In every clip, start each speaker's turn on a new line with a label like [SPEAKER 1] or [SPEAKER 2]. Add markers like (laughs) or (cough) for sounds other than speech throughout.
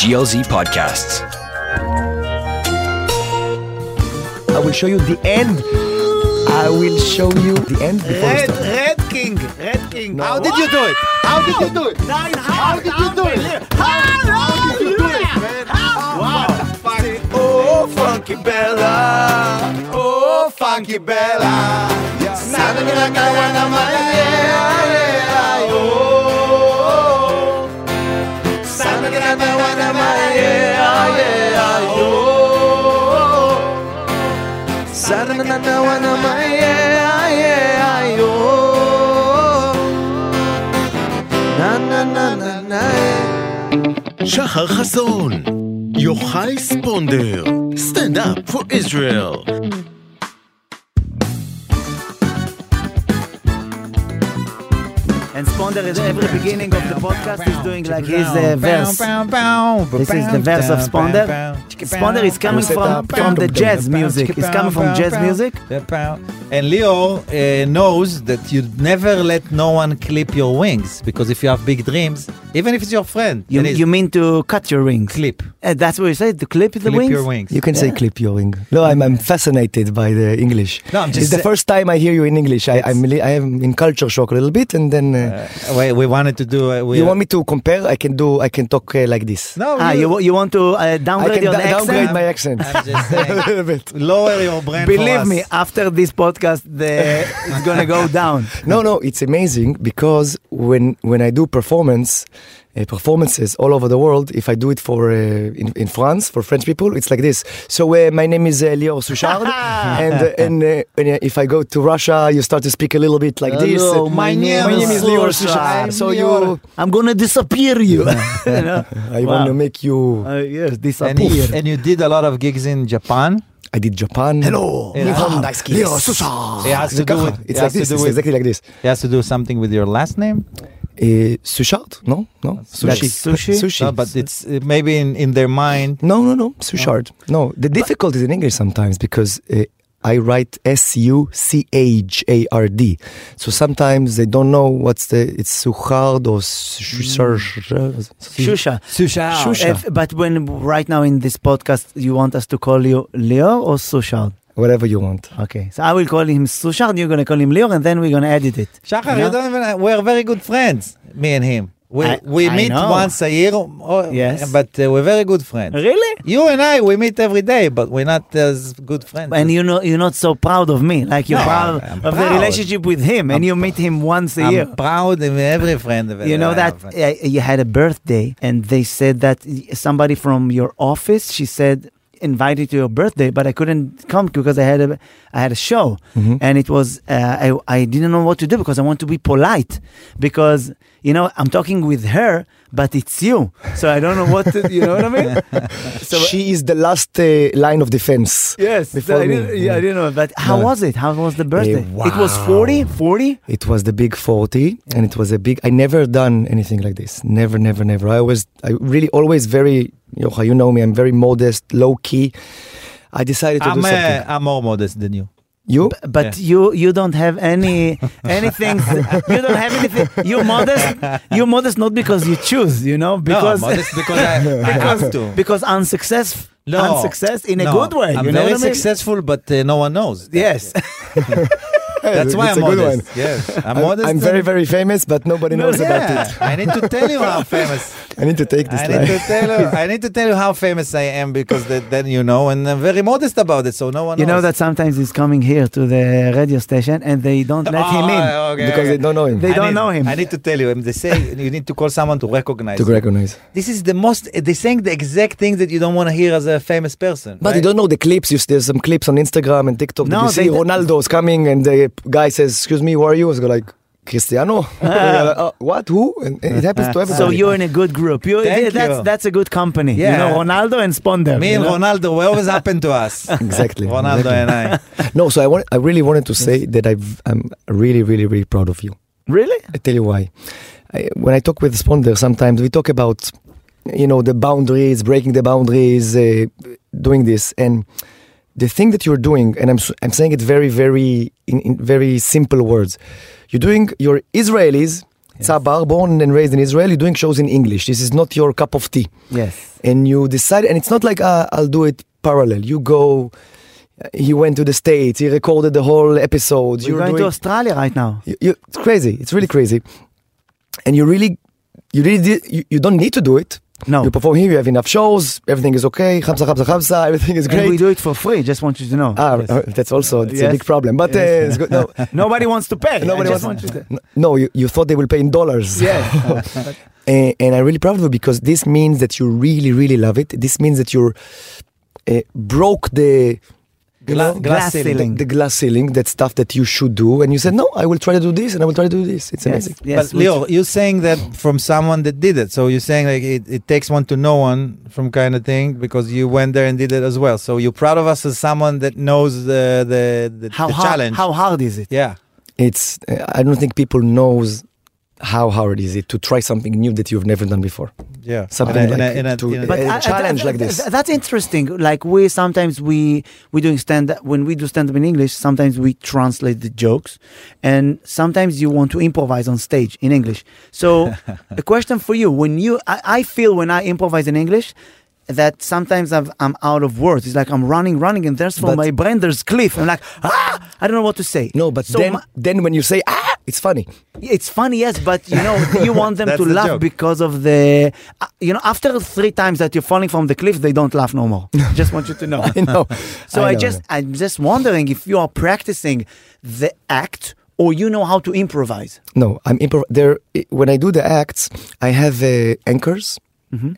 [SPEAKER 1] GLZ Podcasts.
[SPEAKER 2] I will show you the end. I will show you the end before we
[SPEAKER 3] Red,
[SPEAKER 2] start.
[SPEAKER 3] Red King, Red King.
[SPEAKER 2] No.
[SPEAKER 3] How
[SPEAKER 2] What?
[SPEAKER 3] did you do it? How did you do it?
[SPEAKER 4] Nine
[SPEAKER 3] How did you do it? How did you do it, man? Wow. Oh, Funky Bella. Oh, Funky Bella. Sana nila kaya na maialea. Oh. Sana ginagawa na maialea. Oh. Sana ginagawa na maialea. Oh. Na na na na na eh.
[SPEAKER 5] שחר חסון, יוחאי ספונדר, Stand up for Israel.
[SPEAKER 4] And Sponder is every beginning of the podcast is doing like his uh, verse. This is the verse of Sponder. Sponder is coming
[SPEAKER 2] set
[SPEAKER 4] from,
[SPEAKER 2] up
[SPEAKER 4] from the
[SPEAKER 2] dum-dum-dum.
[SPEAKER 4] jazz music. It's coming from jazz music.
[SPEAKER 3] And Leo uh, knows that you never let no one clip your wings because if you have big dreams, even if it's your friend,
[SPEAKER 4] You,
[SPEAKER 3] it is
[SPEAKER 4] you mean to cut your wings?
[SPEAKER 3] clip.
[SPEAKER 4] Uh, that's what you said. To clip the
[SPEAKER 3] Clip
[SPEAKER 4] wings.
[SPEAKER 3] your wings.
[SPEAKER 2] You can say clip your wing. No, I'm, I'm fascinated by the English.
[SPEAKER 3] No, I'm just
[SPEAKER 2] it's the
[SPEAKER 3] say-
[SPEAKER 2] first time I hear you in English. I, I'm, really- I am in culture shock a little bit, and then uh,
[SPEAKER 3] we, we wanted to do. Uh, we,
[SPEAKER 2] you want me to compare? I can do. I can talk uh, like this.
[SPEAKER 3] No,
[SPEAKER 4] Ah, you, you want to uh,
[SPEAKER 2] I
[SPEAKER 4] downgrade
[SPEAKER 2] can
[SPEAKER 4] your
[SPEAKER 2] da- downgrade
[SPEAKER 4] accent?
[SPEAKER 2] my accent (laughs)
[SPEAKER 3] I'm just
[SPEAKER 4] (laughs)
[SPEAKER 2] a
[SPEAKER 3] saying,
[SPEAKER 2] little bit.
[SPEAKER 3] lower your brand. for
[SPEAKER 4] Believe
[SPEAKER 3] us.
[SPEAKER 4] me, after this podcast, the, it's gonna go down.
[SPEAKER 2] No, no, it's amazing because when when I do performance uh, performances all over the world, if I do it for uh, in, in France for French people, it's like this. So uh, my name is uh, Lior Souchard, and uh, and, uh, and, uh, if I go to Russia, you start to speak a little bit like this.
[SPEAKER 4] Hello, my
[SPEAKER 2] Uh,
[SPEAKER 4] name
[SPEAKER 2] my name
[SPEAKER 4] is
[SPEAKER 2] is Lior
[SPEAKER 4] Souchard.
[SPEAKER 2] Souchard.
[SPEAKER 4] I'm
[SPEAKER 2] So you,
[SPEAKER 4] I'm gonna disappear you. (laughs) you know?
[SPEAKER 2] I want
[SPEAKER 4] Wow.
[SPEAKER 2] to make you.
[SPEAKER 4] Uh, yes,
[SPEAKER 3] And you,
[SPEAKER 4] disappear.
[SPEAKER 3] and you did a lot of gigs in Japan.
[SPEAKER 2] I did Japan. Hello,
[SPEAKER 3] Nihon
[SPEAKER 2] Lior Souchard.
[SPEAKER 3] Ah. It has to do
[SPEAKER 2] זה ככה.
[SPEAKER 3] with- it
[SPEAKER 2] It's like
[SPEAKER 3] has to
[SPEAKER 2] this.
[SPEAKER 3] do
[SPEAKER 2] It's
[SPEAKER 3] with-
[SPEAKER 2] exactly like this.
[SPEAKER 3] It has to do something with your last name.
[SPEAKER 2] Uh, Souchard? No, no. Sushi.
[SPEAKER 4] sushi?
[SPEAKER 2] Sushi.
[SPEAKER 3] No, but it's uh, maybe in, in their mind.
[SPEAKER 2] No, no, no, Sushard. No, the difficulty is in English sometimes because uh, I write S U C H A R D. So sometimes they don't know what's the it's Suchard or Sushard.
[SPEAKER 4] Uh, Shusha.
[SPEAKER 3] Sushard.
[SPEAKER 4] If- but when right now in this podcast, you want us to call you Leo or
[SPEAKER 3] Mm.
[SPEAKER 4] Sushard?
[SPEAKER 2] Whatever you want.
[SPEAKER 4] Okay, so I will call him Sushard, you're gonna call him Leo, and then we're gonna edit it.
[SPEAKER 3] Shachar,
[SPEAKER 4] No?
[SPEAKER 3] you don't even. uh, We're very good friends, me and him. We,
[SPEAKER 4] I-
[SPEAKER 3] we
[SPEAKER 4] I
[SPEAKER 3] meet
[SPEAKER 4] know.
[SPEAKER 3] once a year, or,
[SPEAKER 4] Yes.
[SPEAKER 3] but uh, we're very good friends.
[SPEAKER 4] Really?
[SPEAKER 3] You and I, we meet every day, but we're not as good friends.
[SPEAKER 4] And you know, you're not so proud of me. Like you're
[SPEAKER 3] No,
[SPEAKER 4] proud
[SPEAKER 3] I'm proud.
[SPEAKER 4] of the relationship with him, and you meet him once a
[SPEAKER 3] I'm
[SPEAKER 4] year.
[SPEAKER 3] proud of every friend. Of
[SPEAKER 4] You know
[SPEAKER 3] I
[SPEAKER 4] that
[SPEAKER 3] have.
[SPEAKER 4] uh, you had a birthday, and they said that y- somebody from your office, she said, invited to your birthday, but I couldn't come because I had a I had a show,
[SPEAKER 2] Mm-hmm.
[SPEAKER 4] and it was uh, I I didn't know what to do because I want to be polite, because you know I'm talking with her, but it's you, so I don't know what to, you know what I
[SPEAKER 2] (laughs)
[SPEAKER 4] mean. so
[SPEAKER 2] she is the last uh, line of defense.
[SPEAKER 4] yes, so
[SPEAKER 2] Before
[SPEAKER 4] I
[SPEAKER 2] me,
[SPEAKER 4] didn't, yeah, I
[SPEAKER 2] yeah.
[SPEAKER 4] didn't know. But how
[SPEAKER 2] No.
[SPEAKER 4] was it? How was the birthday?
[SPEAKER 2] Eh,
[SPEAKER 4] It was
[SPEAKER 2] wow.
[SPEAKER 4] 40, 40.
[SPEAKER 2] It was the big 40 and it was a big I never done anything like this. Never, never, never. I was I really always very Yocha, you know me, I'm very modest, low key. I decided to do
[SPEAKER 3] I'm,
[SPEAKER 2] something.
[SPEAKER 3] uh, I'm more modest than you.
[SPEAKER 2] you?
[SPEAKER 4] But you you don't have any (laughs) anything. you don't have anything. You're modest. You're modest not because you choose. You know because
[SPEAKER 3] no, modest because I,
[SPEAKER 4] (laughs)
[SPEAKER 3] I have to.
[SPEAKER 4] because unsuccess
[SPEAKER 3] No,
[SPEAKER 4] unsuccess in a
[SPEAKER 3] no,
[SPEAKER 4] good way.
[SPEAKER 3] I'm
[SPEAKER 4] you know
[SPEAKER 3] very
[SPEAKER 4] what I mean?
[SPEAKER 3] successful, but uh, no one knows.
[SPEAKER 4] Yes.
[SPEAKER 3] (laughs) That's why
[SPEAKER 2] It's
[SPEAKER 3] I'm
[SPEAKER 2] a good
[SPEAKER 3] modest.
[SPEAKER 2] one.
[SPEAKER 3] Yes, I'm,
[SPEAKER 2] I'm,
[SPEAKER 3] modest.
[SPEAKER 2] I'm very, very famous, but nobody knows about it.
[SPEAKER 3] I need to tell you how
[SPEAKER 2] (laughs)
[SPEAKER 3] famous.
[SPEAKER 2] I need to take this
[SPEAKER 3] I need to
[SPEAKER 2] line. (laughs)
[SPEAKER 3] tell you. I need to tell you how famous I am because that, then you know, and I'm very modest about it, so no one.
[SPEAKER 4] you know
[SPEAKER 3] knows.
[SPEAKER 4] that sometimes he's coming here to the radio station and they don't let him in.
[SPEAKER 3] Oh, okay,
[SPEAKER 2] Because
[SPEAKER 3] okay.
[SPEAKER 2] they don't know him.
[SPEAKER 4] They
[SPEAKER 3] I
[SPEAKER 4] don't
[SPEAKER 3] need-
[SPEAKER 4] know him.
[SPEAKER 3] I need to tell you. and They say you need to call someone to recognize.
[SPEAKER 2] to
[SPEAKER 3] you.
[SPEAKER 2] recognize.
[SPEAKER 3] This is the most. They're saying the exact things that you don't want to hear as a famous person.
[SPEAKER 2] But
[SPEAKER 3] right?
[SPEAKER 2] you don't know the clips. You, there's some clips on Instagram and TikTok.
[SPEAKER 4] No,
[SPEAKER 2] No, you
[SPEAKER 4] they
[SPEAKER 2] see
[SPEAKER 4] don't-
[SPEAKER 2] Ronaldo's coming and the guy says, excuse me, who are you? I was like, Cristiano. (laughs) Like, "Uh, what? Who? And it happens
[SPEAKER 4] (laughs)
[SPEAKER 2] to everybody.
[SPEAKER 4] So you're in a good group. You,
[SPEAKER 3] Thank
[SPEAKER 4] that's
[SPEAKER 3] you.
[SPEAKER 4] that's a good company.
[SPEAKER 3] Yeah.
[SPEAKER 4] You know Ronaldo and Sponder.
[SPEAKER 3] Me
[SPEAKER 4] you
[SPEAKER 3] and
[SPEAKER 4] know?
[SPEAKER 3] Ronaldo, we always happen to us.
[SPEAKER 2] (laughs) Exactly.
[SPEAKER 3] Ronaldo
[SPEAKER 2] exactly.
[SPEAKER 3] and I.
[SPEAKER 2] No, so I, want, I really wanted to say that I've, I'm really, really, really proud of you.
[SPEAKER 4] Really?
[SPEAKER 2] I tell you why. I, when I talk with Sponder, sometimes we talk about, you know, the boundaries, breaking the boundaries, uh, doing this, and the thing that you're doing. And I'm s- I'm saying it very, very in, in very simple words. You're doing your Israelis Tzabar, born and raised in Israel, you're doing shows in English. This is not your cup of tea.
[SPEAKER 4] Yes.
[SPEAKER 2] And you decide, and it's not like uh, I'll do it parallel. You go, he went to the States, he recorded the whole episode.
[SPEAKER 4] We're going to Australia right now.
[SPEAKER 2] you, you, it's crazy. It's really crazy. And you really, you really, did- you, you don't need to do it.
[SPEAKER 4] No.
[SPEAKER 2] You perform here, you have enough shows, everything is okay. Hamsa, hamsa, hamsa, everything is
[SPEAKER 4] And we
[SPEAKER 2] great.
[SPEAKER 4] do it for free. Just want you to know.
[SPEAKER 2] Ah, uh, that's also it's
[SPEAKER 4] Yes.
[SPEAKER 2] a big problem. But uh, it's good. No,
[SPEAKER 4] (laughs) Nobody wants to pay.
[SPEAKER 2] nobody
[SPEAKER 4] I just
[SPEAKER 2] wants-
[SPEAKER 4] want you to.
[SPEAKER 2] no, you, you thought they will pay in dollars.
[SPEAKER 4] (laughs) Yes.
[SPEAKER 2] (laughs) and, and I'm really proud of you because this means that you really, really love it. This means that you're uh, broke the you
[SPEAKER 3] Gla-
[SPEAKER 2] know,
[SPEAKER 4] glass ceiling.
[SPEAKER 2] the, the glass ceiling, that stuff that you should do, and you said no, I will try to do this, and I will try to do this. It's
[SPEAKER 4] yes.
[SPEAKER 2] amazing.
[SPEAKER 4] yes.
[SPEAKER 3] but Leo, you're saying that from someone that did it. So you're saying like it, it takes one to know one from kind of thing because you went there and did it as well. So you're proud of us as someone that knows the the, the,
[SPEAKER 4] How
[SPEAKER 3] the
[SPEAKER 4] hard?
[SPEAKER 3] challenge.
[SPEAKER 4] How hard is it?
[SPEAKER 3] yeah.
[SPEAKER 2] It's uh, I don't think people knows how hard is it to try something new that you've never done before.
[SPEAKER 3] Yeah. In
[SPEAKER 2] Something
[SPEAKER 3] a- in
[SPEAKER 2] like
[SPEAKER 3] a- in a-
[SPEAKER 2] to-
[SPEAKER 3] in a-
[SPEAKER 2] But- a challenge like this.
[SPEAKER 4] That's interesting. Like we sometimes we we doing stand up when we do stand up in English. Sometimes we translate the jokes, and sometimes you want to improvise on stage in English. So, a question for you: When you, I, I feel when I improvise in English. That sometimes I've, I'm out of words. It's like I'm running, running, and there's from
[SPEAKER 2] But-
[SPEAKER 4] my brain there's cliff. I'm like, ah, I don't know what to say.
[SPEAKER 2] No, but
[SPEAKER 4] So
[SPEAKER 2] then
[SPEAKER 4] my-
[SPEAKER 2] then when you say ah, it's funny. (laughs)
[SPEAKER 4] it's funny, yes, but you know, you want them
[SPEAKER 3] That's
[SPEAKER 4] to
[SPEAKER 3] the
[SPEAKER 4] laugh
[SPEAKER 3] joke.
[SPEAKER 4] because of the, uh, you know, after three times that you're falling from the cliff, they don't laugh no
[SPEAKER 2] (laughs)
[SPEAKER 4] more. just want you to know.
[SPEAKER 2] I know.
[SPEAKER 4] (laughs) So I,
[SPEAKER 2] know,
[SPEAKER 4] just, I'm just wondering if you are practicing the act or you know how to improvise.
[SPEAKER 2] No, I'm improv. There, i- when I do the acts, I have uh, anchors,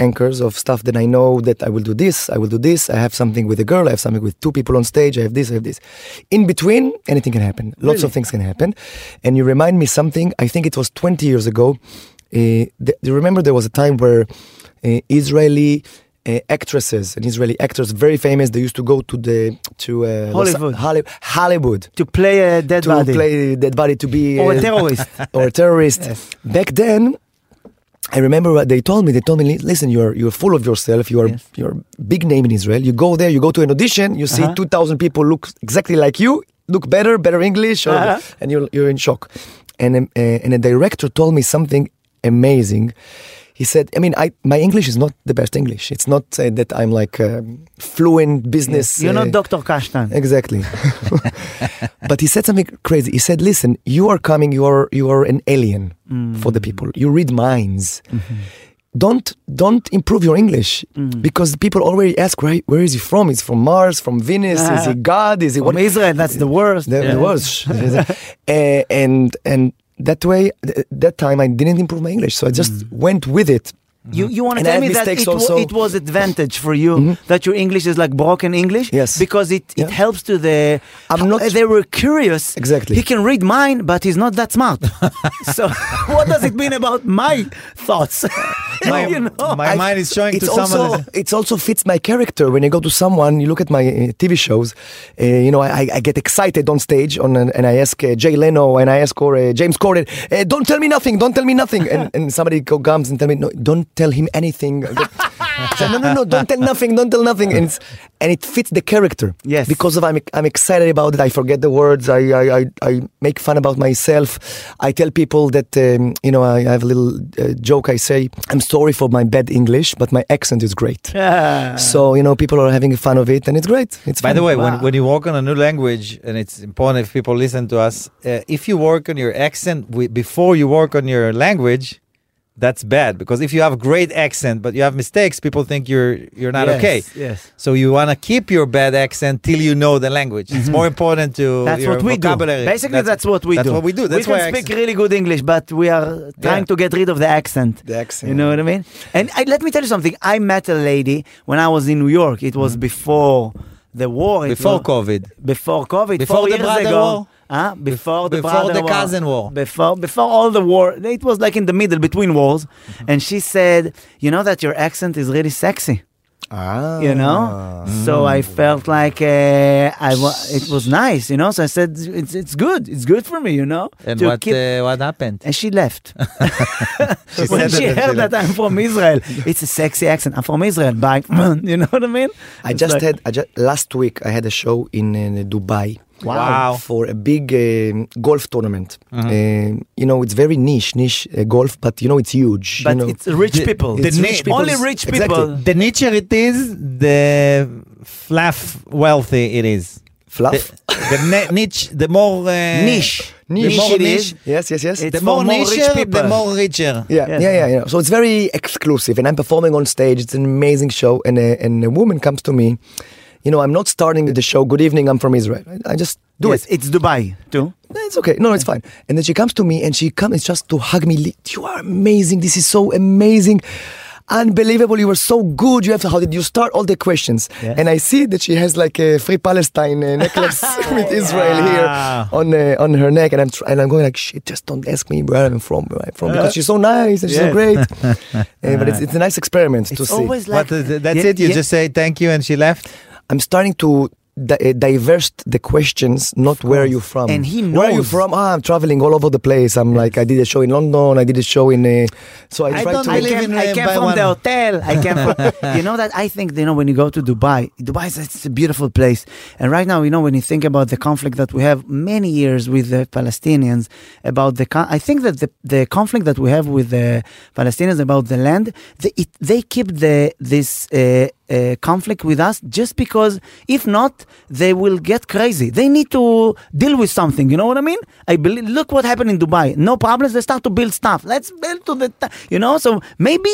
[SPEAKER 2] anchors of stuff that I know that I will do this, I will do this. I have something with a girl, I have something with two people on stage. I have this, I have this. In between, anything can happen. Lots of things can happen. And you remind me something. I think it was 20 years ago. Uh, th- you remember there was a time where uh, Israeli. Uh, actresses and Israeli actors, very famous. They used to go to the to uh, Los-
[SPEAKER 4] Hollywood.
[SPEAKER 2] Holly- Hollywood
[SPEAKER 4] To play a dead
[SPEAKER 2] to
[SPEAKER 4] body
[SPEAKER 2] play that body to be
[SPEAKER 4] or
[SPEAKER 2] uh,
[SPEAKER 4] a terrorist.
[SPEAKER 2] (laughs) or a terrorist. Back then, I remember what they told me. They told me, "Listen, you're you're full of yourself. You are
[SPEAKER 4] Yes.
[SPEAKER 2] you're a big name in Israel. You go there, you go to an audition, you see
[SPEAKER 4] Uh-huh.
[SPEAKER 2] two thousand people look exactly like you, look better, better English, or,
[SPEAKER 4] Uh-huh.
[SPEAKER 2] and you're you're in shock." And um, uh, and a director told me something amazing. He said, "I mean, I my English is not the best English. It's not uh, that I'm like um fluent business.
[SPEAKER 4] You're
[SPEAKER 2] uh,
[SPEAKER 4] not Dr. Kashtan.
[SPEAKER 2] Exactly. (laughs) but he said something crazy. He said, "Listen, you are coming. You are you are an alien for
[SPEAKER 4] Mm.
[SPEAKER 2] the people. You read minds.
[SPEAKER 4] Mm-hmm.
[SPEAKER 2] Don't don't improve your English
[SPEAKER 4] Mm.
[SPEAKER 2] because people already ask, right? Where is he from? He's from Mars, from Venus. is he God? Is he
[SPEAKER 4] Ah. From
[SPEAKER 2] what?
[SPEAKER 4] Israel, that's the worst.
[SPEAKER 2] The, the
[SPEAKER 4] (laughs)
[SPEAKER 2] worst. (laughs) Eh, and and that way, th- that time I didn't improve my English, so I just
[SPEAKER 4] Mm.
[SPEAKER 2] went with it.
[SPEAKER 4] You, you want to
[SPEAKER 2] And I
[SPEAKER 4] tell
[SPEAKER 2] had
[SPEAKER 4] me that
[SPEAKER 2] mistakes
[SPEAKER 4] it, wa-
[SPEAKER 2] also.
[SPEAKER 4] it was advantage for you that your English is like broken English?
[SPEAKER 2] Yes.
[SPEAKER 4] Because it, it
[SPEAKER 2] Yeah.
[SPEAKER 4] helps to the.
[SPEAKER 2] I'm not-
[SPEAKER 4] They were curious.
[SPEAKER 2] Exactly.
[SPEAKER 4] He can read mine, but he's not that smart. so (laughs) what does it mean about my thoughts?
[SPEAKER 3] My,
[SPEAKER 4] you know?
[SPEAKER 3] my
[SPEAKER 2] I-
[SPEAKER 3] mind is showing to
[SPEAKER 2] it's
[SPEAKER 3] someone.
[SPEAKER 2] Also,
[SPEAKER 3] that-
[SPEAKER 2] it also fits my character. When I go to someone, you look at my uh, TV shows, uh, you know, I, I get excited on stage on, an- and I ask uh, Jay Leno and I ask or, uh, James Corden, uh, don't tell me nothing, don't tell me nothing. And, and somebody co- comes and tell me, no, don't tell him anything.
[SPEAKER 3] (laughs)
[SPEAKER 2] so, no, no, no, don't tell nothing, don't tell nothing. And, it's, and it fits the character.
[SPEAKER 4] Yes.
[SPEAKER 2] Because of I'm, I'm excited about it, I forget the words, I, I, I, I make fun about myself. I tell people that, um, you know, I, I have a little uh, joke I say, I'm sorry for my bad English, but my accent is great.
[SPEAKER 4] Yeah.
[SPEAKER 2] So you know, people are having fun of it, and it's great. It's
[SPEAKER 3] By
[SPEAKER 2] fun.
[SPEAKER 3] the way,
[SPEAKER 4] Wow.
[SPEAKER 3] when, when you work on a new language, and it's important if people listen to us, uh, if you work on your accent wi- before you work on your language, that's bad because if you have great accent but you have mistakes, people think you're you're not
[SPEAKER 4] Yes,
[SPEAKER 3] okay.
[SPEAKER 4] Yes.
[SPEAKER 3] So you want to keep your bad accent till you know the language. It's more important to
[SPEAKER 4] Mm-hmm. That's
[SPEAKER 3] your
[SPEAKER 4] what we do.
[SPEAKER 3] vocabulary.
[SPEAKER 4] Basically, that's, what we
[SPEAKER 3] that's
[SPEAKER 4] do.
[SPEAKER 3] what we do. That's
[SPEAKER 4] we
[SPEAKER 3] why
[SPEAKER 4] can
[SPEAKER 3] accent-
[SPEAKER 4] speak really good English, but we are trying
[SPEAKER 3] Yeah.
[SPEAKER 4] to get rid of the accent.
[SPEAKER 2] The accent.
[SPEAKER 4] You know what I mean? And I, let me tell you something. I met a lady when I was in New York. It was before the war. It
[SPEAKER 3] Mm. before
[SPEAKER 4] was-
[SPEAKER 3] COVID.
[SPEAKER 4] Before COVID.
[SPEAKER 3] Before
[SPEAKER 4] four
[SPEAKER 3] the
[SPEAKER 4] years
[SPEAKER 3] brother
[SPEAKER 4] ago.
[SPEAKER 3] war?
[SPEAKER 4] Huh? Before the
[SPEAKER 3] Before
[SPEAKER 4] brother
[SPEAKER 3] the
[SPEAKER 4] war.
[SPEAKER 3] cousin war.
[SPEAKER 4] Before before all the war. It was like in the middle between wars.
[SPEAKER 3] Mm-hmm.
[SPEAKER 4] And she said, "You know that your accent is really sexy."
[SPEAKER 2] ah,
[SPEAKER 4] you know so i
[SPEAKER 3] Mm.
[SPEAKER 4] felt like uh, i wa- it was nice you know so i said it's it's good it's good for me you know
[SPEAKER 3] And
[SPEAKER 4] to
[SPEAKER 3] what
[SPEAKER 4] keep-
[SPEAKER 3] uh, what happened?
[SPEAKER 4] and she left
[SPEAKER 3] She
[SPEAKER 4] when
[SPEAKER 3] said
[SPEAKER 4] she
[SPEAKER 3] that-
[SPEAKER 4] heard that I'm from Israel. It's a sexy accent. I'm from Israel, but (laughs) you know what I mean?
[SPEAKER 2] I
[SPEAKER 4] It's
[SPEAKER 2] just
[SPEAKER 4] like-
[SPEAKER 2] had I just last week I had a show in, uh, Dubai
[SPEAKER 3] Wow.
[SPEAKER 2] for a big um golf tournament.
[SPEAKER 4] Uh-huh.
[SPEAKER 2] Um, you know, it's very niche, niche uh, golf, but you know, it's huge.
[SPEAKER 4] But
[SPEAKER 2] you know.
[SPEAKER 4] it's rich people.
[SPEAKER 2] it's
[SPEAKER 3] rich
[SPEAKER 2] people's-
[SPEAKER 4] only rich people.
[SPEAKER 2] Exactly.
[SPEAKER 3] The nicher it is, the fluff wealthy it is.
[SPEAKER 2] fluff.
[SPEAKER 3] The, the ne- niche, the more uh,
[SPEAKER 4] Niche.
[SPEAKER 3] the
[SPEAKER 2] Niche
[SPEAKER 3] more
[SPEAKER 4] it
[SPEAKER 3] niche,
[SPEAKER 4] is.
[SPEAKER 2] Yes, yes, yes.
[SPEAKER 4] It's
[SPEAKER 3] the more,
[SPEAKER 4] for more rich
[SPEAKER 3] nicher, the
[SPEAKER 4] people.
[SPEAKER 3] more richer.
[SPEAKER 2] yeah,
[SPEAKER 4] Yes.
[SPEAKER 2] yeah, yeah, yeah. So it's very exclusive, and I'm performing on stage. It's an amazing show, and a, and a woman comes to me. You know, I'm not starting the show. Good evening, I'm from Israel. I, I just do
[SPEAKER 4] yes,
[SPEAKER 2] it.
[SPEAKER 4] it's Dubai too.
[SPEAKER 2] Eh, It's okay. No, it's fine. And then she comes to me and she comes just to hug me. Li- You are amazing. This is so amazing. Unbelievable. You were so good. You have to, how did you start all the questions?
[SPEAKER 4] Yeah.
[SPEAKER 2] And I see that she has like a free Palestine uh,
[SPEAKER 4] (laughs)
[SPEAKER 2] necklace (laughs) with Israel here on uh, on her neck. And I'm, tr- and I'm going like, shit, just don't ask me where I'm from, where I'm from, because she's so nice and she's
[SPEAKER 4] Uh,
[SPEAKER 2] so
[SPEAKER 4] Yeah. (laughs)
[SPEAKER 2] great. Uh, but it's, it's a nice experiment to
[SPEAKER 4] It's
[SPEAKER 2] see.
[SPEAKER 4] always
[SPEAKER 3] What
[SPEAKER 4] like
[SPEAKER 3] is it? uh, that's
[SPEAKER 4] Yeah,
[SPEAKER 3] it. You
[SPEAKER 4] yeah.
[SPEAKER 3] just say thank you, and she left.
[SPEAKER 2] I'm starting to di- uh, diverse the questions, not where are you from.
[SPEAKER 4] And he
[SPEAKER 2] Where are you
[SPEAKER 4] knows.
[SPEAKER 2] from? Ah, I'm traveling all over the place. I'm like, I did a show in London. I did a show in. Uh, so I,
[SPEAKER 3] I
[SPEAKER 2] try
[SPEAKER 3] don't
[SPEAKER 2] to.
[SPEAKER 3] I
[SPEAKER 4] I
[SPEAKER 3] live
[SPEAKER 4] came,
[SPEAKER 3] in, uh,
[SPEAKER 4] I came
[SPEAKER 3] by
[SPEAKER 4] from
[SPEAKER 3] one.
[SPEAKER 4] the hotel. I came from, you know that I think you know when you go to Dubai, Dubai is it's a beautiful place. And right now, you know when you think about the conflict that we have many years with the Palestinians about the, con- I think that the, the conflict that we have with the Palestinians about the land, they, it, they keep the this. Uh, uh, conflict with us just because if not they will get crazy they need to deal with something you know what i mean i believe look what happened in dubai no problems they start to build stuff let's build to the t- you know so maybe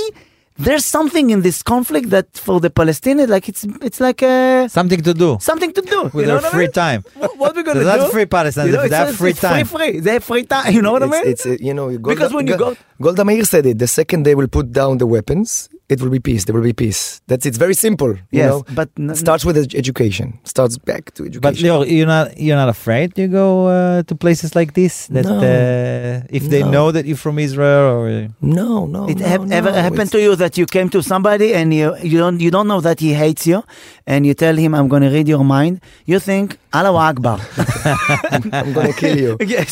[SPEAKER 4] there's something in this conflict that for the palestinians like it's it's like a
[SPEAKER 3] Something to do.
[SPEAKER 4] something to do
[SPEAKER 3] With
[SPEAKER 4] you know
[SPEAKER 3] their
[SPEAKER 4] what I
[SPEAKER 3] free
[SPEAKER 4] mean?
[SPEAKER 3] time.
[SPEAKER 4] Wh- what we gonna
[SPEAKER 3] They're
[SPEAKER 4] do
[SPEAKER 3] not free Palestinians,
[SPEAKER 4] you know,
[SPEAKER 3] they
[SPEAKER 4] it's-
[SPEAKER 3] have
[SPEAKER 4] it's
[SPEAKER 3] free time.
[SPEAKER 4] Free, free. They have free time. (laughs) You know what I mean?
[SPEAKER 2] It's, it's, uh, you know, Golda,
[SPEAKER 4] Because when you
[SPEAKER 2] Go-
[SPEAKER 4] go-
[SPEAKER 2] Golda Meir said it. The second they will put down the weapons, it will be peace. There will be peace. That's it's very simple. You
[SPEAKER 4] Yes,
[SPEAKER 2] know?
[SPEAKER 4] but n-
[SPEAKER 2] it starts with ed- education. Starts back to
[SPEAKER 3] But
[SPEAKER 2] education.
[SPEAKER 3] Lior, you're not you're not afraid to go uh, to places like this. That
[SPEAKER 2] No.
[SPEAKER 3] uh, if they
[SPEAKER 2] No.
[SPEAKER 3] know that you're from Israel, or uh,
[SPEAKER 2] no, no.
[SPEAKER 4] It
[SPEAKER 2] no,
[SPEAKER 4] hap-
[SPEAKER 2] no,
[SPEAKER 4] ever happened to you that you came to somebody and you you don't you don't know that he hates you, and you tell him I'm gonna read your mind. You think Allahu
[SPEAKER 3] (laughs)
[SPEAKER 4] Akbar.
[SPEAKER 2] I'm gonna kill
[SPEAKER 4] (laughs)
[SPEAKER 2] you.
[SPEAKER 4] yes.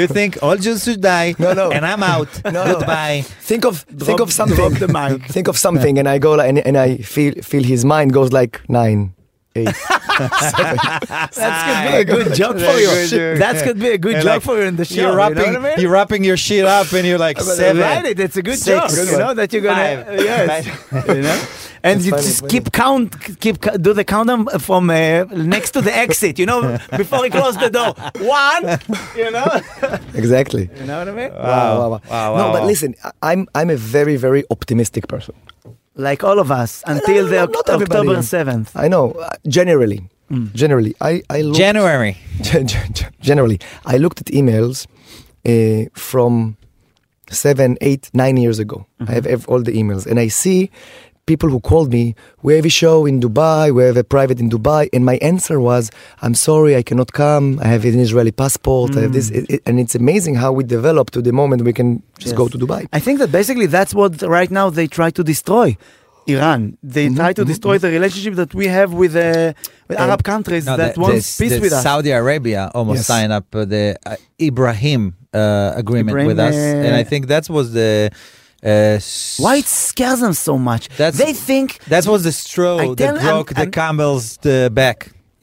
[SPEAKER 3] you think all Jews should (laughs) die,
[SPEAKER 2] No, no.
[SPEAKER 3] and I'm (laughs) out.
[SPEAKER 2] No, no.
[SPEAKER 3] Goodbye.
[SPEAKER 2] think of think
[SPEAKER 4] Drop-
[SPEAKER 2] of something.
[SPEAKER 4] drop the mic.
[SPEAKER 2] (laughs) Think of something, and I go like, and, and I feel feel his mind goes like nine,
[SPEAKER 4] (laughs)
[SPEAKER 2] eight.
[SPEAKER 4] That's could be a good job for
[SPEAKER 3] Very good
[SPEAKER 4] you.
[SPEAKER 3] joke.
[SPEAKER 4] That could be a good
[SPEAKER 3] And
[SPEAKER 4] job
[SPEAKER 3] like,
[SPEAKER 4] for you in the show.
[SPEAKER 3] You're
[SPEAKER 4] you know
[SPEAKER 3] wrapping,
[SPEAKER 4] what I mean?
[SPEAKER 3] you're wrapping your shit up, and you're like
[SPEAKER 4] (laughs) But
[SPEAKER 3] seven.
[SPEAKER 4] Right, it, it's a good
[SPEAKER 3] six,
[SPEAKER 4] job. You know that you're gonna uh,
[SPEAKER 3] five,
[SPEAKER 4] yes, (laughs) you know, and
[SPEAKER 2] That's
[SPEAKER 4] you
[SPEAKER 2] funny,
[SPEAKER 4] just
[SPEAKER 2] funny.
[SPEAKER 4] keep count, keep cou- do the countdown from uh, next to the exit. (laughs) You know, before he close the door, one. You know,
[SPEAKER 2] exactly.
[SPEAKER 4] you know what I mean?
[SPEAKER 2] Wow, wow, wow.
[SPEAKER 3] Wow,
[SPEAKER 2] no,
[SPEAKER 3] wow,
[SPEAKER 2] but
[SPEAKER 3] wow.
[SPEAKER 2] listen, I- I'm I'm a very very optimistic person.
[SPEAKER 4] Like all of us until
[SPEAKER 2] no,
[SPEAKER 4] the
[SPEAKER 2] no,
[SPEAKER 4] Oct-
[SPEAKER 2] not everybody.
[SPEAKER 4] October seventh.
[SPEAKER 2] I know. Uh, generally,
[SPEAKER 4] Mm.
[SPEAKER 2] generally, I I look,
[SPEAKER 3] January.
[SPEAKER 2] gen- gen- gen- generally I looked at emails uh, from seven, eight, nine years ago.
[SPEAKER 3] Mm-hmm.
[SPEAKER 2] I have, have all the emails, and I see people who called me. We have a show in Dubai. We have a private in Dubai, and my answer was, "I'm sorry, I cannot come. I have an Israeli passport. I have this."
[SPEAKER 3] Mm.
[SPEAKER 2] It- it- and it's amazing how we develop to the moment we can just
[SPEAKER 4] Yes.
[SPEAKER 2] go to Dubai.
[SPEAKER 4] I think that basically that's what right now they try to destroy. Iran. They try to destroy the relationship that we have with, uh, with
[SPEAKER 2] Um,
[SPEAKER 4] Arab countries that wants peace with us.
[SPEAKER 3] Saudi Arabia almost
[SPEAKER 2] Yes.
[SPEAKER 3] signed up uh, the uh, Ibrahim uh, agreement with us,
[SPEAKER 4] Ibrahim, uh,
[SPEAKER 3] and I think that was the uh, s-
[SPEAKER 4] Why it scares them so much?
[SPEAKER 3] That's-
[SPEAKER 4] they think
[SPEAKER 3] that was the
[SPEAKER 4] I
[SPEAKER 3] straw
[SPEAKER 4] tell-
[SPEAKER 3] that
[SPEAKER 4] I'm-
[SPEAKER 3] broke the
[SPEAKER 4] I'm-
[SPEAKER 3] camel's uh, back.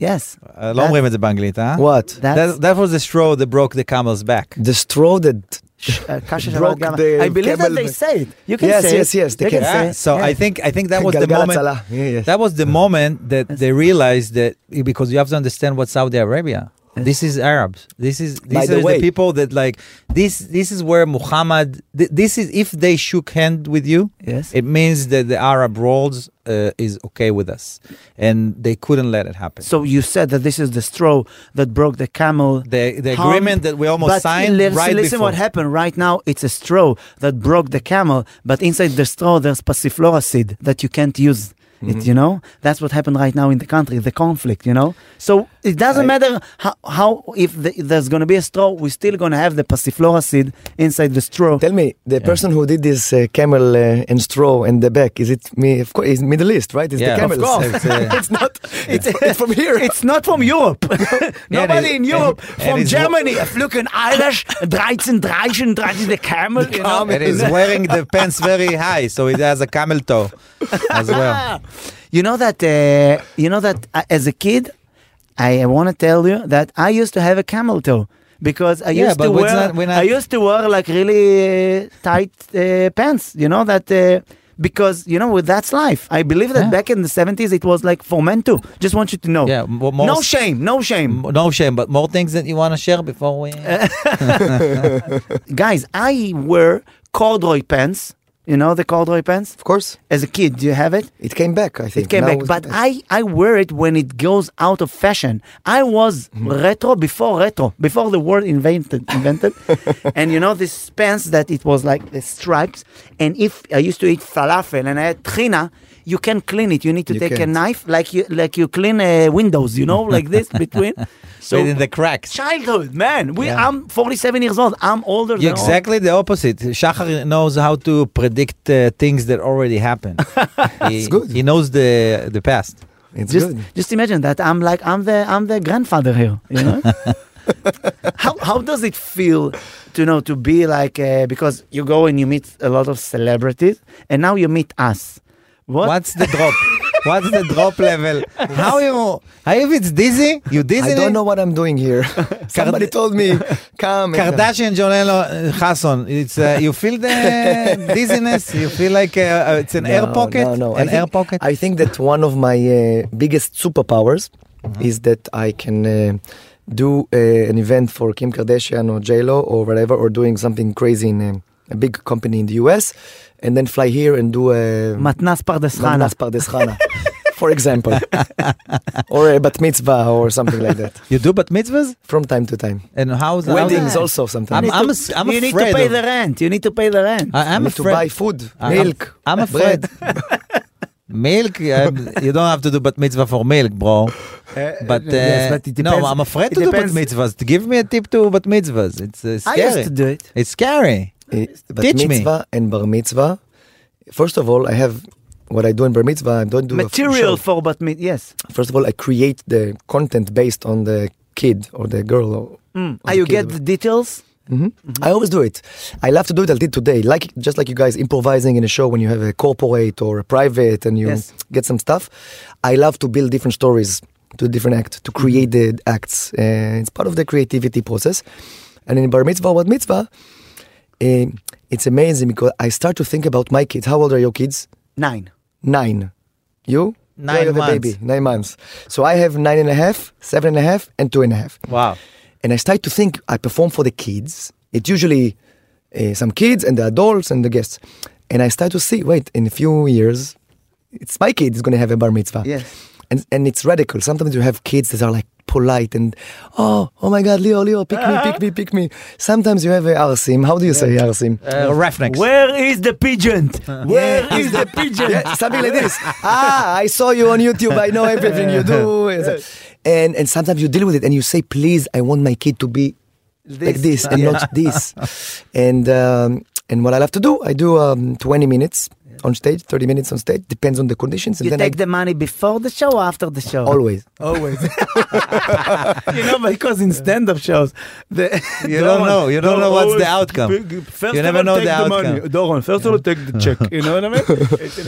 [SPEAKER 4] yes.
[SPEAKER 3] Uh, לא אומרים את זה באנגלית, אה?
[SPEAKER 2] What?
[SPEAKER 4] That's,
[SPEAKER 3] That, that was the straw that broke the camel's back.
[SPEAKER 2] The straw that
[SPEAKER 4] uh, Kasha
[SPEAKER 2] broke
[SPEAKER 4] Shabbat Gama.
[SPEAKER 2] the
[SPEAKER 4] I believe that
[SPEAKER 2] cable
[SPEAKER 4] they
[SPEAKER 2] back.
[SPEAKER 4] say it. You can
[SPEAKER 2] Yes,
[SPEAKER 4] say
[SPEAKER 2] yes,
[SPEAKER 4] it.
[SPEAKER 2] yes, they
[SPEAKER 4] You
[SPEAKER 2] can.
[SPEAKER 4] say it.
[SPEAKER 3] so
[SPEAKER 4] Yeah.
[SPEAKER 3] I think I think that was the
[SPEAKER 2] Galgal
[SPEAKER 3] moment.
[SPEAKER 2] Atzalah. Yeah, yes.
[SPEAKER 3] That was the moment that they realized that because you have to understand what Saudi Arabia. This is Arabs. This is
[SPEAKER 2] By
[SPEAKER 3] these
[SPEAKER 2] the
[SPEAKER 3] are
[SPEAKER 2] way-
[SPEAKER 3] the people that like this. This is where Muhammad. th- This is if they shook hand with you.
[SPEAKER 4] Yes.
[SPEAKER 3] it means that the Arab world uh, is okay with us, and they couldn't let it happen.
[SPEAKER 4] So you said that this is the straw that broke the camel.
[SPEAKER 3] The- the
[SPEAKER 4] hump,
[SPEAKER 3] agreement that we almost
[SPEAKER 4] but
[SPEAKER 3] signed
[SPEAKER 4] Listen,
[SPEAKER 3] right
[SPEAKER 4] listen
[SPEAKER 3] before.
[SPEAKER 4] what happened right now. It's a straw that broke the camel, but inside the straw there's passiflora seed that you can't use.
[SPEAKER 3] Mm-hmm.
[SPEAKER 4] It, you know that's what happened right now in the country the conflict you know so it doesn't matter how, how if the, there's going to be a straw we're still going to have the passiflora seed inside the straw
[SPEAKER 2] Tell me, the person who did this uh, camel uh, and straw and the back, is it me? Of course, it's Middle East, right? It's
[SPEAKER 3] Yeah,
[SPEAKER 2] the
[SPEAKER 3] of
[SPEAKER 2] camels.
[SPEAKER 4] (laughs)
[SPEAKER 3] course. It's, uh,
[SPEAKER 2] it's not. It's, it's from here.
[SPEAKER 4] It's not from
[SPEAKER 3] (laughs)
[SPEAKER 4] Europe. (laughs) Nobody
[SPEAKER 3] it-
[SPEAKER 4] in Europe
[SPEAKER 3] and- and
[SPEAKER 4] from
[SPEAKER 3] it's-
[SPEAKER 4] Germany. A fluke in Irish, 13, 13, 13, the camel, you know.
[SPEAKER 3] uh, it is wearing the pants very high, so it has a camel toe as well.
[SPEAKER 4] (laughs) Ah. You know that. Uh, you know that uh, as a kid, I want to tell you that I used to have a camel toe because I
[SPEAKER 3] Yeah,
[SPEAKER 4] used to
[SPEAKER 3] but
[SPEAKER 4] wear
[SPEAKER 3] what's not- we're not-
[SPEAKER 4] I used to wear like really uh, tight uh, pants. You know that. Uh, because you know that's life. I believe that
[SPEAKER 3] Yeah.
[SPEAKER 4] back in the seventies it was like for men too. Just want you to know.
[SPEAKER 3] Yeah, mo-
[SPEAKER 4] no
[SPEAKER 3] most-
[SPEAKER 4] shame, no shame.
[SPEAKER 3] No shame, but more things that you want to share before we.
[SPEAKER 2] Uh,
[SPEAKER 4] guys, I wear corduroy pants. You know the corduroy pants?
[SPEAKER 2] (laughs) Of course,
[SPEAKER 4] As a kid, do you have it?
[SPEAKER 2] it came back. I think
[SPEAKER 4] It came
[SPEAKER 2] Now
[SPEAKER 4] back, but I, I wear it when it goes out of fashion. I was
[SPEAKER 3] Mm-hmm.
[SPEAKER 4] retro before retro, before the word invented,
[SPEAKER 3] (laughs)
[SPEAKER 4] invented. and you know this pants that it was like the stripes. And if I used to eat falafel and I had trina, you can clean it. You need to
[SPEAKER 2] You
[SPEAKER 4] take a
[SPEAKER 2] can't.
[SPEAKER 4] knife, like you like you clean uh, windows, you know, like
[SPEAKER 3] (laughs)
[SPEAKER 4] this between.
[SPEAKER 3] so
[SPEAKER 4] So
[SPEAKER 3] in the cracks.
[SPEAKER 4] childhood, man. We
[SPEAKER 3] Yeah.
[SPEAKER 4] I'm 47 years old. I'm older.
[SPEAKER 3] You're
[SPEAKER 4] than all-
[SPEAKER 3] exactly the opposite. Shachar knows how to predict uh, things that already
[SPEAKER 2] (laughs)
[SPEAKER 3] happened. he,
[SPEAKER 2] good.
[SPEAKER 3] He knows the the past.
[SPEAKER 2] It's
[SPEAKER 4] just
[SPEAKER 2] good.
[SPEAKER 4] just imagine that I'm like I'm the I'm the grandfather here. You
[SPEAKER 3] (laughs)
[SPEAKER 4] know. how how does it feel to know to be like uh, because you go and you meet a lot of celebrities and now you meet us. What?
[SPEAKER 3] What's the
[SPEAKER 2] (laughs)
[SPEAKER 3] drop? What's the drop level? How you? How if it's dizzy? You dizzy?
[SPEAKER 2] I don't know what I'm doing
[SPEAKER 3] (laughs)
[SPEAKER 2] here. (laughs) Somebody told me, come. and-
[SPEAKER 3] Kardashian, Jonello, Hassan. It's uh, you feel
[SPEAKER 2] (laughs)
[SPEAKER 3] the dizziness. You feel like uh, uh, it's an air
[SPEAKER 2] No,
[SPEAKER 3] pocket.
[SPEAKER 2] No, no, I
[SPEAKER 3] an
[SPEAKER 2] think,
[SPEAKER 3] air pocket.
[SPEAKER 2] I think that one of my uh, biggest superpowers
[SPEAKER 3] Mm-hmm.
[SPEAKER 2] is that I can uh, do uh, an event for Kim Kardashian or J Lo or whatever, or doing something crazy in um, a big company in the US, and then fly here and do a
[SPEAKER 4] Matnas Pardes Chana.
[SPEAKER 2] Matnas Pardes Chana, for example, or a bat mitzvah or something like that
[SPEAKER 3] you do bat mitzvahs
[SPEAKER 2] from time to time.
[SPEAKER 3] and how's how's
[SPEAKER 2] Weddings
[SPEAKER 3] that?
[SPEAKER 2] also
[SPEAKER 3] I'm,
[SPEAKER 2] sometimes.
[SPEAKER 3] I'm, as- I'm
[SPEAKER 4] you need
[SPEAKER 3] afraid.
[SPEAKER 4] to pay
[SPEAKER 3] of- Uh,
[SPEAKER 4] the rent. You need to pay the rent.
[SPEAKER 3] I, I'm
[SPEAKER 2] need to
[SPEAKER 3] afraid. Uh-huh.
[SPEAKER 2] buy food,
[SPEAKER 3] I- I'm-
[SPEAKER 2] milk.
[SPEAKER 3] I'm afraid.
[SPEAKER 2] bread.
[SPEAKER 3] (laughs) milk, uh, you don't have to do bat mitzvah for milk, bro. But, uh,
[SPEAKER 4] yes, but it depends-
[SPEAKER 3] no, I'm afraid
[SPEAKER 4] it
[SPEAKER 3] to do bat
[SPEAKER 4] depends.
[SPEAKER 3] mitzvahs. Give me a tip to bat mitzvahs. It's uh,
[SPEAKER 4] I
[SPEAKER 3] scary.
[SPEAKER 4] used to do it.
[SPEAKER 3] It's scary.
[SPEAKER 2] Eh, bat
[SPEAKER 3] Teach me.
[SPEAKER 2] mitzvah and bar mitzvah. First of all, I have what I do in bar mitzvah. I don't do a f-
[SPEAKER 4] Material
[SPEAKER 2] show.
[SPEAKER 4] for but me yes.
[SPEAKER 2] First of all, I create the content based on the kid or the girl. Or,
[SPEAKER 4] Mm.
[SPEAKER 2] or
[SPEAKER 4] Ah, you
[SPEAKER 2] kid.
[SPEAKER 4] get the details.
[SPEAKER 2] Mhm. I always do it. I love to do it until today. Like just like you guys improvising in a show when you have a corporate or a private and you
[SPEAKER 4] Yes.
[SPEAKER 2] get some stuff. I love to build different stories to different act to create the acts. Uh, it's part of the creativity process. And in bar mitzvah, what mitzvah? eh, it's amazing because I start to think about my kids. How old are your kids?
[SPEAKER 4] Nine.
[SPEAKER 2] Nine. You?
[SPEAKER 3] Nine
[SPEAKER 2] You have a
[SPEAKER 3] months.
[SPEAKER 2] baby. Nine months. So I have nine and a half, seven and a half, and two and a half
[SPEAKER 3] Wow.
[SPEAKER 2] and I started to think I perform for the kids. It's usually uh, some kids and the adults and the guests. And I started to see, wait, in a few years, it's my kid is going to have a bar mitzvah.
[SPEAKER 4] Yes.
[SPEAKER 2] And, and it's radical. Sometimes you have kids that are like polite and, oh, oh my God, Leo, Leo, pick me, pick me, pick me. Sometimes you have a arsim. How do you say arsim?
[SPEAKER 3] Uh, Refnex.
[SPEAKER 4] Where is the
[SPEAKER 3] (laughs)
[SPEAKER 4] pigeon? Where is the pigeon?
[SPEAKER 2] Yeah, something like this. Ah, I saw you on YouTube. I know everything you do. And and sometimes you deal with it and you say, please, I want my kid to be like
[SPEAKER 4] This.
[SPEAKER 2] this and not this. And um, and what I love to do, I do um, 20 minutes on stage, 30 minutes on stage, depends on the conditions. And
[SPEAKER 4] You
[SPEAKER 2] then
[SPEAKER 4] take
[SPEAKER 2] I
[SPEAKER 4] the money before the show, or after the show.
[SPEAKER 2] (laughs) always.
[SPEAKER 4] Always. (laughs) you know, because in stand-up shows, the,
[SPEAKER 3] (laughs)
[SPEAKER 4] (laughs)
[SPEAKER 3] You don't know. You don't know what's the outcome.
[SPEAKER 4] First
[SPEAKER 3] You
[SPEAKER 4] of
[SPEAKER 3] never
[SPEAKER 4] all,
[SPEAKER 3] know
[SPEAKER 4] take
[SPEAKER 3] the outcome.
[SPEAKER 4] money. Doron, first of all, take the check. You know what I
[SPEAKER 3] (laughs)
[SPEAKER 4] mean?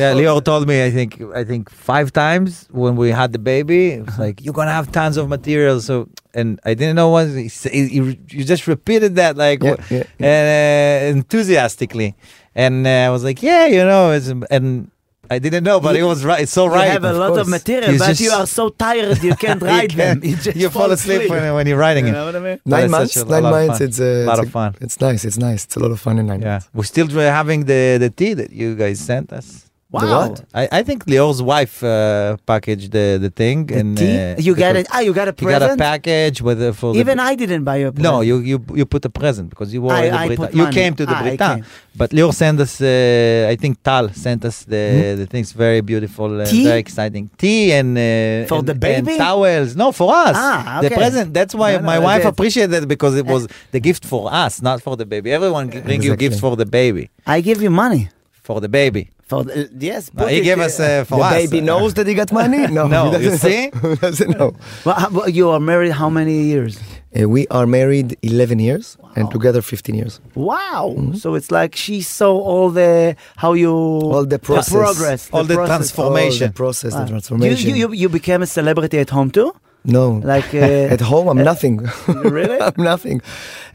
[SPEAKER 3] Yeah, Lior told me I think I think five times when we had the baby. It was like you're gonna have tons of material. So and I didn't know what he, sa- he, he- you just repeated that like
[SPEAKER 2] Yeah, yeah,
[SPEAKER 3] And, uh, enthusiastically, and uh, I was like, yeah, you know, it's, and I didn't know, but it was right. It's so
[SPEAKER 4] You
[SPEAKER 3] right.
[SPEAKER 4] have a
[SPEAKER 3] of
[SPEAKER 4] lot
[SPEAKER 3] course.
[SPEAKER 4] of material,
[SPEAKER 3] You
[SPEAKER 4] but
[SPEAKER 3] just-
[SPEAKER 4] you are so tired (laughs) you can't write them.
[SPEAKER 3] (laughs) You,
[SPEAKER 4] just
[SPEAKER 3] fall asleep when, when you're writing
[SPEAKER 4] You
[SPEAKER 3] it.
[SPEAKER 4] know what I mean?
[SPEAKER 3] But
[SPEAKER 2] Nine
[SPEAKER 3] it's such
[SPEAKER 2] months,
[SPEAKER 3] a
[SPEAKER 2] nine
[SPEAKER 3] lot of
[SPEAKER 2] months.
[SPEAKER 3] fun.
[SPEAKER 2] It's a,
[SPEAKER 3] Lot
[SPEAKER 2] it's
[SPEAKER 3] of fun.
[SPEAKER 2] It's nice. It's nice. It's a lot of fun in nine
[SPEAKER 3] Yeah,
[SPEAKER 2] months.
[SPEAKER 3] we're still having the the tea that you guys sent us.
[SPEAKER 4] Wow.
[SPEAKER 2] what?
[SPEAKER 3] I, I think Lior's wife uh, packaged the, the thing and uh,
[SPEAKER 4] you got
[SPEAKER 3] because-
[SPEAKER 4] it. Ah, you got a
[SPEAKER 3] You got a
[SPEAKER 4] present.
[SPEAKER 3] package with the, for
[SPEAKER 4] Even
[SPEAKER 3] the,
[SPEAKER 4] I didn't buy
[SPEAKER 3] no
[SPEAKER 4] a. present.
[SPEAKER 3] you you you put a present because you were
[SPEAKER 4] I-
[SPEAKER 3] in the
[SPEAKER 4] I
[SPEAKER 3] Brita-
[SPEAKER 4] put
[SPEAKER 3] you
[SPEAKER 4] money.
[SPEAKER 3] came to the
[SPEAKER 4] Ah, I
[SPEAKER 3] Britain
[SPEAKER 4] came.
[SPEAKER 3] but Leo sent us uh, I think Tal sent us the the things very beautiful uh,
[SPEAKER 4] Hmm? Tea?
[SPEAKER 3] very exciting tea and uh,
[SPEAKER 4] For
[SPEAKER 3] and-
[SPEAKER 4] the baby?
[SPEAKER 3] and towels no for us
[SPEAKER 4] Ah,
[SPEAKER 3] the
[SPEAKER 4] okay.
[SPEAKER 3] present that's why
[SPEAKER 4] No, no, Uh,
[SPEAKER 3] my
[SPEAKER 4] I
[SPEAKER 3] wife
[SPEAKER 4] get it.
[SPEAKER 3] appreciated that because it was the gift for us not for the baby everyone g- bring you
[SPEAKER 2] Exactly.
[SPEAKER 3] gifts for the baby
[SPEAKER 4] I give you money
[SPEAKER 3] for the baby
[SPEAKER 4] for the, yes.
[SPEAKER 3] No,
[SPEAKER 4] put
[SPEAKER 3] uh, he
[SPEAKER 4] it
[SPEAKER 3] gave
[SPEAKER 4] there.
[SPEAKER 3] us uh, for
[SPEAKER 2] the
[SPEAKER 3] us
[SPEAKER 2] baby knows that he got
[SPEAKER 3] (laughs)
[SPEAKER 2] money. No,
[SPEAKER 3] No,
[SPEAKER 2] he
[SPEAKER 3] you
[SPEAKER 2] doesn't (laughs)
[SPEAKER 3] see?
[SPEAKER 2] know. He doesn't know.
[SPEAKER 4] Well, how- well, you are married how many years?
[SPEAKER 2] Uh, we are married 11 years and
[SPEAKER 4] Wow.
[SPEAKER 2] together 15 years.
[SPEAKER 4] Wow!
[SPEAKER 2] Mm-hmm.
[SPEAKER 4] So it's like she saw all the how you all
[SPEAKER 2] the process.
[SPEAKER 4] progress,
[SPEAKER 3] all the
[SPEAKER 4] process. Ah.
[SPEAKER 3] transformation
[SPEAKER 2] Oh, the process,
[SPEAKER 4] Wow.
[SPEAKER 2] the transformation.
[SPEAKER 4] You, you, you, you became a celebrity at home too.
[SPEAKER 2] No. (laughs)
[SPEAKER 4] Like, uh,
[SPEAKER 2] at home, I'm nothing.
[SPEAKER 4] (laughs) Really?
[SPEAKER 2] (laughs) I'm nothing.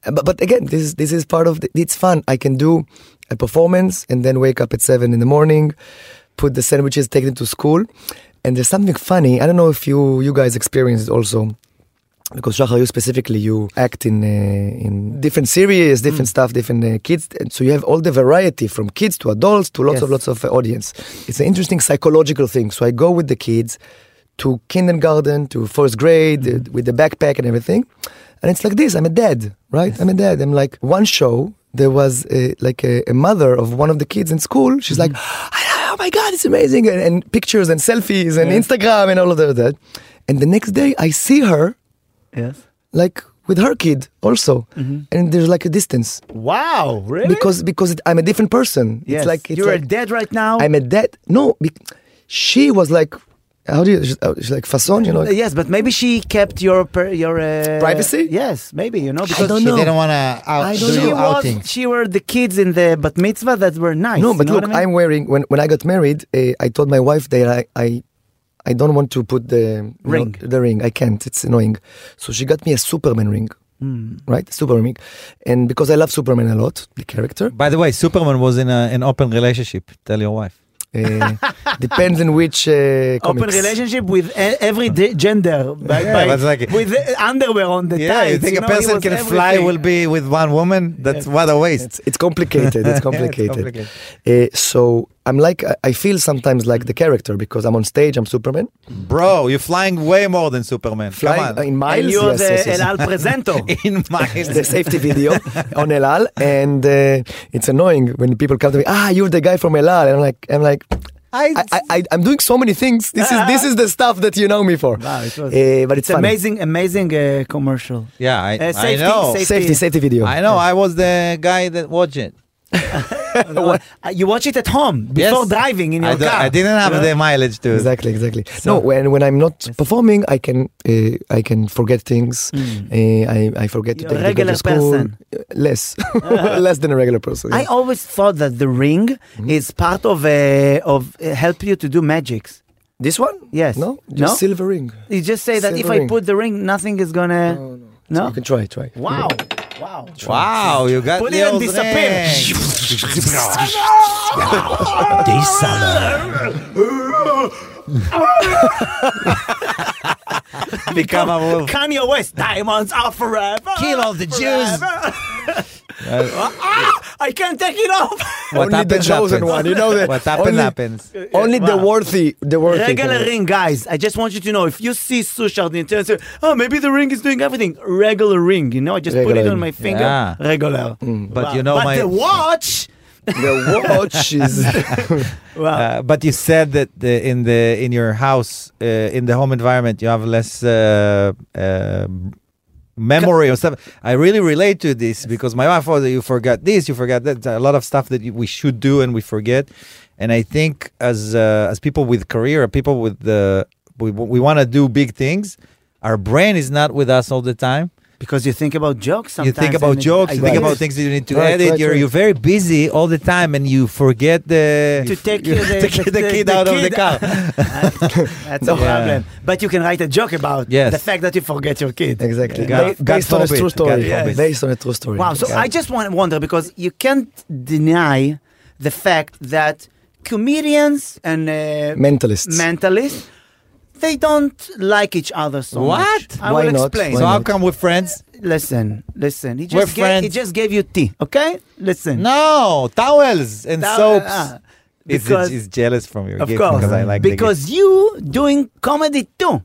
[SPEAKER 2] Uh, But, but again, this is this is part of the, it's fun. I can do a performance and then wake up at seven in the morning, put the sandwiches, take them to school, and there's something funny. I don't know if you you guys experienced it also. Because Shachar, you specifically, you act in uh, in different series, different stuff, different uh, kids, and so you have all the variety from kids to adults to lots of
[SPEAKER 4] Yes.
[SPEAKER 2] lots of uh, audience. It's an interesting psychological thing. So I go with the kids, to kindergarten to first grade uh, with the backpack and everything and it's like this i'm a dad right i'm a dad i'm like one show there was uh like a, a mother of one of the kids in school she's like oh my god it's amazing and, and pictures and selfies and instagram and all of that and the next day i see her
[SPEAKER 4] Yes.
[SPEAKER 2] like with her kid also and there's like a distance
[SPEAKER 4] Wow, Mm-hmm. really?
[SPEAKER 2] because because it, i'm a different person
[SPEAKER 4] yes.
[SPEAKER 2] it's like it's
[SPEAKER 4] you're
[SPEAKER 2] like,
[SPEAKER 4] dead right now.
[SPEAKER 2] i'm a dad no be, she was like how do you she's uh, she's like fason you know
[SPEAKER 4] Uh, yes, but maybe she kept your per, your uh,
[SPEAKER 2] Privacy?
[SPEAKER 4] Yes, maybe you know because
[SPEAKER 2] don't
[SPEAKER 3] she
[SPEAKER 2] know.
[SPEAKER 3] didn't want to out,
[SPEAKER 2] I
[SPEAKER 3] do
[SPEAKER 2] don't
[SPEAKER 4] she
[SPEAKER 3] you
[SPEAKER 2] know.
[SPEAKER 3] outing.
[SPEAKER 4] was she were the kids in the bat mitzvah that were nice.
[SPEAKER 2] No, but
[SPEAKER 4] you know
[SPEAKER 2] look,
[SPEAKER 4] what I
[SPEAKER 2] am wearing when when I got married, uh, I told my wife that I, I I don't want to put the you know,
[SPEAKER 4] Ring.
[SPEAKER 2] the ring. I can't. It's annoying. So she got me a Superman ring,
[SPEAKER 4] Hmm.
[SPEAKER 2] right? Superman ring, and because I love Superman a lot, the character
[SPEAKER 3] By the way, Superman was in a, an open relationship. Tell your wife.
[SPEAKER 2] uh,
[SPEAKER 4] (laughs)
[SPEAKER 2] depends in which uh,
[SPEAKER 4] Open
[SPEAKER 2] comics.
[SPEAKER 4] relationship with e- every de- gender, by,
[SPEAKER 3] Yeah,
[SPEAKER 4] by-
[SPEAKER 3] but like-
[SPEAKER 4] with uh, underwear on the
[SPEAKER 3] Yeah,
[SPEAKER 4] tights.
[SPEAKER 3] you think
[SPEAKER 4] know,
[SPEAKER 3] a
[SPEAKER 4] he
[SPEAKER 3] person
[SPEAKER 4] was
[SPEAKER 3] can
[SPEAKER 4] everything.
[SPEAKER 3] fly will be with one woman? That's what a waste.
[SPEAKER 2] It's, it's
[SPEAKER 4] (laughs)
[SPEAKER 2] complicated. It's complicated.
[SPEAKER 3] complicated.
[SPEAKER 2] Uh, so I'm like I, I feel sometimes like the character because I'm on stage. I'm Superman.
[SPEAKER 3] Bro, you're flying way more than Superman.
[SPEAKER 2] Flying
[SPEAKER 3] Come on.
[SPEAKER 2] in miles.
[SPEAKER 4] And you're
[SPEAKER 2] yes,
[SPEAKER 4] the
[SPEAKER 2] yes, yes.
[SPEAKER 4] El Al Presento.
[SPEAKER 3] (laughs) In my (laughs)
[SPEAKER 2] the safety
[SPEAKER 4] (laughs)
[SPEAKER 2] video on El Al, and uh, it's annoying when people come to me. Ah, you're the guy from El Al. And I'm like, I'm like, I, I, I, I'm doing so many things. This is this is the stuff that you know me for.
[SPEAKER 4] Wow, it was-
[SPEAKER 2] Uh, but it's,
[SPEAKER 4] it's
[SPEAKER 2] funny.
[SPEAKER 4] amazing, amazing uh, commercial.
[SPEAKER 3] yeah, I,
[SPEAKER 4] Uh, safety,
[SPEAKER 3] I know.
[SPEAKER 4] safety.
[SPEAKER 2] Safety, safety video.
[SPEAKER 3] I know. I was the guy that watched it.
[SPEAKER 4] Uh, you watch it at home before
[SPEAKER 3] Yes.
[SPEAKER 4] driving in your
[SPEAKER 3] I, don't-
[SPEAKER 4] car.
[SPEAKER 3] I didn't have
[SPEAKER 4] You know?
[SPEAKER 3] the mileage to.
[SPEAKER 2] Exactly, exactly. no, when when I'm not performing, I can uh, I can forget things. Uh, I I forget
[SPEAKER 4] Mm. You're
[SPEAKER 2] to
[SPEAKER 4] a
[SPEAKER 2] take the kid
[SPEAKER 4] regular
[SPEAKER 2] to school.
[SPEAKER 4] person.
[SPEAKER 2] Uh,
[SPEAKER 4] (laughs)
[SPEAKER 2] Less, (laughs) less than a regular person.
[SPEAKER 4] I
[SPEAKER 2] yes.
[SPEAKER 4] always thought that the ring is part of uh, of uh, help you to do magics.
[SPEAKER 2] This one?
[SPEAKER 4] Yes.
[SPEAKER 2] No, just
[SPEAKER 4] No?
[SPEAKER 2] silver ring.
[SPEAKER 4] You just say that if
[SPEAKER 2] Silver
[SPEAKER 4] I
[SPEAKER 2] ring.
[SPEAKER 4] put the ring, nothing is gonna. No.
[SPEAKER 2] You can try, try.
[SPEAKER 4] Wow. Wow.
[SPEAKER 3] Wow, you got
[SPEAKER 4] Put it and
[SPEAKER 3] Leo's
[SPEAKER 4] disappear.
[SPEAKER 6] (laughs)
[SPEAKER 3] ring. Become (laughs) a wolf.
[SPEAKER 4] Kanye West, diamonds are forever.
[SPEAKER 3] Kill all the Jews.
[SPEAKER 4] (laughs) Ah, I can't take it off. (laughs)
[SPEAKER 3] What
[SPEAKER 2] Only the
[SPEAKER 3] happens,
[SPEAKER 2] chosen
[SPEAKER 3] happens.
[SPEAKER 2] one. You know that.
[SPEAKER 3] What happened
[SPEAKER 2] only,
[SPEAKER 3] happens.
[SPEAKER 2] Only the worthy, the worthy.
[SPEAKER 4] Regular
[SPEAKER 2] can-
[SPEAKER 4] ring, guys. I just want you to know if you see Sushard in turn, say, oh, maybe the ring is doing everything. Regular ring, you know, I just put
[SPEAKER 2] Regular
[SPEAKER 4] it on
[SPEAKER 2] ring.
[SPEAKER 4] my finger.
[SPEAKER 3] Yeah. Mm.
[SPEAKER 4] Regular.
[SPEAKER 3] But
[SPEAKER 4] Wow.
[SPEAKER 3] you know
[SPEAKER 4] but
[SPEAKER 3] my.
[SPEAKER 4] the watch.
[SPEAKER 2] The watch
[SPEAKER 4] (laughs)
[SPEAKER 2] is.
[SPEAKER 4] Wow.
[SPEAKER 3] Uh, but you said that the, in the in your house uh, in the home environment you have less uh, uh, memory or stuff. I really relate to this because my wife was you forgot this, you forgot that. A lot of stuff that you- we should do and we forget. And I think as uh, as people with career, people with the we we want to do big things. Our brain is not with us all the time
[SPEAKER 4] because you think about
[SPEAKER 3] you
[SPEAKER 4] jokes sometimes.
[SPEAKER 3] think about
[SPEAKER 4] and it-
[SPEAKER 3] jokes, you
[SPEAKER 4] I
[SPEAKER 3] think
[SPEAKER 2] Right.
[SPEAKER 3] about things that you need to
[SPEAKER 2] Right,
[SPEAKER 3] edit.
[SPEAKER 2] right,
[SPEAKER 3] you're
[SPEAKER 2] right.
[SPEAKER 3] you're very busy all the time, and you forget the
[SPEAKER 4] To
[SPEAKER 3] (laughs)
[SPEAKER 4] take
[SPEAKER 3] you-
[SPEAKER 4] the-
[SPEAKER 3] to get
[SPEAKER 4] the-
[SPEAKER 3] the,
[SPEAKER 4] the-
[SPEAKER 3] kid
[SPEAKER 4] the
[SPEAKER 3] out of
[SPEAKER 4] kid
[SPEAKER 3] the car.
[SPEAKER 4] That's a problem. But you can write a joke about
[SPEAKER 3] Yes.
[SPEAKER 4] the fact that you forget your kid.
[SPEAKER 2] Exactly.
[SPEAKER 3] God-
[SPEAKER 2] Ba-
[SPEAKER 3] God
[SPEAKER 2] based on a
[SPEAKER 3] forbid.
[SPEAKER 2] true
[SPEAKER 3] God
[SPEAKER 2] story.
[SPEAKER 3] forbid.
[SPEAKER 2] Based on a true story.
[SPEAKER 4] Wow. So
[SPEAKER 2] Yeah.
[SPEAKER 4] I just want wonder because you can't deny the fact that comedians and uh,
[SPEAKER 2] Mentalists.
[SPEAKER 4] mentalists they don't like each other so
[SPEAKER 3] What?
[SPEAKER 4] much. I
[SPEAKER 2] Why
[SPEAKER 4] will
[SPEAKER 2] not?
[SPEAKER 4] explain.
[SPEAKER 2] Why
[SPEAKER 3] so how
[SPEAKER 2] not?
[SPEAKER 3] come we're friends?
[SPEAKER 4] Listen, listen. He
[SPEAKER 3] We're
[SPEAKER 4] just gave, he
[SPEAKER 3] friends.
[SPEAKER 4] just gave you tea. Okay, listen.
[SPEAKER 3] No towels and
[SPEAKER 4] Now,
[SPEAKER 3] soaps.
[SPEAKER 4] uh,
[SPEAKER 3] Is
[SPEAKER 4] because-
[SPEAKER 3] is jealous from your
[SPEAKER 4] Of
[SPEAKER 3] gift
[SPEAKER 4] course,
[SPEAKER 3] because I like the gift.
[SPEAKER 4] because you doing comedy too,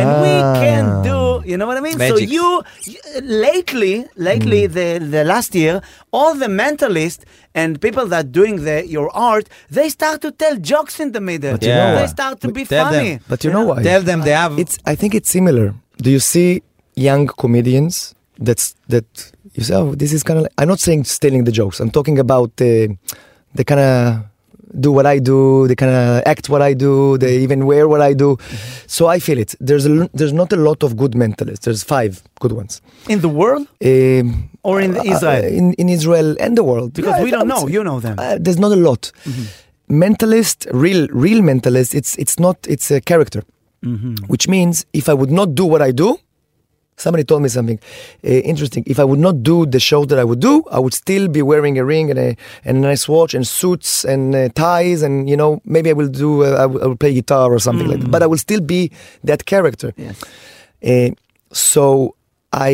[SPEAKER 4] and we can
[SPEAKER 2] Ah.
[SPEAKER 4] do. You know what I mean? So
[SPEAKER 3] Ah. Magic. Hmm.
[SPEAKER 4] you you- lately, lately the the last year, all the mentalists and people that doing the your art, they start to tell jokes in the middle.
[SPEAKER 2] But you Yeah. know
[SPEAKER 4] they
[SPEAKER 2] what?
[SPEAKER 4] start to
[SPEAKER 3] But
[SPEAKER 4] be
[SPEAKER 3] tell them.
[SPEAKER 4] funny.
[SPEAKER 2] But you know why?
[SPEAKER 3] Tell them they have.
[SPEAKER 2] It's. I think it's similar. Do you see young comedians? That's that. You say, oh, this is kind of. Like, I'm not saying stealing the jokes. I'm talking about uh, the kind of do what I do. They kind of act what I do. They even wear what I do.
[SPEAKER 4] Mm-hmm.
[SPEAKER 2] So I feel it. There's a, l- there's not a lot of good mentalists. There's five good ones.
[SPEAKER 4] in the world
[SPEAKER 2] Um,
[SPEAKER 4] or in
[SPEAKER 2] uh,
[SPEAKER 4] the Israel,
[SPEAKER 2] in, in Israel and the world
[SPEAKER 4] because
[SPEAKER 2] Yeah,
[SPEAKER 4] we
[SPEAKER 2] I
[SPEAKER 4] don't
[SPEAKER 2] would
[SPEAKER 4] know.
[SPEAKER 2] say-
[SPEAKER 4] You know them.
[SPEAKER 2] uh, there's not a lot mentalist real real mentalist it's it's not it's a character which means if I would not do what I do, somebody told me something uh, interesting. If I would not do the show that I would do, I would still be wearing a ring and a, and a nice watch and suits and uh, ties and you know maybe I will do uh, I will- I will play guitar or something like that. But I will still be that character.
[SPEAKER 4] Yes.
[SPEAKER 2] Uh, so I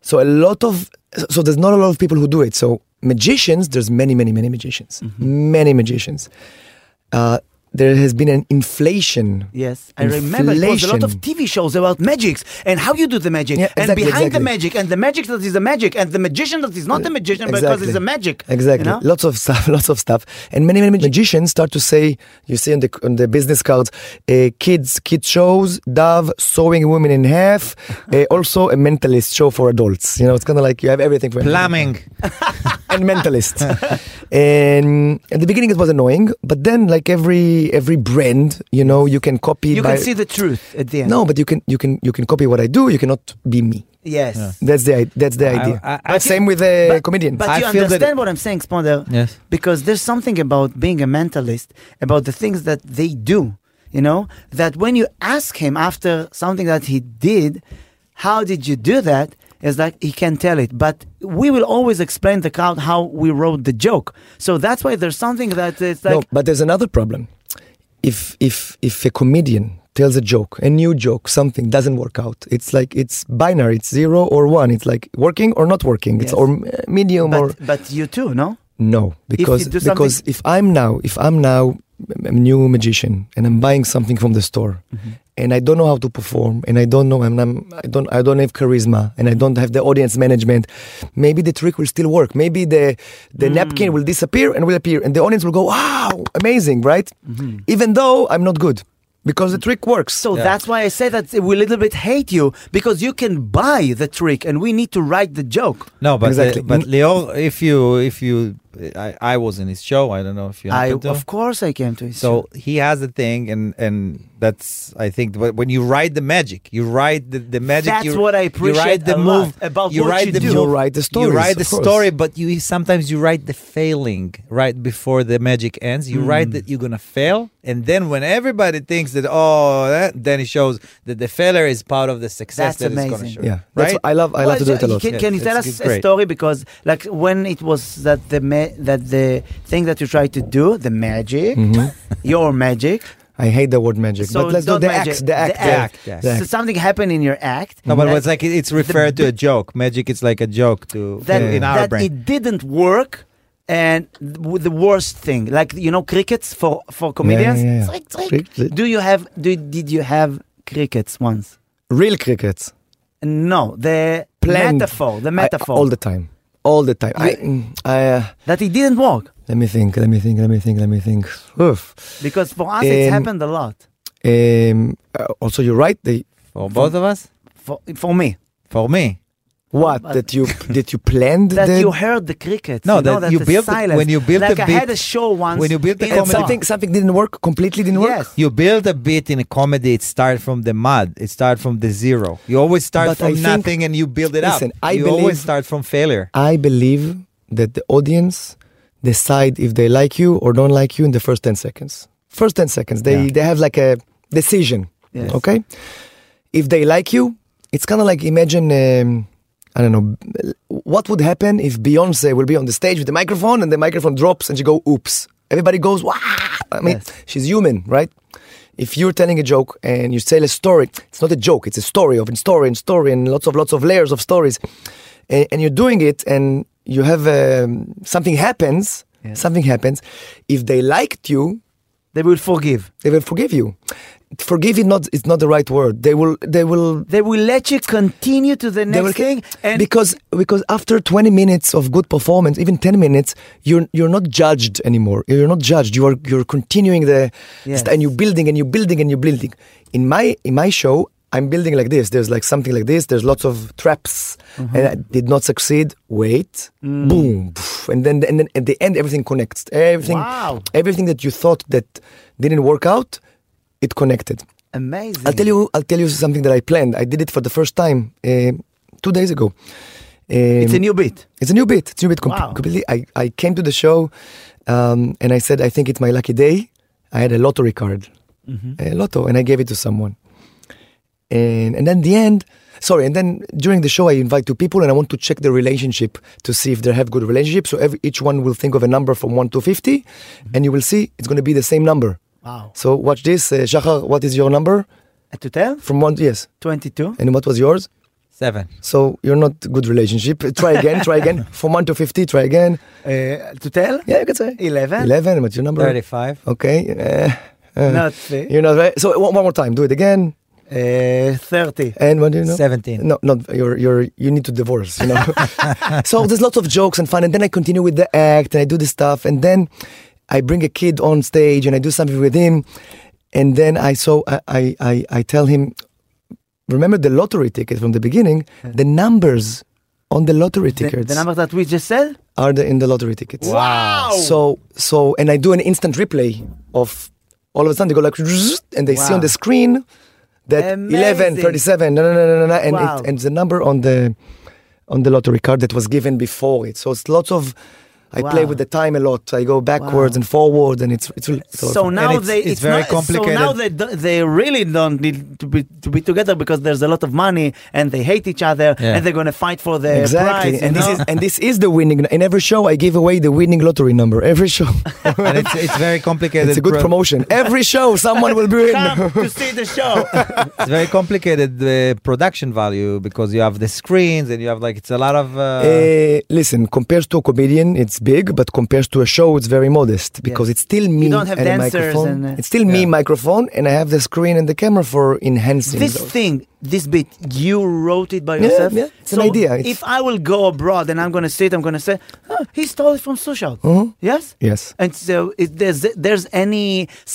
[SPEAKER 2] so a lot of so there's not a lot of people who do it. So magicians, there's many, many, many magicians,
[SPEAKER 4] Mm-hmm.
[SPEAKER 2] many magicians. Uh, there has been an inflation.
[SPEAKER 4] Yes, I remember it was a lot of
[SPEAKER 2] Inflation.
[SPEAKER 4] TV shows about magics and how you do the magic
[SPEAKER 2] Yeah,
[SPEAKER 4] and
[SPEAKER 2] exactly,
[SPEAKER 4] behind the
[SPEAKER 2] exactly. Uh,
[SPEAKER 4] magic and the magic that is the magic and the magician that is not the magician because it's a magic. you
[SPEAKER 2] Exactly.
[SPEAKER 4] know?
[SPEAKER 2] Lots of (laughs) stuff. Lots of stuff. And many, many magicians start to say, you see on the on the business cards, uh, kids, kids shows, Dove, sewing women in
[SPEAKER 4] (laughs)
[SPEAKER 2] half, uh, also a mentalist show for adults. You know, it's kind of like you have everything
[SPEAKER 4] (laughs)
[SPEAKER 2] for
[SPEAKER 3] Plumbing.
[SPEAKER 2] and mentalist. (laughs) and at the beginning, it was annoying, but then, like every every brand, you know, you can copy.
[SPEAKER 4] You
[SPEAKER 2] by,
[SPEAKER 4] can see the truth at the end.
[SPEAKER 2] No, but you can you can you can copy what I do. You cannot be me.
[SPEAKER 4] Yes.
[SPEAKER 2] That's the i- that's the
[SPEAKER 3] I-
[SPEAKER 2] idea.
[SPEAKER 3] I- I
[SPEAKER 2] Same with a
[SPEAKER 4] But-
[SPEAKER 2] comedian.
[SPEAKER 4] But
[SPEAKER 3] I
[SPEAKER 4] you
[SPEAKER 3] feel that-
[SPEAKER 4] understand what I'm saying, Sponder?
[SPEAKER 3] Yes.
[SPEAKER 4] Because there's something about being a mentalist, about the things that they do, you know? That when you ask him after something that he did, how did you do that? It's like he can tell it. But we will always explain the crowd how we wrote the joke. So that's why there's something that it's like,
[SPEAKER 2] no, but there's another problem. If if if a comedian tells a joke, a new joke, something doesn't work out, it's like it's binary. It's zero or one. It's like working or not working. It's
[SPEAKER 4] Yes.
[SPEAKER 2] or uh, medium or
[SPEAKER 4] but, but you too, no?
[SPEAKER 2] No, because
[SPEAKER 4] do something-
[SPEAKER 2] because if I'm now if I'm now a new magician and I'm buying something from the store,
[SPEAKER 4] Mm-hmm.
[SPEAKER 2] and I don't know how to perform, and I don't know, and I'm I don't I don't have charisma, and I don't have the audience management, maybe the trick will still work. Maybe the the
[SPEAKER 4] Mm.
[SPEAKER 2] napkin will disappear and will appear, and the audience will go, "Wow, amazing!" Right? Even though I'm not good, because the trick works.
[SPEAKER 4] Mm-hmm. So that's why I say that we a little bit hate you because you can buy the trick and we need to write the joke.
[SPEAKER 3] No, but uh,
[SPEAKER 2] Exactly.
[SPEAKER 3] but Leo, if you if you, I, I was in his show. I don't know if you.
[SPEAKER 4] I,
[SPEAKER 3] happened to.
[SPEAKER 4] of course, I came to his
[SPEAKER 3] So he has a thing, and and that's I think wh- when you write the magic, you write the, the magic.
[SPEAKER 4] That's
[SPEAKER 3] you,
[SPEAKER 4] what I
[SPEAKER 3] you
[SPEAKER 4] appreciate
[SPEAKER 3] write the
[SPEAKER 4] a lot
[SPEAKER 3] move
[SPEAKER 4] about
[SPEAKER 3] you
[SPEAKER 4] what
[SPEAKER 3] write
[SPEAKER 4] you
[SPEAKER 3] the
[SPEAKER 4] do.
[SPEAKER 3] move,
[SPEAKER 2] You write the
[SPEAKER 3] You
[SPEAKER 2] stories,
[SPEAKER 3] write the
[SPEAKER 2] of course.
[SPEAKER 3] story, but you sometimes you write the failing right before the magic ends. You write
[SPEAKER 4] Hmm.
[SPEAKER 3] that you're gonna fail, and then when everybody thinks that oh, that, then it shows that the failure is part of the success
[SPEAKER 4] That's
[SPEAKER 3] that it's gonna
[SPEAKER 4] amazing.
[SPEAKER 3] show.
[SPEAKER 2] yeah, that's
[SPEAKER 3] right.
[SPEAKER 2] what I love. I love to do
[SPEAKER 4] Well,
[SPEAKER 2] it a lot.
[SPEAKER 4] Can, can you
[SPEAKER 3] Yeah,
[SPEAKER 4] tell
[SPEAKER 3] it's
[SPEAKER 4] us
[SPEAKER 3] great.
[SPEAKER 4] a story? Because like when it was that the ma- that the thing that you tried to do, the magic, (laughs) your magic,
[SPEAKER 2] I hate the word magic,
[SPEAKER 4] so
[SPEAKER 2] Mm-hmm. but let's do
[SPEAKER 4] not
[SPEAKER 2] the
[SPEAKER 4] magic,
[SPEAKER 2] act. The act.
[SPEAKER 3] the act, yeah.
[SPEAKER 2] the act.
[SPEAKER 4] So something happened in your act.
[SPEAKER 3] No, but
[SPEAKER 4] that-
[SPEAKER 3] it's like it- it's referred to a joke. Magic is like a joke to
[SPEAKER 4] that,
[SPEAKER 3] in our
[SPEAKER 4] that
[SPEAKER 3] brain.
[SPEAKER 4] it didn't work. And w- the worst thing, like you know, crickets for for comedians.
[SPEAKER 2] yeah, yeah.
[SPEAKER 4] Trick, trick.
[SPEAKER 2] Trick, trick.
[SPEAKER 4] Do you have? Do, did you have crickets once?
[SPEAKER 2] Real crickets.
[SPEAKER 4] No, the
[SPEAKER 2] planned
[SPEAKER 4] metaphor. The
[SPEAKER 2] I-
[SPEAKER 4] metaphor
[SPEAKER 2] all the time all the time I, I uh,
[SPEAKER 4] that it didn't work
[SPEAKER 2] let me think let me think let me think let me think Oof.
[SPEAKER 4] because for us it's
[SPEAKER 2] Um,
[SPEAKER 4] happened a lot.
[SPEAKER 2] um uh, also you're right they
[SPEAKER 3] For both of us,
[SPEAKER 4] for, for me
[SPEAKER 3] for me.
[SPEAKER 2] what
[SPEAKER 4] But-
[SPEAKER 2] that you that you planned
[SPEAKER 4] (laughs) that
[SPEAKER 2] the-
[SPEAKER 4] you heard the crickets.
[SPEAKER 3] No,
[SPEAKER 4] you know,
[SPEAKER 3] that
[SPEAKER 4] that
[SPEAKER 3] you
[SPEAKER 4] the
[SPEAKER 3] built it-
[SPEAKER 4] silence.
[SPEAKER 3] when you built
[SPEAKER 4] like
[SPEAKER 3] a
[SPEAKER 4] I
[SPEAKER 3] bit-
[SPEAKER 4] had a show once
[SPEAKER 3] when you built the
[SPEAKER 4] in
[SPEAKER 2] and
[SPEAKER 3] comedy-
[SPEAKER 4] Bar.
[SPEAKER 2] something something didn't work completely didn't work
[SPEAKER 4] Yes.
[SPEAKER 3] You build a bit in a comedy, it starts from the mud. It starts from the zero. You always start
[SPEAKER 2] But I
[SPEAKER 3] from
[SPEAKER 2] think-
[SPEAKER 3] nothing and you build it
[SPEAKER 2] Listen,
[SPEAKER 3] up.
[SPEAKER 2] I
[SPEAKER 3] you
[SPEAKER 2] believe-
[SPEAKER 3] always start from failure.
[SPEAKER 2] i believe that the audience decide if they like you or don't like you in the first 10 seconds first 10 seconds they
[SPEAKER 3] Yeah.
[SPEAKER 2] they have like a decision
[SPEAKER 4] Yes.
[SPEAKER 2] okay if they like you it's kind of like imagine um, i don't know what would happen if beyonce will be on the stage with the microphone and the microphone drops and she go oops everybody goes wow i mean
[SPEAKER 4] Yes.
[SPEAKER 2] she's human right if you're telling a joke and you tell a story it's not a joke it's a story of story and story and lots of lots of layers of stories and, and you're doing it and you have um, something happens
[SPEAKER 4] Yes.
[SPEAKER 2] something happens if they liked you
[SPEAKER 4] They will forgive.
[SPEAKER 2] they will forgive you forgive is not it's not the right word they will they will
[SPEAKER 4] They will let you continue to the
[SPEAKER 2] they will
[SPEAKER 4] next thing. And
[SPEAKER 2] because because after 20 minutes of good performance even 10 minutes you're you're not judged anymore you're not judged you are you're continuing the
[SPEAKER 4] Yes.
[SPEAKER 2] and you're building and you're building and you're building in my in my show i'm building like this there's like something like this there's lots of traps
[SPEAKER 4] Mm-hmm.
[SPEAKER 2] and i did not succeed wait
[SPEAKER 4] Mm.
[SPEAKER 2] boom pff, and then and then at the end everything connects everything
[SPEAKER 4] Wow.
[SPEAKER 2] everything that you thought that didn't work out it connected
[SPEAKER 4] amazing.
[SPEAKER 2] I'll tell you. I'll tell you something that I planned. I did it for the first time uh, two days ago. Um,
[SPEAKER 4] it's a new bit.
[SPEAKER 2] it's a new bit. It's a new bit. comp-
[SPEAKER 4] Wow.
[SPEAKER 2] Completely. I, I came to the show um, and I said I think it's my lucky day. I had a lottery card.
[SPEAKER 4] Mm-hmm.
[SPEAKER 2] a lotto, and I gave it to someone. And and then the end, sorry, and then during the show I invite two people, and I want to check the relationship to see if they have good relationship. So every, each one will think of a number from one to 50
[SPEAKER 4] Mm-hmm.
[SPEAKER 2] and you will see it's going to be the same number.
[SPEAKER 4] Wow.
[SPEAKER 2] So watch this, uh, Shachar. What is your number
[SPEAKER 4] Uh, To tell?
[SPEAKER 2] from one? Yes,
[SPEAKER 4] 22?
[SPEAKER 2] and what was yours?
[SPEAKER 3] Seven.
[SPEAKER 2] So you're not good relationship. Try again, try again. From one to fifty, try again.
[SPEAKER 4] Uh, to tell?
[SPEAKER 2] Yeah, you can say
[SPEAKER 4] 11?
[SPEAKER 2] eleven. What's your number?
[SPEAKER 3] Thirty-five.
[SPEAKER 2] Okay. Uh, uh,
[SPEAKER 4] Not three.
[SPEAKER 2] You're not right. So one, one more time. Do it again.
[SPEAKER 4] Uh, 30.
[SPEAKER 2] And what do you know? (laughs)
[SPEAKER 3] Seventeen.
[SPEAKER 2] No, not you're you're you need to divorce. You
[SPEAKER 4] (laughs)
[SPEAKER 2] know. (laughs) so there's lots of jokes and fun, and then I continue with the act and I do the stuff, and then I bring a kid on stage and I do something with him, and then I so I I I, I tell him, remember the lottery ticket from the beginning, the numbers. On the lottery
[SPEAKER 4] The,
[SPEAKER 2] tickets.
[SPEAKER 4] the number that we just said?
[SPEAKER 2] are the, in the lottery tickets.
[SPEAKER 3] Wow.
[SPEAKER 2] So so and I do an instant replay of all of a sudden they go like "Zzz," and they see
[SPEAKER 4] Wow.
[SPEAKER 2] on the screen that
[SPEAKER 4] Amazing.
[SPEAKER 2] 11 37 no no no no no and
[SPEAKER 4] Wow.
[SPEAKER 2] it, and the number on the on the lottery card that was given before it. So it's lots of I play
[SPEAKER 4] Wow.
[SPEAKER 2] with the time a lot. I go backwards
[SPEAKER 4] Wow.
[SPEAKER 2] and forward and it's it's, it's a lot of
[SPEAKER 4] So
[SPEAKER 2] fun.
[SPEAKER 4] now
[SPEAKER 3] it's-
[SPEAKER 4] they
[SPEAKER 3] it's very
[SPEAKER 4] not,
[SPEAKER 3] complicated.
[SPEAKER 4] So now they do, they really don't need to be to be together because there's a lot of money and they hate each other
[SPEAKER 3] Yeah.
[SPEAKER 4] and they're going to fight for the
[SPEAKER 2] Exactly,
[SPEAKER 4] prize. you
[SPEAKER 2] and this
[SPEAKER 4] know?
[SPEAKER 2] is and this is the winning. In every show, I give away the winning lottery number. Every
[SPEAKER 4] (laughs)
[SPEAKER 2] show,
[SPEAKER 3] and it's, it's very complicated.
[SPEAKER 2] it's a good
[SPEAKER 3] pro-
[SPEAKER 2] promotion. Every show, someone will be in.
[SPEAKER 4] (laughs) Come to see the
[SPEAKER 2] (laughs)
[SPEAKER 4] show.
[SPEAKER 3] It's very complicated uh, production value because you have the screens and you have like it's a lot of. Uh,
[SPEAKER 2] Uh, listen, compared to a comedian, it's big, but compared to a show, it's very modest because it's still me
[SPEAKER 4] don't have
[SPEAKER 2] and a
[SPEAKER 4] dancers
[SPEAKER 2] microphone.
[SPEAKER 4] and, uh,
[SPEAKER 2] it's still me, microphone, and I have the screen and the camera for enhancing.
[SPEAKER 4] this
[SPEAKER 2] those.
[SPEAKER 4] thing, this bit, you wrote it by yourself.
[SPEAKER 2] yeah, it's an
[SPEAKER 4] so
[SPEAKER 2] idea, it's-
[SPEAKER 4] If I will go abroad and I'm going to see it, I'm going to say, oh, he stole it from Sushal.
[SPEAKER 2] Uh-huh.
[SPEAKER 4] Yes.
[SPEAKER 2] Yes.
[SPEAKER 4] And so, is there's there's any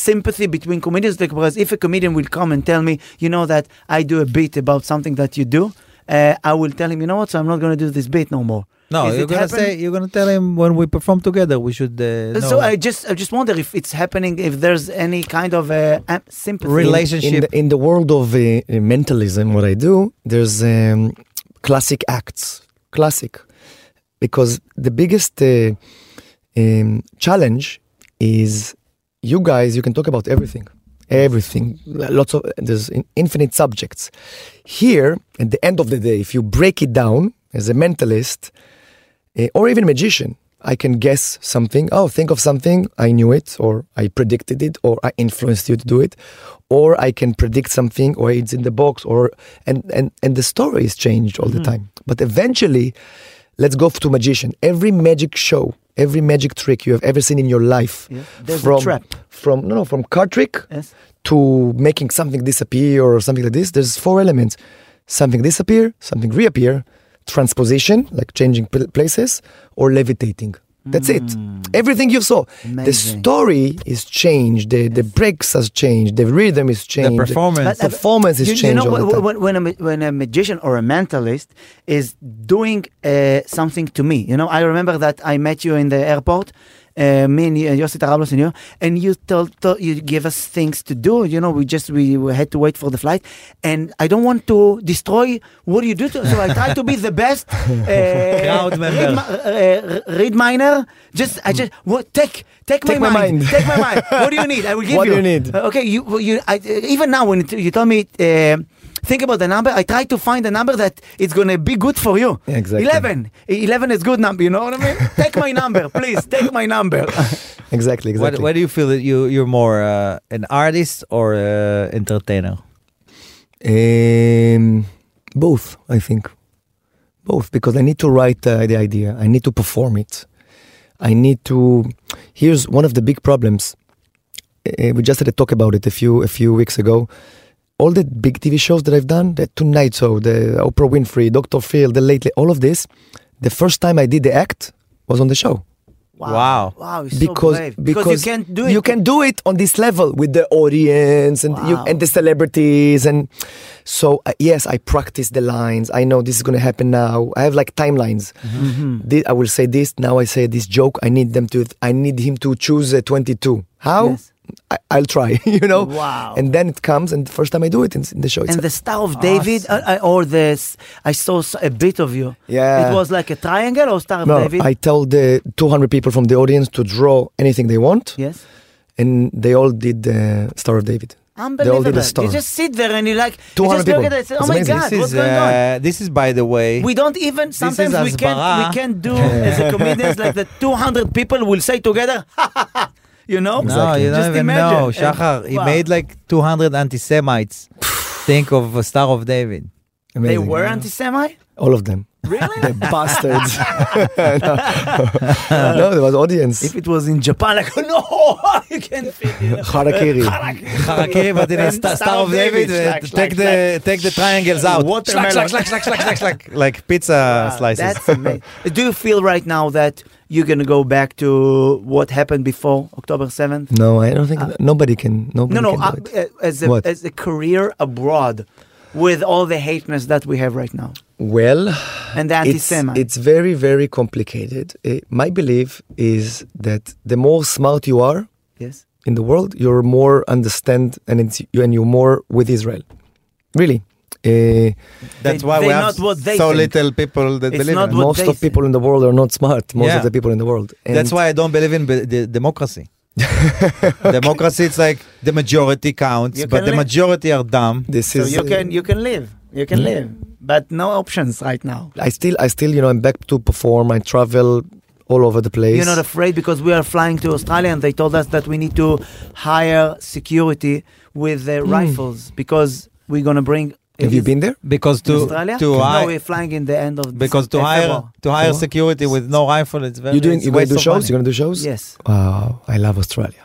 [SPEAKER 4] sympathy between comedians? Like, because if a comedian will come and tell me, you know, that I do a bit about something that you do, uh, I will tell him, you know what? So I'm not going to do this bit no more.
[SPEAKER 3] no,
[SPEAKER 4] Is
[SPEAKER 3] you're
[SPEAKER 4] it
[SPEAKER 3] gonna
[SPEAKER 4] happen-
[SPEAKER 3] say you're gonna tell him when we perform together. We should. Uh, know.
[SPEAKER 4] So I just I just wonder if it's happening, if there's any kind of uh, am- sympathy.
[SPEAKER 3] Relation-
[SPEAKER 2] In the, in the world of uh, uh, mentalism, what I do, there's um, classic acts, classic, because the biggest uh, um, challenge is you guys. You can talk about everything, everything. Lots of there's in- infinite subjects. Here, at the end of the day, if you break it down as a mentalist, uh, or even magician. I can guess something. Oh, think of something. I knew it, or I predicted it, or I influenced you to do it, or I can predict something, or it's in the box, or and and and the story is changed all
[SPEAKER 4] Hmm.
[SPEAKER 2] the time. But eventually, let's go to magician. Every magic show, every magic trick you have ever seen in your life,
[SPEAKER 4] Yeah, there's a
[SPEAKER 2] from
[SPEAKER 4] trap.
[SPEAKER 2] from no no from card trick
[SPEAKER 4] Yes.
[SPEAKER 2] to making something disappear or something like this there's four elements something disappear something reappear transposition like changing pl- places or levitating that's it everything you saw the
[SPEAKER 4] Mm. Amazing.
[SPEAKER 2] story is changed the, the breaks has changed the rhythm is
[SPEAKER 3] the
[SPEAKER 2] changed
[SPEAKER 3] performance.
[SPEAKER 2] But- Performance is
[SPEAKER 4] uh, you, You
[SPEAKER 2] changed
[SPEAKER 4] know,
[SPEAKER 2] all the
[SPEAKER 4] when-
[SPEAKER 2] time.
[SPEAKER 4] when, when, a, ma- when a magician or a mentalist is doing uh, something to me, you know, I remember that I met you in the airport. Uh, me and you- Yossi Tarablos and you, and you told, told you gave us things to do. You know, we just we, we had to wait for the flight, and I don't want to destroy what you do. To, so I try to be the best
[SPEAKER 2] (laughs)
[SPEAKER 4] uh,
[SPEAKER 3] Crowd member.
[SPEAKER 4] read mi- uh, read miner. Just I just what take take,
[SPEAKER 2] Take my mind.
[SPEAKER 4] take my mind. What do you need? I will give
[SPEAKER 2] What
[SPEAKER 4] you.
[SPEAKER 2] do you need?
[SPEAKER 4] Uh, Okay, you well, you I, uh, even now when it, you tell me uh, think about the number, I try to find a number that it's gonna be good for you.
[SPEAKER 2] Yeah, exactly.
[SPEAKER 4] Eleven. E- Eleven is good number. You know what I
[SPEAKER 2] (laughs)
[SPEAKER 4] mean? take my number, please. Take my number.
[SPEAKER 2] exactly
[SPEAKER 3] What,
[SPEAKER 2] exactly
[SPEAKER 3] what do you feel that you you're more uh, an artist or uh, entertainer?
[SPEAKER 2] Ah, Um, both, I think. Both, because I need to write uh, the idea. I need to perform it. I need to. Here's one of the big problems. Uh, we just had a talk about it a few a few weeks ago. All the big TV shows that I've done, the Tonight Show, the Oprah Winfrey, Dr. Phil, the Lately, all of this, the first time I did the act was on the show
[SPEAKER 3] Wow.
[SPEAKER 4] Wow. You're
[SPEAKER 2] because,
[SPEAKER 4] so brave.
[SPEAKER 2] because
[SPEAKER 4] you can't do it.
[SPEAKER 2] You can do it on this level with the audience and you,
[SPEAKER 4] Wow.
[SPEAKER 2] and the celebrities and so uh, yes, I practice the lines. I know this is going to happen now. I have like timelines.
[SPEAKER 4] Mm-hmm.
[SPEAKER 2] Thi- I will say this now. I say this joke. I need them to. I need him to choose a twenty-two. How?
[SPEAKER 4] Yes.
[SPEAKER 2] I, I'll try. (laughs) You know.
[SPEAKER 4] Wow.
[SPEAKER 2] And then it comes, and the first time I do it in, in the show, it's
[SPEAKER 4] And the Star of David, uh, I, or this, I saw s- a bit of you.
[SPEAKER 2] Yeah.
[SPEAKER 4] It was like a triangle or Star of
[SPEAKER 2] no.
[SPEAKER 4] David.
[SPEAKER 2] I tell the two hundred people from the audience to draw anything they want.
[SPEAKER 4] yes.
[SPEAKER 2] and they all did uh, Star of David. They all
[SPEAKER 4] Unbelievable.
[SPEAKER 2] did a
[SPEAKER 4] You
[SPEAKER 2] star.
[SPEAKER 4] just sit there and you like, you
[SPEAKER 2] 200
[SPEAKER 4] just look
[SPEAKER 2] people.
[SPEAKER 4] at it and say, oh
[SPEAKER 2] It's
[SPEAKER 4] my
[SPEAKER 2] amazing.
[SPEAKER 4] God,
[SPEAKER 3] this
[SPEAKER 4] what's
[SPEAKER 3] is
[SPEAKER 4] going on?
[SPEAKER 3] uh, this is by the way.
[SPEAKER 4] We don't even, sometimes we
[SPEAKER 3] is
[SPEAKER 4] can't,
[SPEAKER 3] הסברה.
[SPEAKER 4] we can't do as a comedians like
[SPEAKER 3] (laughs)
[SPEAKER 4] the 200 people will say together, (laughs) you know?
[SPEAKER 3] no, you
[SPEAKER 4] Just
[SPEAKER 3] don't even
[SPEAKER 4] imagine.
[SPEAKER 3] know.
[SPEAKER 4] And-
[SPEAKER 3] Shachar, he
[SPEAKER 4] wow.
[SPEAKER 3] made like 200 anti-Semites. Think of a Star of (laughs) David.
[SPEAKER 4] They
[SPEAKER 2] Amazing.
[SPEAKER 4] were
[SPEAKER 3] (laughs)
[SPEAKER 4] anti-Semite?
[SPEAKER 2] all of them.
[SPEAKER 4] Really?
[SPEAKER 2] (laughs) Bastards. no. no, there was audience.
[SPEAKER 4] if it was in Japan, like, (laughs) no, you can't fit it.
[SPEAKER 2] Harakiri.
[SPEAKER 3] Harakiri, but
[SPEAKER 4] (laughs)
[SPEAKER 3] in a sta- Star of David, uh,
[SPEAKER 4] Shlack,
[SPEAKER 3] take
[SPEAKER 4] shlack,
[SPEAKER 3] the take the triangles out.
[SPEAKER 4] Watermelon.
[SPEAKER 3] Shlack, shlack, shlack, shlack, shlack, shlack, shlack, like pizza uh, slices.
[SPEAKER 4] uh, That's amazing. Do you feel right now that you're going to go back to what happened before October 7th?
[SPEAKER 2] No, I don't think nobody can. Nobody
[SPEAKER 4] Uh, No, no,
[SPEAKER 2] can
[SPEAKER 4] uh,
[SPEAKER 2] do it.
[SPEAKER 4] uh, as, a,
[SPEAKER 2] What?
[SPEAKER 4] as a career abroad with all the hateness that we have right now
[SPEAKER 2] Well,
[SPEAKER 4] and the
[SPEAKER 2] it's,
[SPEAKER 4] anti-Semite.
[SPEAKER 2] it's very, very complicated. Uh, my belief is that the more smart you are
[SPEAKER 4] yes.
[SPEAKER 2] in the world, you're more understand and it's, and you're more with Israel. Really. Uh,
[SPEAKER 3] (laughs) That's
[SPEAKER 4] They-
[SPEAKER 3] why we
[SPEAKER 4] they
[SPEAKER 3] have
[SPEAKER 4] not what they
[SPEAKER 3] so
[SPEAKER 4] think.
[SPEAKER 3] little people that
[SPEAKER 4] It's
[SPEAKER 3] believe
[SPEAKER 4] not
[SPEAKER 3] in. it.
[SPEAKER 4] what
[SPEAKER 2] most
[SPEAKER 4] they
[SPEAKER 2] of people in the world are not smart. Most
[SPEAKER 3] Yeah.
[SPEAKER 2] of the people in the world. And
[SPEAKER 3] That's why I don't believe in be- the
[SPEAKER 4] (laughs)
[SPEAKER 3] democracy. Democracy, it's like the majority counts,
[SPEAKER 4] You
[SPEAKER 3] but
[SPEAKER 4] can
[SPEAKER 3] the
[SPEAKER 4] live-
[SPEAKER 3] majority are dumb.
[SPEAKER 2] this
[SPEAKER 4] So
[SPEAKER 2] is.
[SPEAKER 4] you
[SPEAKER 2] uh,
[SPEAKER 4] can, you can live. You can live. But no options right now.
[SPEAKER 2] Hmm? I still, I still, you know, I'm back to perform. I travel all over the place.
[SPEAKER 4] You're not afraid because we are flying to Australia and they told us that we need to hire security with uh, rifles because we're going to bring.
[SPEAKER 2] Hmm. Have you been there?
[SPEAKER 3] Because
[SPEAKER 4] to
[SPEAKER 3] to
[SPEAKER 4] Australia?
[SPEAKER 3] to
[SPEAKER 4] no,
[SPEAKER 3] hire
[SPEAKER 4] we're flying in the end of
[SPEAKER 3] because to
[SPEAKER 4] December.
[SPEAKER 3] hire to hire
[SPEAKER 2] February.
[SPEAKER 3] security with no rifle, it's very.
[SPEAKER 2] You doing?
[SPEAKER 3] it's
[SPEAKER 2] You gonna
[SPEAKER 3] waste
[SPEAKER 2] do
[SPEAKER 3] of
[SPEAKER 2] shows?
[SPEAKER 3] money.
[SPEAKER 2] You gonna do shows?
[SPEAKER 4] Yes,
[SPEAKER 2] Wow, I love Australia.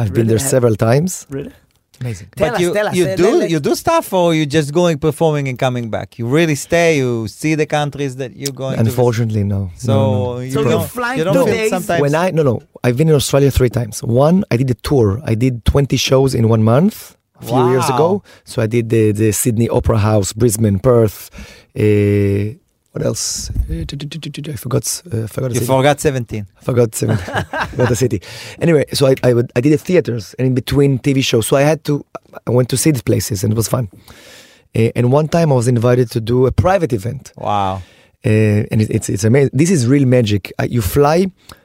[SPEAKER 2] I've
[SPEAKER 4] Really?
[SPEAKER 2] been there several times.
[SPEAKER 4] really.
[SPEAKER 2] Amazing.
[SPEAKER 4] Tell
[SPEAKER 3] but
[SPEAKER 4] us,
[SPEAKER 3] you,
[SPEAKER 4] tell us,
[SPEAKER 3] you
[SPEAKER 4] uh,
[SPEAKER 3] do
[SPEAKER 4] let- let-
[SPEAKER 3] you do stuff or you just going performing and coming back. You really stay. You see the countries that you're going. to
[SPEAKER 2] Unfortunately, no.
[SPEAKER 3] visit. so
[SPEAKER 2] No, no.
[SPEAKER 3] you
[SPEAKER 4] So
[SPEAKER 3] don't,
[SPEAKER 4] you're flying
[SPEAKER 3] you don't
[SPEAKER 4] two
[SPEAKER 3] feel
[SPEAKER 4] days?
[SPEAKER 3] Sometimes
[SPEAKER 2] when I no no, I've been in Australia three times. One, I did a tour. I did twenty shows in one month a few years
[SPEAKER 3] Wow.
[SPEAKER 2] ago. So I did the, the Sydney Opera House, Brisbane, Perth. Uh, what else? Uh, do- do- do- do- do- I forgot. Uh, forgot. a
[SPEAKER 3] you
[SPEAKER 2] city.
[SPEAKER 3] forgot 17.
[SPEAKER 2] forgot seven, not the city. Anyway, so I I, would, I did the theaters and in between TV shows, so I had to I went to see these places and it was fun. Uh, and one time I was invited to do a private event,
[SPEAKER 3] Wow.
[SPEAKER 2] uh, and it, it's it's amazing. This is real magic. Uh, you fly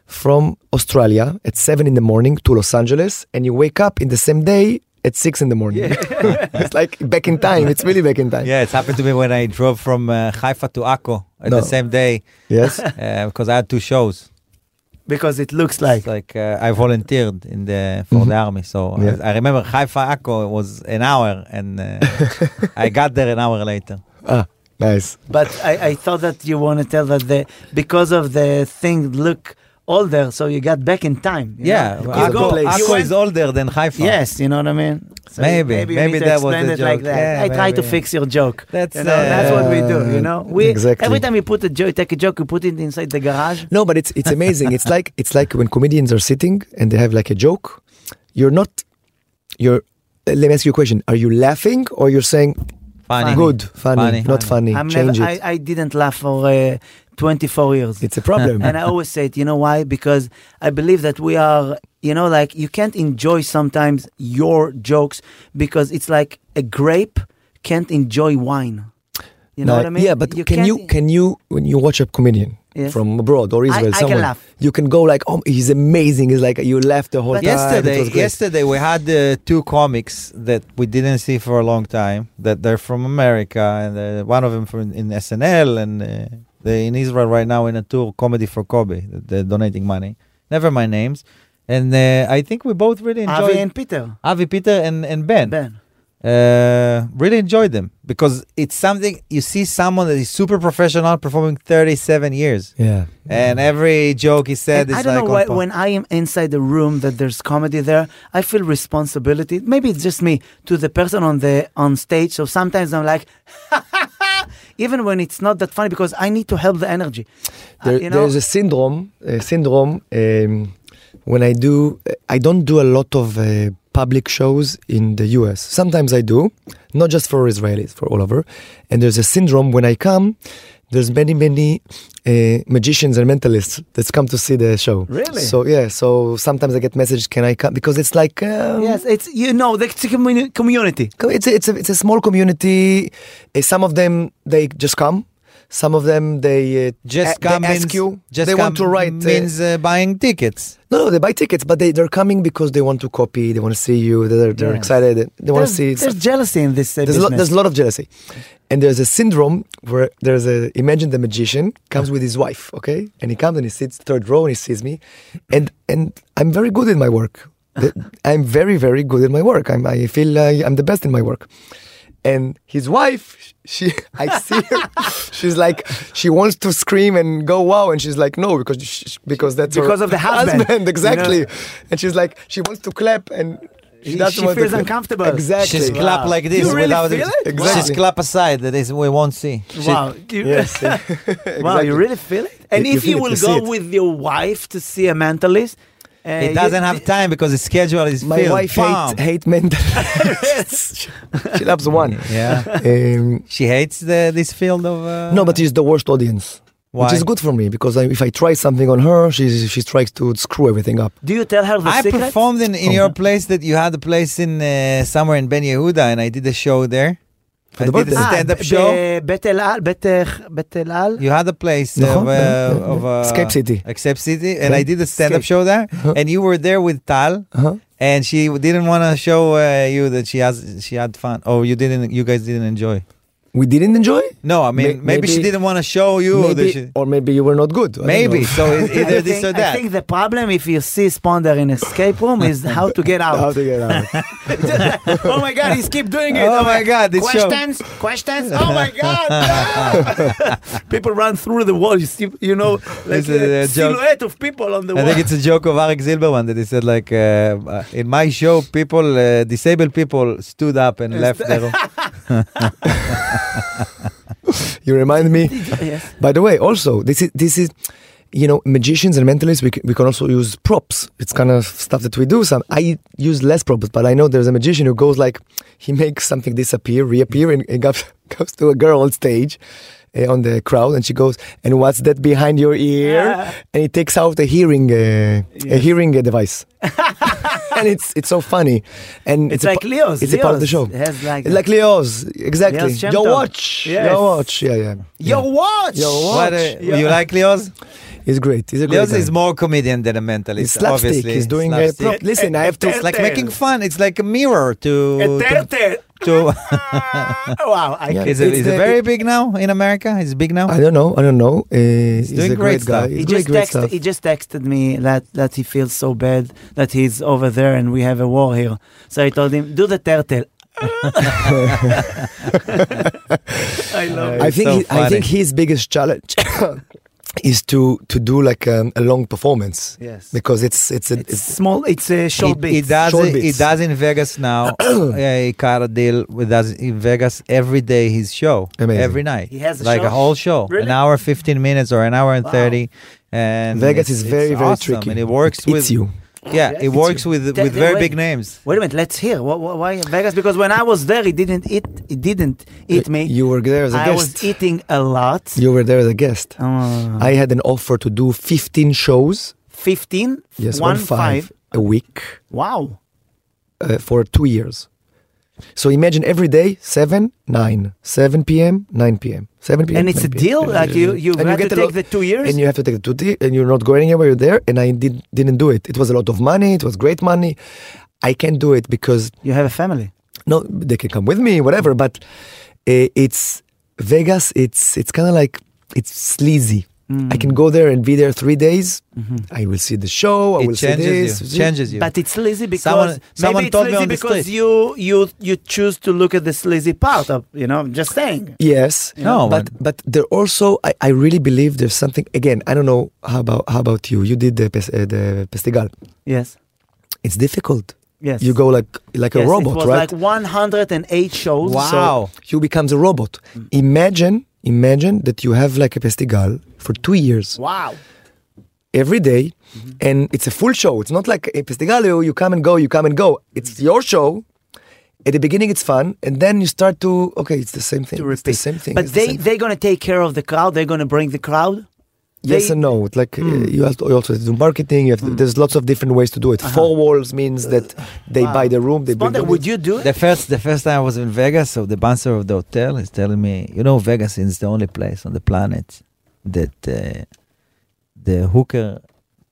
[SPEAKER 2] from Australia at seven in the morning to Los Angeles, and you wake up in the same day at six in the morning. (laughs) it's like back in time. It's really back in time.
[SPEAKER 3] Yeah, it's happened to me when I drove from uh, Haifa to Akko at
[SPEAKER 2] No.
[SPEAKER 3] the same
[SPEAKER 2] (laughs)
[SPEAKER 3] day
[SPEAKER 2] Yes.
[SPEAKER 3] uh, because I had two shows.
[SPEAKER 4] Because it looks like
[SPEAKER 3] It's like uh, I volunteered in the for the army, so
[SPEAKER 2] Mm-hmm. Yeah.
[SPEAKER 3] I, I remember Haifa Akko was an hour, and
[SPEAKER 2] (laughs)
[SPEAKER 3] uh, I got there an hour later.
[SPEAKER 2] Ah, nice.
[SPEAKER 4] but I, I thought that you want to tell that the because of the thing look older, so you got back in time. you
[SPEAKER 3] Yeah,
[SPEAKER 4] know?
[SPEAKER 2] because
[SPEAKER 4] You
[SPEAKER 2] of the
[SPEAKER 4] go-
[SPEAKER 2] place.
[SPEAKER 3] Akko,
[SPEAKER 4] you
[SPEAKER 3] Akko
[SPEAKER 4] went-
[SPEAKER 3] is older than Haifa.
[SPEAKER 4] Yes, you know what I mean. So
[SPEAKER 3] Maybe,
[SPEAKER 4] you
[SPEAKER 3] maybe
[SPEAKER 4] need to
[SPEAKER 3] that was
[SPEAKER 4] explain
[SPEAKER 3] the
[SPEAKER 4] it like
[SPEAKER 3] joke.
[SPEAKER 4] that.
[SPEAKER 3] Yeah,
[SPEAKER 4] I try to
[SPEAKER 3] maybe.
[SPEAKER 4] fix your joke.
[SPEAKER 3] That's,
[SPEAKER 4] you know, that's what we do. You know,
[SPEAKER 2] uh,
[SPEAKER 4] we
[SPEAKER 2] exactly.
[SPEAKER 4] every time we put a joke, take a joke, we put it inside the garage.
[SPEAKER 2] No, but it's it's amazing. it's like it's like when comedians are sitting and they have like a joke. You're not. You're. Let me ask you a question. Are you laughing or you're saying
[SPEAKER 3] funny.
[SPEAKER 2] good, funny,
[SPEAKER 3] Funny.
[SPEAKER 2] not funny?
[SPEAKER 4] I'm
[SPEAKER 2] Change
[SPEAKER 4] never,
[SPEAKER 2] it.
[SPEAKER 4] I, I didn't laugh for uh, 24 years.
[SPEAKER 2] it's a problem.
[SPEAKER 4] (laughs) and I always say it, you know why? Because I believe that we are, you know, like you can't enjoy sometimes your jokes because it's like a grape can't enjoy wine. You know
[SPEAKER 2] No,
[SPEAKER 4] what I mean?
[SPEAKER 2] Yeah, but can
[SPEAKER 4] can't-
[SPEAKER 2] you can you when you watch a comedian
[SPEAKER 4] Yes.
[SPEAKER 2] from abroad or Israel
[SPEAKER 4] I can
[SPEAKER 2] somewhere,
[SPEAKER 4] laugh.
[SPEAKER 2] you can go like, oh, he's amazing. It's like you laugh the whole
[SPEAKER 4] But
[SPEAKER 2] time. It
[SPEAKER 3] yesterday
[SPEAKER 2] was great.
[SPEAKER 3] yesterday we had uh, two comics that we didn't see for a long time that they're from america and uh, one of them from in snl and uh, they in israel right now in a tour comedy for kobe that they're donating money never mind names and uh, i think we both really enjoyed
[SPEAKER 4] Avi and Peter,
[SPEAKER 3] Avi, Peter, and, and Ben,
[SPEAKER 4] Ben.
[SPEAKER 3] Uh, really enjoyed them because it's something you see someone that is super professional performing 37 years,
[SPEAKER 2] Yeah.
[SPEAKER 3] and every joke he said
[SPEAKER 4] Mm.
[SPEAKER 3] is
[SPEAKER 4] And I don't
[SPEAKER 3] like
[SPEAKER 4] know
[SPEAKER 3] on
[SPEAKER 4] why,
[SPEAKER 3] point.
[SPEAKER 4] when I am inside the room that there's comedy there, I feel responsibility. Maybe it's just me to the person on the on stage. So sometimes I'm like, (laughs) even when it's not that funny, because I need to help the energy. Uh,
[SPEAKER 2] There,
[SPEAKER 4] you know?
[SPEAKER 2] There's a syndrome. A syndrome. Um, when I do, I don't do a lot of uh, public shows in the U.S. Sometimes I do, not just for Israelis, for all over. And there's a syndrome when I come. There's many, many uh, magicians and mentalists that's come to see the show.
[SPEAKER 4] Really?
[SPEAKER 2] So yeah. So sometimes I get messages, "Can I come?" Because it's like um,
[SPEAKER 4] Yes, it's you know the commu- community.
[SPEAKER 2] Co- It's a, it's a, it's a small community. Uh, Some of them they just come. Some of them they uh,
[SPEAKER 3] Just
[SPEAKER 2] a- they
[SPEAKER 3] come means,
[SPEAKER 2] ask you.
[SPEAKER 3] Just
[SPEAKER 2] they want to
[SPEAKER 3] come
[SPEAKER 2] write. uh,
[SPEAKER 3] means uh, buying tickets.
[SPEAKER 2] no, no, they buy tickets, but they they're coming because they want to copy. They want to see you. They're they're
[SPEAKER 4] Yes.
[SPEAKER 2] excited. They want
[SPEAKER 4] There's,
[SPEAKER 2] to see. it.
[SPEAKER 4] there's jealousy in this uh,
[SPEAKER 2] there's a lot,
[SPEAKER 4] business.
[SPEAKER 2] there's a lot of jealousy, and there's a syndrome where there's a imagine the magician comes with his wife, okay, and he comes and he sits third row and he sees me, and and I'm very good in my work.
[SPEAKER 4] (laughs)
[SPEAKER 2] The- I'm very very good at my work. I'm, I feel I, I'm the best in my work, and his wife, she (laughs) I see
[SPEAKER 4] (laughs)
[SPEAKER 2] her, she's like she wants to scream and go wow, and she's like no because she, because that's her
[SPEAKER 4] Because
[SPEAKER 2] (laughs)
[SPEAKER 4] of the husband, you know?
[SPEAKER 2] exactly, and she's like she wants to clap and. She,
[SPEAKER 4] She-
[SPEAKER 2] doesn't
[SPEAKER 4] she
[SPEAKER 2] want to
[SPEAKER 4] feels
[SPEAKER 2] clap.
[SPEAKER 4] uncomfortable.
[SPEAKER 2] Exactly.
[SPEAKER 3] She's
[SPEAKER 2] (laughs)
[SPEAKER 3] clap like this
[SPEAKER 4] You really
[SPEAKER 3] without
[SPEAKER 4] feel
[SPEAKER 3] it.
[SPEAKER 4] it?
[SPEAKER 2] Exactly.
[SPEAKER 3] She's clap aside that is we won't see.
[SPEAKER 2] (laughs)
[SPEAKER 4] (laughs) wow, you, wow, you really feel it. And
[SPEAKER 2] You- you
[SPEAKER 4] if you,
[SPEAKER 2] feel it,
[SPEAKER 4] will
[SPEAKER 2] you see
[SPEAKER 4] go
[SPEAKER 2] it.
[SPEAKER 4] with your wife to see a mentalist, uh,
[SPEAKER 3] He doesn't
[SPEAKER 4] (laughs)
[SPEAKER 3] have time because his schedule is
[SPEAKER 2] My
[SPEAKER 3] filled.
[SPEAKER 2] wife
[SPEAKER 3] Bam.
[SPEAKER 2] hate, hate mental. (laughs)
[SPEAKER 4] (laughs)
[SPEAKER 2] she loves one. (laughs)
[SPEAKER 3] Yeah,
[SPEAKER 2] Um,
[SPEAKER 3] she hates the, this field of. Uh,
[SPEAKER 2] no, but it's the worst audience,
[SPEAKER 3] why?
[SPEAKER 2] which is good for me because I, if I try something on her, she she tries to screw everything up.
[SPEAKER 4] Do you tell her the
[SPEAKER 3] I
[SPEAKER 4] secret?
[SPEAKER 3] performed in, in
[SPEAKER 2] Oh.
[SPEAKER 3] your place that you had a place in uh, somewhere in Ben Yehuda, and I did a show there. I
[SPEAKER 2] the
[SPEAKER 3] did a
[SPEAKER 2] birthday.
[SPEAKER 3] stand up
[SPEAKER 4] ב-
[SPEAKER 3] show.
[SPEAKER 4] בית אל על, בית אה, בית אל על.
[SPEAKER 3] You had a place
[SPEAKER 2] נכון,
[SPEAKER 3] of,
[SPEAKER 2] yeah,
[SPEAKER 3] uh,
[SPEAKER 2] yeah,
[SPEAKER 3] of
[SPEAKER 2] yeah.
[SPEAKER 3] uh,
[SPEAKER 2] Escape City.
[SPEAKER 3] Escape City, and
[SPEAKER 2] Yeah.
[SPEAKER 3] I did a stand up
[SPEAKER 2] Escape.
[SPEAKER 3] show there,
[SPEAKER 2] Uh-huh.
[SPEAKER 3] and you were there with Tal,
[SPEAKER 2] Uh-huh.
[SPEAKER 3] and she didn't want to show uh, you that she has she had fun. Oh, you didn't. You guys didn't enjoy.
[SPEAKER 2] We didn't enjoy,
[SPEAKER 3] No, I mean
[SPEAKER 2] May-
[SPEAKER 3] maybe, she
[SPEAKER 2] maybe-
[SPEAKER 3] didn't want to show you that
[SPEAKER 2] maybe,
[SPEAKER 3] she.
[SPEAKER 2] or maybe you were not good. I don't
[SPEAKER 3] Maybe
[SPEAKER 2] know. (laughs)
[SPEAKER 3] so. It's
[SPEAKER 4] I
[SPEAKER 3] either this
[SPEAKER 4] think,
[SPEAKER 3] or
[SPEAKER 4] I
[SPEAKER 3] that.
[SPEAKER 4] think the problem if you see Sponder in escape room is how to
[SPEAKER 2] (laughs)
[SPEAKER 4] get
[SPEAKER 2] How
[SPEAKER 4] out.
[SPEAKER 2] to get
[SPEAKER 3] (laughs)
[SPEAKER 2] out.
[SPEAKER 4] (laughs) oh my god, he's keep doing it.
[SPEAKER 3] Oh my God, this show.
[SPEAKER 4] questions, questions. Oh my
[SPEAKER 3] (laughs)
[SPEAKER 4] god, people run through the wall. You see, you know, like
[SPEAKER 3] This is
[SPEAKER 4] a
[SPEAKER 3] a joke.
[SPEAKER 4] silhouette of people on the
[SPEAKER 3] I
[SPEAKER 4] wall.
[SPEAKER 3] think it's a joke of Arik Zilberman that he said like uh, uh, in my show people uh, disabled people stood up and left the room.
[SPEAKER 2] You remind me.
[SPEAKER 4] (laughs) yes.
[SPEAKER 2] By the way, also this is this is, you know, magicians and mentalists. We can, we can also use props. It's kind of stuff that we do. Some I use less props, but I know there's a magician who goes like he makes something disappear, reappear, and, and goes, (laughs) goes to a girl on stage. eh, on the crowd, and she goes, and what's that behind your ear?
[SPEAKER 4] Yeah.
[SPEAKER 2] And he takes out a hearing, uh, a hearing uh, device, (laughs) and it's it's so funny, and
[SPEAKER 4] It's,
[SPEAKER 2] a
[SPEAKER 4] like
[SPEAKER 2] pa-
[SPEAKER 4] Leo's.
[SPEAKER 2] It's a part of the
[SPEAKER 4] Leo's
[SPEAKER 2] show.
[SPEAKER 4] has like,
[SPEAKER 2] Like Leo's, exactly.
[SPEAKER 4] Leo's Shem
[SPEAKER 2] Your
[SPEAKER 4] Tov.
[SPEAKER 2] watch,
[SPEAKER 4] Yes.
[SPEAKER 2] your watch, yeah, yeah.
[SPEAKER 4] yo watch.
[SPEAKER 2] (laughs) Yo,
[SPEAKER 3] What, uh,
[SPEAKER 4] Yeah.
[SPEAKER 3] You like Leo's?
[SPEAKER 2] He's great. He's a great
[SPEAKER 3] Leo's
[SPEAKER 2] guy.
[SPEAKER 3] is more comedian than a mentalist.
[SPEAKER 2] It's slapstick.
[SPEAKER 3] Obviously,
[SPEAKER 2] He's doing a
[SPEAKER 3] slapstick.
[SPEAKER 2] prop. Listen, I have to.
[SPEAKER 3] It's like making fun. It's like a mirror to. to,
[SPEAKER 4] Eterte.
[SPEAKER 3] to (laughs)
[SPEAKER 4] (laughs) wow, I
[SPEAKER 2] Yeah.
[SPEAKER 4] can.
[SPEAKER 3] is it,
[SPEAKER 2] It's
[SPEAKER 3] is it
[SPEAKER 2] the-
[SPEAKER 3] very big now in America? Is it big now?
[SPEAKER 2] I don't know. I don't know. Uh, he's
[SPEAKER 3] doing
[SPEAKER 2] a
[SPEAKER 3] great
[SPEAKER 2] great, guy.
[SPEAKER 3] stuff.
[SPEAKER 2] He's
[SPEAKER 4] He
[SPEAKER 2] doing
[SPEAKER 4] just,
[SPEAKER 2] great
[SPEAKER 4] text,
[SPEAKER 2] stuff.
[SPEAKER 4] he just texted me that, that he feels so bad that he's over there and we have a war here. So I told him, do the
[SPEAKER 3] (laughs)
[SPEAKER 4] (laughs) turtle. I love
[SPEAKER 2] I
[SPEAKER 3] It's
[SPEAKER 2] think.
[SPEAKER 3] so
[SPEAKER 2] he, I think
[SPEAKER 3] funny.
[SPEAKER 2] his biggest challenge (coughs) is to to do like um, a long performance
[SPEAKER 4] Yes.
[SPEAKER 2] because it's it's a,
[SPEAKER 4] It's
[SPEAKER 2] it's,
[SPEAKER 4] small, it's a short
[SPEAKER 3] It, it
[SPEAKER 4] bit.
[SPEAKER 3] does.
[SPEAKER 2] Short
[SPEAKER 3] It, it
[SPEAKER 2] bits.
[SPEAKER 3] does in Vegas
[SPEAKER 2] (clears throat)
[SPEAKER 3] now. yeah, he cut a deal with us in Vegas every day. His show
[SPEAKER 2] Amazing.
[SPEAKER 3] every night.
[SPEAKER 4] He has a
[SPEAKER 3] like
[SPEAKER 4] show?
[SPEAKER 3] a whole show,
[SPEAKER 4] Really?
[SPEAKER 3] an hour fifteen minutes or an hour and
[SPEAKER 4] Wow.
[SPEAKER 3] thirty. And
[SPEAKER 2] Vegas
[SPEAKER 3] it's-
[SPEAKER 2] is very
[SPEAKER 3] it's
[SPEAKER 2] very
[SPEAKER 3] awesome,
[SPEAKER 2] tricky.
[SPEAKER 3] and it works
[SPEAKER 2] It
[SPEAKER 3] with
[SPEAKER 2] eats you.
[SPEAKER 3] Yeah,
[SPEAKER 4] Yes,
[SPEAKER 3] it
[SPEAKER 4] it's
[SPEAKER 3] works with
[SPEAKER 4] That-
[SPEAKER 3] with
[SPEAKER 4] that
[SPEAKER 3] very
[SPEAKER 4] way-
[SPEAKER 3] big names.
[SPEAKER 4] Wait a minute, let's hear. Wh- wh- Why Vegas? Because when I was there, it didn't eat, it didn't eat me.
[SPEAKER 2] You were there as a
[SPEAKER 4] I
[SPEAKER 2] guest.
[SPEAKER 4] was eating a lot.
[SPEAKER 2] you were there as a guest.
[SPEAKER 4] Oh.
[SPEAKER 2] I had an offer to do 15 shows.
[SPEAKER 4] 15?
[SPEAKER 2] Yes,
[SPEAKER 4] one
[SPEAKER 2] one five a week.
[SPEAKER 4] Wow.
[SPEAKER 2] uh, for two years. So imagine every day, 7, 9, 7 p.m., 9 p.m., 7 p.m.
[SPEAKER 4] And it's a
[SPEAKER 2] 9 p.m.
[SPEAKER 4] deal? Like you- you
[SPEAKER 2] And
[SPEAKER 4] had to
[SPEAKER 2] get a
[SPEAKER 4] take the two years?
[SPEAKER 2] And you have to take the two years, and you're not going anywhere, you're there. And I did, didn't do it. It was a lot of money, it was great money. I can't do it because,
[SPEAKER 4] You have a family.
[SPEAKER 2] no, they can come with me, whatever, but uh, it's Vegas, it's, it's kind of like, it's sleazy.
[SPEAKER 4] Mm.
[SPEAKER 2] I can go there and be there three days.
[SPEAKER 4] Mm-hmm.
[SPEAKER 2] I will see the show. I
[SPEAKER 3] It
[SPEAKER 2] will see
[SPEAKER 3] changes
[SPEAKER 2] Oh, this.
[SPEAKER 3] you. Changes you.
[SPEAKER 4] But it's lazy because
[SPEAKER 3] Someone-
[SPEAKER 4] maybe
[SPEAKER 3] someone
[SPEAKER 4] it's
[SPEAKER 3] told me
[SPEAKER 4] lazy
[SPEAKER 3] on the
[SPEAKER 4] because
[SPEAKER 3] street.
[SPEAKER 4] you you you choose to look at this lazy part of you know. I'm just saying.
[SPEAKER 2] Yes.
[SPEAKER 3] No,
[SPEAKER 2] but but there also I, I really believe there's something again. I don't know how about how about you? You did the pes- uh, the Pestigal.
[SPEAKER 4] Yes.
[SPEAKER 2] It's difficult.
[SPEAKER 4] Yes.
[SPEAKER 2] You go like like
[SPEAKER 4] Yes,
[SPEAKER 2] a robot,
[SPEAKER 4] It was
[SPEAKER 2] right?
[SPEAKER 4] like 108 shows.
[SPEAKER 3] Wow.
[SPEAKER 2] So you becomes a robot.
[SPEAKER 4] Mm.
[SPEAKER 2] Imagine imagine that you have like a Pestigal for two years
[SPEAKER 4] Wow. Mm-hmm.
[SPEAKER 2] every day, and it's a full show. It's not like a Pestigal oh, you- you come and go, you come and go. It's
[SPEAKER 4] Mm-hmm.
[SPEAKER 2] your show. At the beginning, it's fun, and then you start to okay, it's the same thing.
[SPEAKER 4] To
[SPEAKER 2] It's the
[SPEAKER 4] repeat.
[SPEAKER 2] same thing.
[SPEAKER 4] But
[SPEAKER 2] it's the
[SPEAKER 4] they
[SPEAKER 2] same
[SPEAKER 4] they're gonna take care of the crowd. They're gonna bring the crowd.
[SPEAKER 2] yes and no. It's like uh,
[SPEAKER 3] Hmm.
[SPEAKER 2] you, have to, you also have to do marketing. You have to, There's lots of different ways to do
[SPEAKER 3] Uh-huh.
[SPEAKER 2] it. Four walls
[SPEAKER 3] Uh,
[SPEAKER 2] means that they buy the room. They bring
[SPEAKER 4] Sponder,
[SPEAKER 2] the
[SPEAKER 4] would you do it?
[SPEAKER 3] The first, the first time I was in Vegas, so the bouncer of the hotel is telling me, you know, Vegas is the only place on the planet that uh, the hooker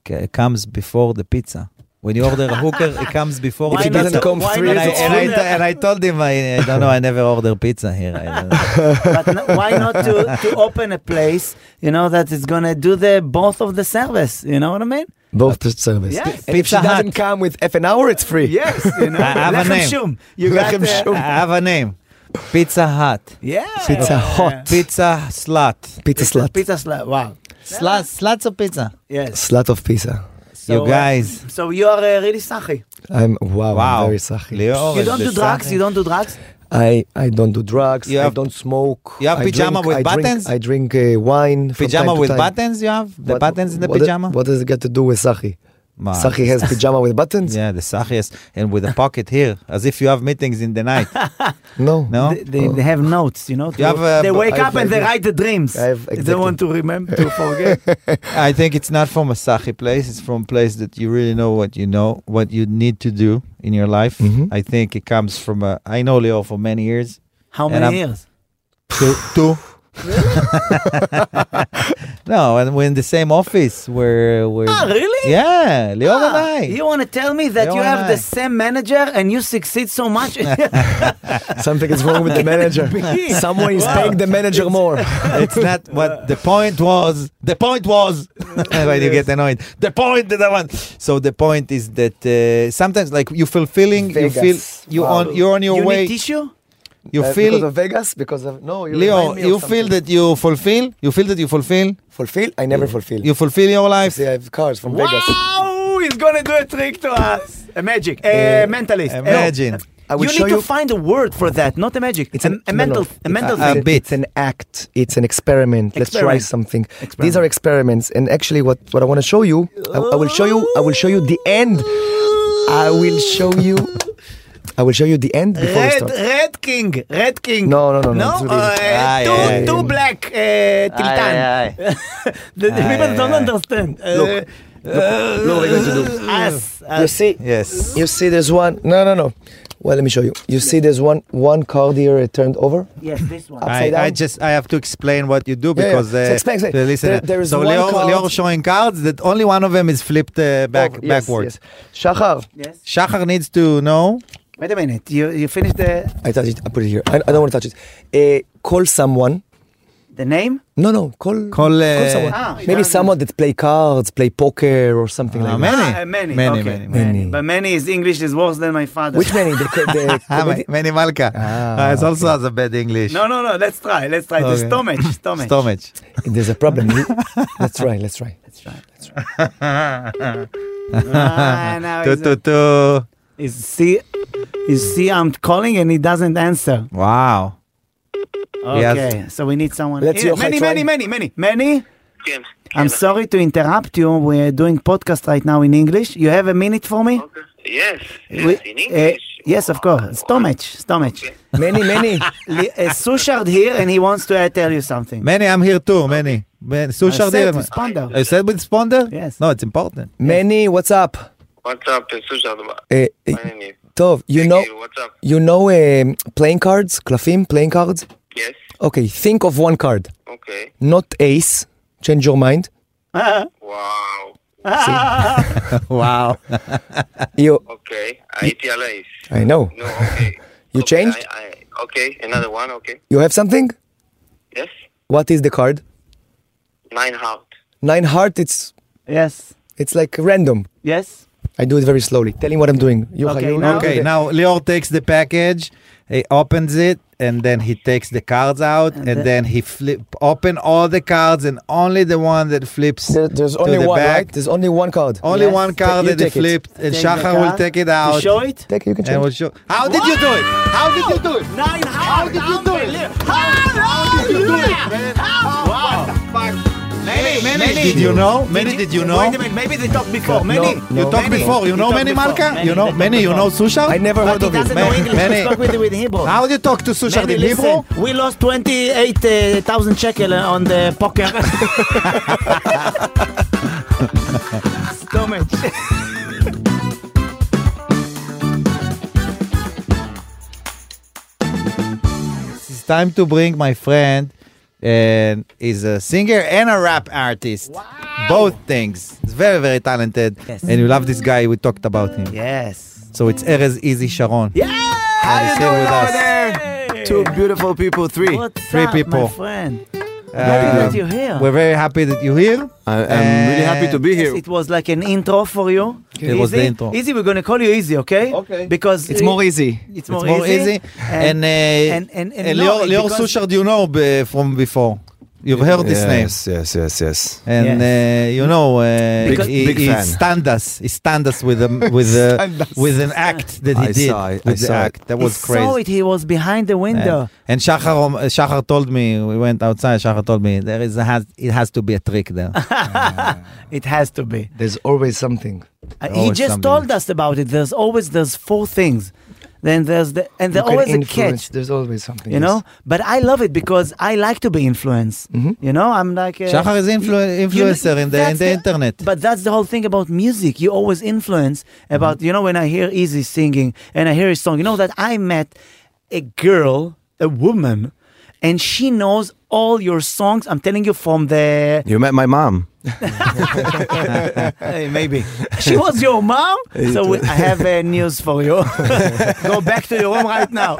[SPEAKER 3] c- comes before the pizza. When you order a hooker, it comes before
[SPEAKER 2] If
[SPEAKER 3] the
[SPEAKER 2] it doesn't
[SPEAKER 3] pizza.
[SPEAKER 2] come
[SPEAKER 4] why
[SPEAKER 2] free,
[SPEAKER 4] not
[SPEAKER 3] and, I,
[SPEAKER 4] the
[SPEAKER 3] and, I,
[SPEAKER 4] owner?
[SPEAKER 3] t- and I told him, I, I don't know, I never order pizza here. I don't know.
[SPEAKER 2] (laughs)
[SPEAKER 4] but n- why not
[SPEAKER 3] (laughs)
[SPEAKER 4] to, to open a place, you know, that is going to do the both of the service? You know what I mean?
[SPEAKER 2] both the service.
[SPEAKER 4] Yes.
[SPEAKER 2] And if she
[SPEAKER 3] Pizza Hut.
[SPEAKER 2] doesn't come with half an hour, it's free.
[SPEAKER 4] Yes, you know.
[SPEAKER 3] I (laughs) have a
[SPEAKER 4] Lechem
[SPEAKER 3] name.
[SPEAKER 4] Shum. You got
[SPEAKER 2] Lechem
[SPEAKER 4] uh,
[SPEAKER 2] Shum.
[SPEAKER 3] I have a name, Pizza Hut,
[SPEAKER 4] Yeah.
[SPEAKER 2] Pizza Hut.
[SPEAKER 3] Pizza Slut,
[SPEAKER 2] Pizza slut.
[SPEAKER 4] Pizza slut. Wow.
[SPEAKER 3] Slut, Sluts of Pizza.
[SPEAKER 4] Yes.
[SPEAKER 2] Slut of pizza.
[SPEAKER 4] So, uh,
[SPEAKER 3] you guys,
[SPEAKER 4] So you are uh, really sachi.
[SPEAKER 2] I'm wow.
[SPEAKER 3] wow,
[SPEAKER 2] I'm very sachi.
[SPEAKER 3] Leo
[SPEAKER 4] You
[SPEAKER 3] is
[SPEAKER 4] don't
[SPEAKER 3] the
[SPEAKER 4] do drugs.
[SPEAKER 3] son.
[SPEAKER 4] You don't do drugs.
[SPEAKER 2] I I don't do drugs.
[SPEAKER 3] You
[SPEAKER 2] I
[SPEAKER 3] have-
[SPEAKER 2] don't smoke.
[SPEAKER 3] you have
[SPEAKER 2] I
[SPEAKER 3] pyjama
[SPEAKER 2] drink,
[SPEAKER 3] with
[SPEAKER 2] I drink-
[SPEAKER 3] buttons?
[SPEAKER 2] I drink uh, wine. from time
[SPEAKER 3] Pajama
[SPEAKER 2] to
[SPEAKER 3] with
[SPEAKER 2] time.
[SPEAKER 3] buttons, you have the
[SPEAKER 2] What-
[SPEAKER 3] buttons in the
[SPEAKER 2] what-
[SPEAKER 3] pajama.
[SPEAKER 2] What does it got to do with Sachi?
[SPEAKER 3] Ma-
[SPEAKER 2] Sachi has pajama with
[SPEAKER 3] (laughs)
[SPEAKER 2] buttons.
[SPEAKER 3] Yeah, the sachias and with a pocket here, as if you have meetings in the night.
[SPEAKER 2] No.
[SPEAKER 3] No,
[SPEAKER 4] They, they, they have notes, you know. to-
[SPEAKER 3] You have, uh,
[SPEAKER 4] they wake
[SPEAKER 2] I
[SPEAKER 4] up
[SPEAKER 2] have
[SPEAKER 4] and they
[SPEAKER 2] idea.
[SPEAKER 4] write the dreams.
[SPEAKER 2] I have
[SPEAKER 4] They
[SPEAKER 2] exactly.
[SPEAKER 4] want to remember to
[SPEAKER 3] (laughs)
[SPEAKER 4] forget.
[SPEAKER 3] I think it's not from a sachi place. It's from a place that you really know what you know, what you need to do in your life.
[SPEAKER 2] Mhm.
[SPEAKER 3] I think it comes from a. I know Leo for many years.
[SPEAKER 4] How
[SPEAKER 3] And
[SPEAKER 4] many
[SPEAKER 3] I'm-
[SPEAKER 4] years?
[SPEAKER 3] Two. two. no, and we're in the same office. We're we're.
[SPEAKER 4] Ah, really?
[SPEAKER 3] Yeah, Leo and
[SPEAKER 4] Ah,
[SPEAKER 3] I.
[SPEAKER 4] You want to tell me that
[SPEAKER 3] Leo
[SPEAKER 4] you
[SPEAKER 3] and
[SPEAKER 4] have
[SPEAKER 3] I.
[SPEAKER 4] the same manager and you succeed so
[SPEAKER 3] (laughs)
[SPEAKER 4] much? (laughs)
[SPEAKER 2] Something is wrong (laughs) with the manager. Someone is paying the manager more.
[SPEAKER 3] it's not what the point was. The point was (laughs) when you get annoyed. The point that I want. So the point is that uh, sometimes, like you feel feeling, you
[SPEAKER 2] Vegas.
[SPEAKER 3] feel you
[SPEAKER 2] Wow.
[SPEAKER 3] on you're on your
[SPEAKER 4] you
[SPEAKER 3] way.
[SPEAKER 4] need tissue?
[SPEAKER 3] you
[SPEAKER 2] Uh,
[SPEAKER 3] feel
[SPEAKER 2] because of Vegas. Because of no. You
[SPEAKER 3] Leo.
[SPEAKER 2] remind me of
[SPEAKER 3] You feel
[SPEAKER 2] something.
[SPEAKER 3] that you fulfill. You feel that you fulfill.
[SPEAKER 2] fulfill. I never fulfill.
[SPEAKER 3] You fulfill your life.
[SPEAKER 2] See, I have cars from Vegas.
[SPEAKER 4] Wow! He's gonna do a trick to us. A magic. A mentalist. No.
[SPEAKER 3] Imagine.
[SPEAKER 2] Eh, I will
[SPEAKER 4] you
[SPEAKER 2] show
[SPEAKER 4] need
[SPEAKER 2] you.
[SPEAKER 4] to find a word for that, not a magic. It's a,
[SPEAKER 2] an-
[SPEAKER 4] a
[SPEAKER 2] no,
[SPEAKER 4] mental,
[SPEAKER 2] no.
[SPEAKER 4] a mental
[SPEAKER 3] a- a
[SPEAKER 4] thing.
[SPEAKER 3] bit.
[SPEAKER 2] It's an act. It's an experiment. Let's try
[SPEAKER 4] Experiment.
[SPEAKER 2] something. These
[SPEAKER 4] Experiment.
[SPEAKER 2] are experiments, and actually, what, what I want to show you, I, I will show you. I will show you the end. I will show you. I will show you the end before we
[SPEAKER 4] Red,
[SPEAKER 2] start.
[SPEAKER 4] red king, red king.
[SPEAKER 2] No, no, no, no,
[SPEAKER 4] no.
[SPEAKER 2] it's
[SPEAKER 4] Uh,
[SPEAKER 2] really-
[SPEAKER 3] Aye,
[SPEAKER 4] two,
[SPEAKER 3] aye,
[SPEAKER 4] two
[SPEAKER 2] aye.
[SPEAKER 4] black uh, tiltan. (laughs) The, the
[SPEAKER 3] Aye,
[SPEAKER 4] people
[SPEAKER 3] aye,
[SPEAKER 4] don't
[SPEAKER 3] aye.
[SPEAKER 4] understand. Uh,
[SPEAKER 2] Look, Look what we're going to
[SPEAKER 3] (laughs)
[SPEAKER 2] do.
[SPEAKER 4] us,
[SPEAKER 2] You
[SPEAKER 4] us.
[SPEAKER 2] see,
[SPEAKER 3] Yes.
[SPEAKER 2] you see, there's one. No, no, no. Well, let me show you. You see, there's one one card here uh, turned over.
[SPEAKER 4] Yes, this one.
[SPEAKER 2] Upside
[SPEAKER 3] I, I
[SPEAKER 2] down?
[SPEAKER 3] just I have to explain what you do
[SPEAKER 2] Yeah, yeah.
[SPEAKER 3] because
[SPEAKER 2] So
[SPEAKER 3] Uh,
[SPEAKER 2] explain, explain.
[SPEAKER 3] the listener.
[SPEAKER 2] There- there is
[SPEAKER 3] so
[SPEAKER 2] one
[SPEAKER 3] Leo,
[SPEAKER 2] card-
[SPEAKER 3] Leo showing cards that only one of them is flipped uh, back
[SPEAKER 2] Over. Yes,
[SPEAKER 3] backwards.
[SPEAKER 2] yes. Shachar,
[SPEAKER 4] Yes.
[SPEAKER 3] Shachar needs to know.
[SPEAKER 4] Wait a minute. You you finished the
[SPEAKER 2] I touch it. I put it here. I, I don't want to touch it. Uh, call someone.
[SPEAKER 4] the name?
[SPEAKER 2] No, no. Call
[SPEAKER 3] Call, uh,
[SPEAKER 2] someone.
[SPEAKER 4] Ah, it
[SPEAKER 2] Maybe
[SPEAKER 4] doesn't-
[SPEAKER 2] someone that play cards, play poker, or something
[SPEAKER 3] Ah,
[SPEAKER 2] like that.
[SPEAKER 3] Many.
[SPEAKER 4] Ah, many.
[SPEAKER 3] Many,
[SPEAKER 4] okay.
[SPEAKER 3] many,
[SPEAKER 2] many.
[SPEAKER 4] But many is English is worse than my father.
[SPEAKER 2] Which many? The, co-
[SPEAKER 3] (laughs)
[SPEAKER 2] the
[SPEAKER 3] Ah,
[SPEAKER 2] comedy-
[SPEAKER 3] Manny Malka.
[SPEAKER 2] Ah,
[SPEAKER 3] Ah, it's also has a bad English.
[SPEAKER 4] No, no, no. Let's try. Let's try. The
[SPEAKER 3] Okay.
[SPEAKER 4] stomach.
[SPEAKER 3] (laughs)
[SPEAKER 4] Stomach.
[SPEAKER 3] Stomach.
[SPEAKER 2] There's a
[SPEAKER 3] (laughs)
[SPEAKER 2] problem. let's try. Let's try.
[SPEAKER 3] (laughs)
[SPEAKER 4] Ah, now
[SPEAKER 3] Tu,
[SPEAKER 4] he's,
[SPEAKER 3] tu, tu.
[SPEAKER 4] is see, is see. I'm calling and he doesn't answer.
[SPEAKER 3] Wow. has-
[SPEAKER 4] Okay. So we need someone.
[SPEAKER 2] Let's
[SPEAKER 4] Yeah,
[SPEAKER 2] Yochai
[SPEAKER 4] many,
[SPEAKER 2] try.
[SPEAKER 4] many, many, many, many.
[SPEAKER 1] כן.
[SPEAKER 4] I'm sorry to interrupt you. We're doing podcast right now in English. You have a minute for me?
[SPEAKER 1] Yes,
[SPEAKER 4] We-
[SPEAKER 1] yes, in
[SPEAKER 2] eh,
[SPEAKER 4] uh,
[SPEAKER 1] English.
[SPEAKER 4] yes, of course. Stomach, stomach.
[SPEAKER 2] Many,
[SPEAKER 3] (laughs)
[SPEAKER 2] many.
[SPEAKER 4] Li- uh, Sushard here, and he wants to uh, tell you something.
[SPEAKER 3] Many, I'm here too. Many. Many.
[SPEAKER 4] I
[SPEAKER 3] Sushar
[SPEAKER 4] said
[SPEAKER 3] Dillerman.
[SPEAKER 4] responder.
[SPEAKER 3] You said with Sponder?
[SPEAKER 4] Yes.
[SPEAKER 3] No, it's important.
[SPEAKER 2] many, what's up?
[SPEAKER 1] What's up, eh, סושרד? מה
[SPEAKER 2] Uh, uh,
[SPEAKER 1] העניינים?
[SPEAKER 2] Tov, you know,
[SPEAKER 1] What's up?
[SPEAKER 2] you know um, playing cards? Klafim, playing cards?
[SPEAKER 1] Yes,
[SPEAKER 2] Okay, think of one card.
[SPEAKER 1] okay.
[SPEAKER 2] Not ace. Change your mind.
[SPEAKER 1] וואו,
[SPEAKER 3] wow.
[SPEAKER 2] You,
[SPEAKER 1] אוקיי. הייתי על האיס.
[SPEAKER 2] I know.
[SPEAKER 1] נו, אוקיי.
[SPEAKER 2] (laughs) You
[SPEAKER 1] אוקיי,
[SPEAKER 2] changed?
[SPEAKER 1] I- I- אוקיי, another one, אוקיי.
[SPEAKER 2] You have something?
[SPEAKER 1] Yes,
[SPEAKER 2] What is the card?
[SPEAKER 1] nine heart.
[SPEAKER 2] Nine heart. It's
[SPEAKER 4] Yes.
[SPEAKER 2] it's like random.
[SPEAKER 4] Yes.
[SPEAKER 2] I do it very slowly. Tell him what I'm doing. You,
[SPEAKER 4] Okay,
[SPEAKER 2] you-
[SPEAKER 4] now-
[SPEAKER 3] Okay,
[SPEAKER 4] Okay.
[SPEAKER 3] now Lior takes the package, he opens it, and then he takes the cards out, and,
[SPEAKER 4] the-
[SPEAKER 3] then he flip open all the cards, and only the one that flips
[SPEAKER 2] There- there's only
[SPEAKER 3] to the
[SPEAKER 2] one,
[SPEAKER 3] back.
[SPEAKER 2] right? There's only one card.
[SPEAKER 3] Only
[SPEAKER 4] Yes.
[SPEAKER 3] one
[SPEAKER 2] Ta-
[SPEAKER 3] card
[SPEAKER 2] you
[SPEAKER 3] that he
[SPEAKER 2] take it.
[SPEAKER 3] flipped, and
[SPEAKER 4] Take the
[SPEAKER 3] Shachar will
[SPEAKER 4] card.
[SPEAKER 3] take it
[SPEAKER 4] To
[SPEAKER 3] out.
[SPEAKER 4] show it.
[SPEAKER 2] Take it, you can
[SPEAKER 3] And
[SPEAKER 2] change.
[SPEAKER 3] we'll show. How did you do it? How did you do it?
[SPEAKER 4] Nine How did you do it? How,
[SPEAKER 3] How did you do it, man?
[SPEAKER 4] Wow.
[SPEAKER 3] Fuck.
[SPEAKER 4] Many, many.
[SPEAKER 3] Did you know? Many did you know?
[SPEAKER 4] Wait a minute, maybe they talked before. Many.
[SPEAKER 3] You talked
[SPEAKER 4] Many.
[SPEAKER 3] before. You
[SPEAKER 4] He
[SPEAKER 3] know
[SPEAKER 4] talked
[SPEAKER 3] many
[SPEAKER 4] before.
[SPEAKER 3] Malka? You
[SPEAKER 4] Many,
[SPEAKER 3] know
[SPEAKER 4] they
[SPEAKER 3] many?
[SPEAKER 4] talked
[SPEAKER 3] You know
[SPEAKER 4] before.
[SPEAKER 3] Sushar?
[SPEAKER 2] I never
[SPEAKER 4] But
[SPEAKER 2] heard
[SPEAKER 4] he
[SPEAKER 2] of it.
[SPEAKER 4] doesn't know
[SPEAKER 3] Many,
[SPEAKER 4] English.
[SPEAKER 3] many.
[SPEAKER 4] He spoke with, with Hebrew.
[SPEAKER 3] How do you talk to Sushar
[SPEAKER 4] Many,
[SPEAKER 3] in
[SPEAKER 4] listen,
[SPEAKER 3] Hebrew?
[SPEAKER 4] We lost 28,000 shekel uh, on the poker. (laughs) so much.
[SPEAKER 3] It's time to bring my friend, and he's a singer and a rap artist. Both things. He's very, very talented.
[SPEAKER 4] Yes.
[SPEAKER 3] And you love this guy. We talked about him.
[SPEAKER 4] Yes.
[SPEAKER 3] So it's Erez Easy Sharon.
[SPEAKER 4] Yeah.
[SPEAKER 3] And he's here with us.
[SPEAKER 7] Two beautiful people, three.
[SPEAKER 4] What's
[SPEAKER 3] Three
[SPEAKER 4] up,
[SPEAKER 3] people.
[SPEAKER 4] my friend?
[SPEAKER 3] Uh,
[SPEAKER 4] Happy that you're here.
[SPEAKER 3] We're very happy that you're here.
[SPEAKER 7] I, I'm really happy to be
[SPEAKER 4] Yes,
[SPEAKER 7] here.
[SPEAKER 4] it was like an intro for you.
[SPEAKER 3] It was the
[SPEAKER 4] Easy?
[SPEAKER 3] intro.
[SPEAKER 4] Easy, we're gonna call you Easy, okay?
[SPEAKER 7] Okay.
[SPEAKER 4] Because
[SPEAKER 2] It's more easy.
[SPEAKER 4] It's
[SPEAKER 3] It's more easy. And, uh,
[SPEAKER 4] and- and- and no,
[SPEAKER 3] Lior, Lior
[SPEAKER 4] because-
[SPEAKER 3] Sushard, you know be, from before. You've heard his name.
[SPEAKER 2] Yes, yes, yes, yes.
[SPEAKER 3] And uh, you know, uh,
[SPEAKER 7] Because-
[SPEAKER 3] he,
[SPEAKER 7] Big
[SPEAKER 3] he
[SPEAKER 7] fan.
[SPEAKER 3] stunned us. He stunned us
[SPEAKER 4] (laughs)
[SPEAKER 3] with a, with a, with an act that he
[SPEAKER 7] I
[SPEAKER 3] did.
[SPEAKER 7] saw it.
[SPEAKER 3] with
[SPEAKER 7] I
[SPEAKER 3] the
[SPEAKER 7] saw it.
[SPEAKER 3] act. That was
[SPEAKER 4] he
[SPEAKER 3] crazy.
[SPEAKER 4] saw it. He was behind the window.
[SPEAKER 3] And, and Shachar, um, uh, Shachar told me we went outside. Shachar told me there is a has, it has to be a trick
[SPEAKER 4] (laughs)
[SPEAKER 3] there.
[SPEAKER 4] It has to be.
[SPEAKER 2] There's always something.
[SPEAKER 4] Uh, he
[SPEAKER 3] always
[SPEAKER 4] just
[SPEAKER 3] something.
[SPEAKER 4] told us about it. There's always there's four things. Then there's the and
[SPEAKER 2] You
[SPEAKER 4] there's
[SPEAKER 2] can
[SPEAKER 4] always a
[SPEAKER 2] influence.
[SPEAKER 4] catch.
[SPEAKER 2] There's always something.
[SPEAKER 4] You know, but I love it because I like to be influenced. You know, I'm like uh,
[SPEAKER 3] Shachar Mm-hmm. is influ- influencer in the in
[SPEAKER 4] that's
[SPEAKER 3] the internet.
[SPEAKER 4] But that's the whole thing about music. You always influence about you know when I hear Easy singing and I hear his song. You know that I met a girl, a woman, and she knows all your songs. I'm telling you from the
[SPEAKER 7] You met my mom.
[SPEAKER 3] Uh,
[SPEAKER 4] Hey, maybe (laughs) she was your
[SPEAKER 3] (laughs)
[SPEAKER 4] mom. So we, I have uh, news for you. Go back to your room right now.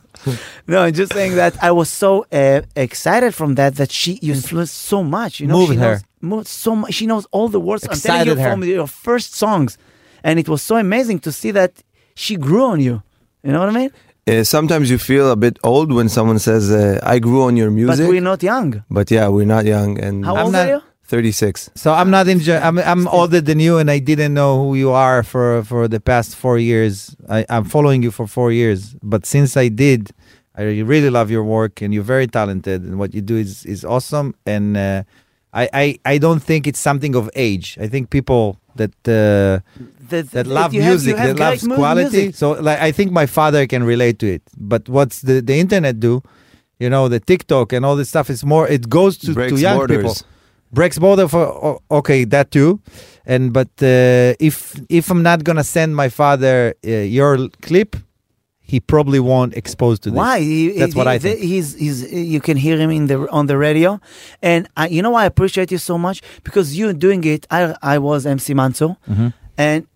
[SPEAKER 4] (laughs) no, I'm just saying that I was so uh, excited from that that she influenced so much. You know,
[SPEAKER 3] Moved
[SPEAKER 4] she
[SPEAKER 3] her.
[SPEAKER 4] knows moved so much. She knows all the words. I'm
[SPEAKER 3] Excited
[SPEAKER 4] telling you
[SPEAKER 3] her.
[SPEAKER 4] from your first songs, and it was so amazing to see that she grew on you. You know what I mean?
[SPEAKER 7] Uh, sometimes you feel a bit old when someone says, uh, I grew on your music.
[SPEAKER 4] But we're not young.
[SPEAKER 7] But yeah, we're not young. And
[SPEAKER 4] How
[SPEAKER 3] I'm
[SPEAKER 4] old
[SPEAKER 3] not-
[SPEAKER 4] are you?
[SPEAKER 7] 36.
[SPEAKER 3] so I'm not enjoy- I'm I'm older than you, and I didn't know who you are for for the past four years. I, I'm following you for four years, but since I did, I really love your work, and you're very talented, and what you do is is awesome. And uh, I, I I don't think it's something of age. I think people that. Uh, that love
[SPEAKER 4] you have- you
[SPEAKER 3] music,
[SPEAKER 4] have
[SPEAKER 3] that loves
[SPEAKER 4] great mu-
[SPEAKER 3] quality.
[SPEAKER 4] music.
[SPEAKER 3] So like I think my father can relate to it. But what's the, the internet do? You know, the TikTok and all this stuff is more it goes to, to
[SPEAKER 7] Breaks
[SPEAKER 3] young
[SPEAKER 7] borders.
[SPEAKER 3] people. Breaks border for o- okay, that too. And but uh, if if I'm not gonna send my father uh, your l- clip, he probably won't expose to this.
[SPEAKER 4] Why? He-
[SPEAKER 3] That's
[SPEAKER 4] he-
[SPEAKER 3] what I
[SPEAKER 4] he-
[SPEAKER 3] think.
[SPEAKER 4] He's, he's, you can hear him in the on the radio, and I, you know why I appreciate you so much because you doing it. I I was MC Manso,
[SPEAKER 3] Mm-hmm.
[SPEAKER 4] and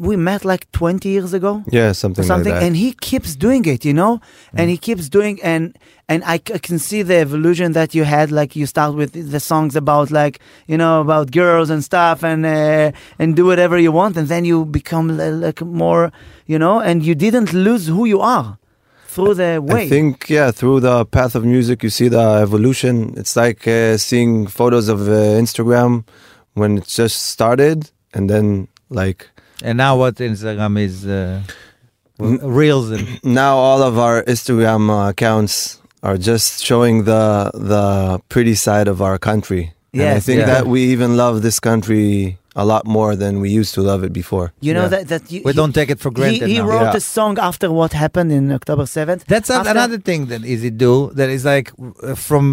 [SPEAKER 4] we met like twenty years ago
[SPEAKER 7] Yeah, something,
[SPEAKER 4] or something
[SPEAKER 7] like that.
[SPEAKER 4] and he keeps doing it you know and he keeps doing and and I, c- I can see the evolution that you had like you start with the songs about like you know about girls and stuff and uh, and do whatever you want and then you become li- like more you know and you didn't lose who you are through the way
[SPEAKER 7] I think, yeah, through the path of music, you see the evolution. It's like uh, seeing photos of uh, Instagram when it just started and then like
[SPEAKER 3] And now what Instagram is uh, w- reels and
[SPEAKER 7] now all of our Instagram uh, accounts are just showing the the pretty side of our country. and I
[SPEAKER 4] Yes,
[SPEAKER 7] think
[SPEAKER 3] yeah.
[SPEAKER 7] that we even love this country a lot more than we used to love it before.
[SPEAKER 4] you know
[SPEAKER 3] yeah.
[SPEAKER 4] that that you,
[SPEAKER 3] we
[SPEAKER 4] he-
[SPEAKER 3] don't take it for
[SPEAKER 4] he,
[SPEAKER 3] granted.
[SPEAKER 4] he
[SPEAKER 3] now.
[SPEAKER 4] wrote
[SPEAKER 7] Yeah.
[SPEAKER 4] a song after what happened in October 7th.
[SPEAKER 3] That's a-
[SPEAKER 4] After-
[SPEAKER 3] another thing that Easy do. That is like uh, from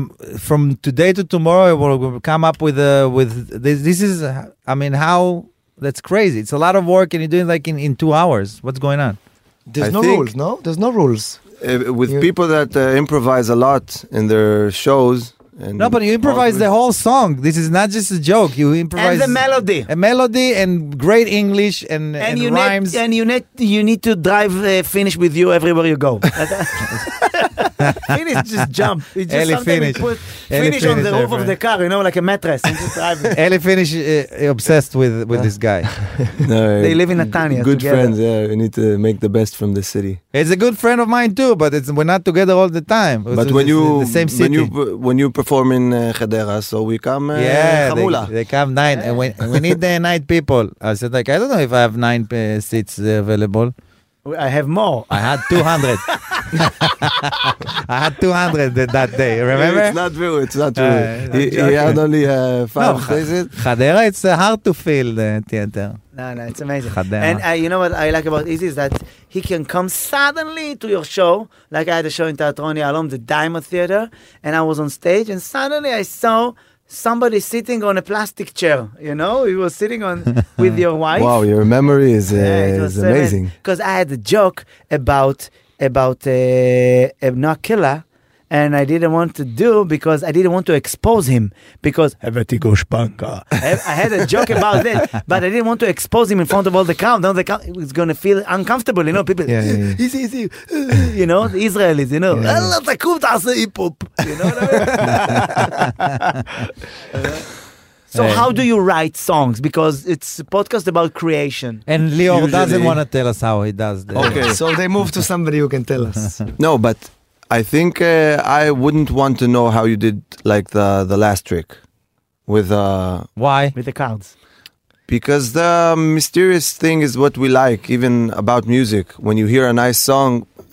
[SPEAKER 3] from today to tomorrow, I will will come up with uh, with this. This is, uh, I mean, how that's crazy. It's a lot of work, and you're doing like in in two hours. What's going on?
[SPEAKER 7] Mm.
[SPEAKER 2] There's
[SPEAKER 7] I
[SPEAKER 2] no
[SPEAKER 7] think-
[SPEAKER 2] rules. No, there's no rules.
[SPEAKER 7] Uh, with
[SPEAKER 2] Yeah.
[SPEAKER 7] people that uh, improvise a lot in their shows. And
[SPEAKER 3] No, but
[SPEAKER 7] (laughs)
[SPEAKER 3] you improvise the whole song. This is not just a joke. You improvise
[SPEAKER 4] and the melody
[SPEAKER 3] a melody and great English and and,
[SPEAKER 4] and you
[SPEAKER 3] rhymes.
[SPEAKER 4] need and you need you need to drive uh, finish with you everywhere you (laughs) go. finish just jump. You just
[SPEAKER 3] Eli
[SPEAKER 4] sometimes you
[SPEAKER 3] finish.
[SPEAKER 4] put
[SPEAKER 3] Eli
[SPEAKER 4] finish on
[SPEAKER 3] finish
[SPEAKER 4] the roof of
[SPEAKER 3] everywhere.
[SPEAKER 4] the car, you know, like a mattress, and just drive. (laughs) it.
[SPEAKER 3] Ellie finish uh, obsessed with with this
[SPEAKER 7] (laughs)
[SPEAKER 3] guy.
[SPEAKER 4] they live in Netanya.
[SPEAKER 7] Good
[SPEAKER 4] together.
[SPEAKER 7] friends, yeah. We need to make the best from the city.
[SPEAKER 3] He's a good friend of mine too, but it's we're not together all the time.
[SPEAKER 7] But
[SPEAKER 3] It's-
[SPEAKER 7] when
[SPEAKER 3] it's in
[SPEAKER 7] you
[SPEAKER 3] the same
[SPEAKER 7] when
[SPEAKER 3] city.
[SPEAKER 7] you when you perform in uh, Hedera, so we come uh,
[SPEAKER 3] yeah,
[SPEAKER 7] Hamula.
[SPEAKER 3] they, they come nine, and we, we need the (laughs) nine people. I said like I don't know if I have nine uh, seats available.
[SPEAKER 4] I have more.
[SPEAKER 3] I had two hundred. (laughs) I had 200 that- that day,
[SPEAKER 7] It's
[SPEAKER 3] remember?
[SPEAKER 7] not true. It's not true.
[SPEAKER 3] Uh,
[SPEAKER 7] he, he had only uh,
[SPEAKER 3] No,
[SPEAKER 7] five places.
[SPEAKER 3] Hadera, it's uh, hard to fill the theater.
[SPEAKER 4] No, no, it's amazing.
[SPEAKER 3] Goddamn.
[SPEAKER 4] And uh, you know what I like about Izzy is that he can come suddenly to your show. Like I had a show in Teatroni Alom, the Diamond Theater, and I was on stage, and suddenly I saw somebody sitting on a plastic chair. You know, he was sitting on with your wife.
[SPEAKER 7] Wow, your memory is, uh, is amazing.
[SPEAKER 4] Because I had a joke about about uh, Ebna Killa, and I didn't want to do because I didn't want to expose him because Hebeti Goshpanka. I I had a joke
[SPEAKER 2] (laughs)
[SPEAKER 4] about that, but I didn't want to expose him in front of all the crowd. Now the crowd is gonna feel uncomfortable, you know. People,
[SPEAKER 2] Yeah, yeah,
[SPEAKER 4] (laughs)
[SPEAKER 2] yeah.
[SPEAKER 4] easy, easy, you know, the Israelis, you know. "אללה, תקום, תעשה היפ-הופ." You know what I mean? (laughs) So how do you write songs? Because it's a podcast about creation.
[SPEAKER 3] And Lior doesn't
[SPEAKER 7] Usually-
[SPEAKER 3] want to tell us how he does the
[SPEAKER 7] Okay.
[SPEAKER 2] so they move to somebody who can tell
[SPEAKER 3] (laughs)
[SPEAKER 2] us.
[SPEAKER 7] No, but I think uh, I wouldn't want to know how you did like the the last trick with uh
[SPEAKER 3] Why?
[SPEAKER 4] with the cards.
[SPEAKER 7] because the mysterious thing is what we like even about music. When you hear a nice song,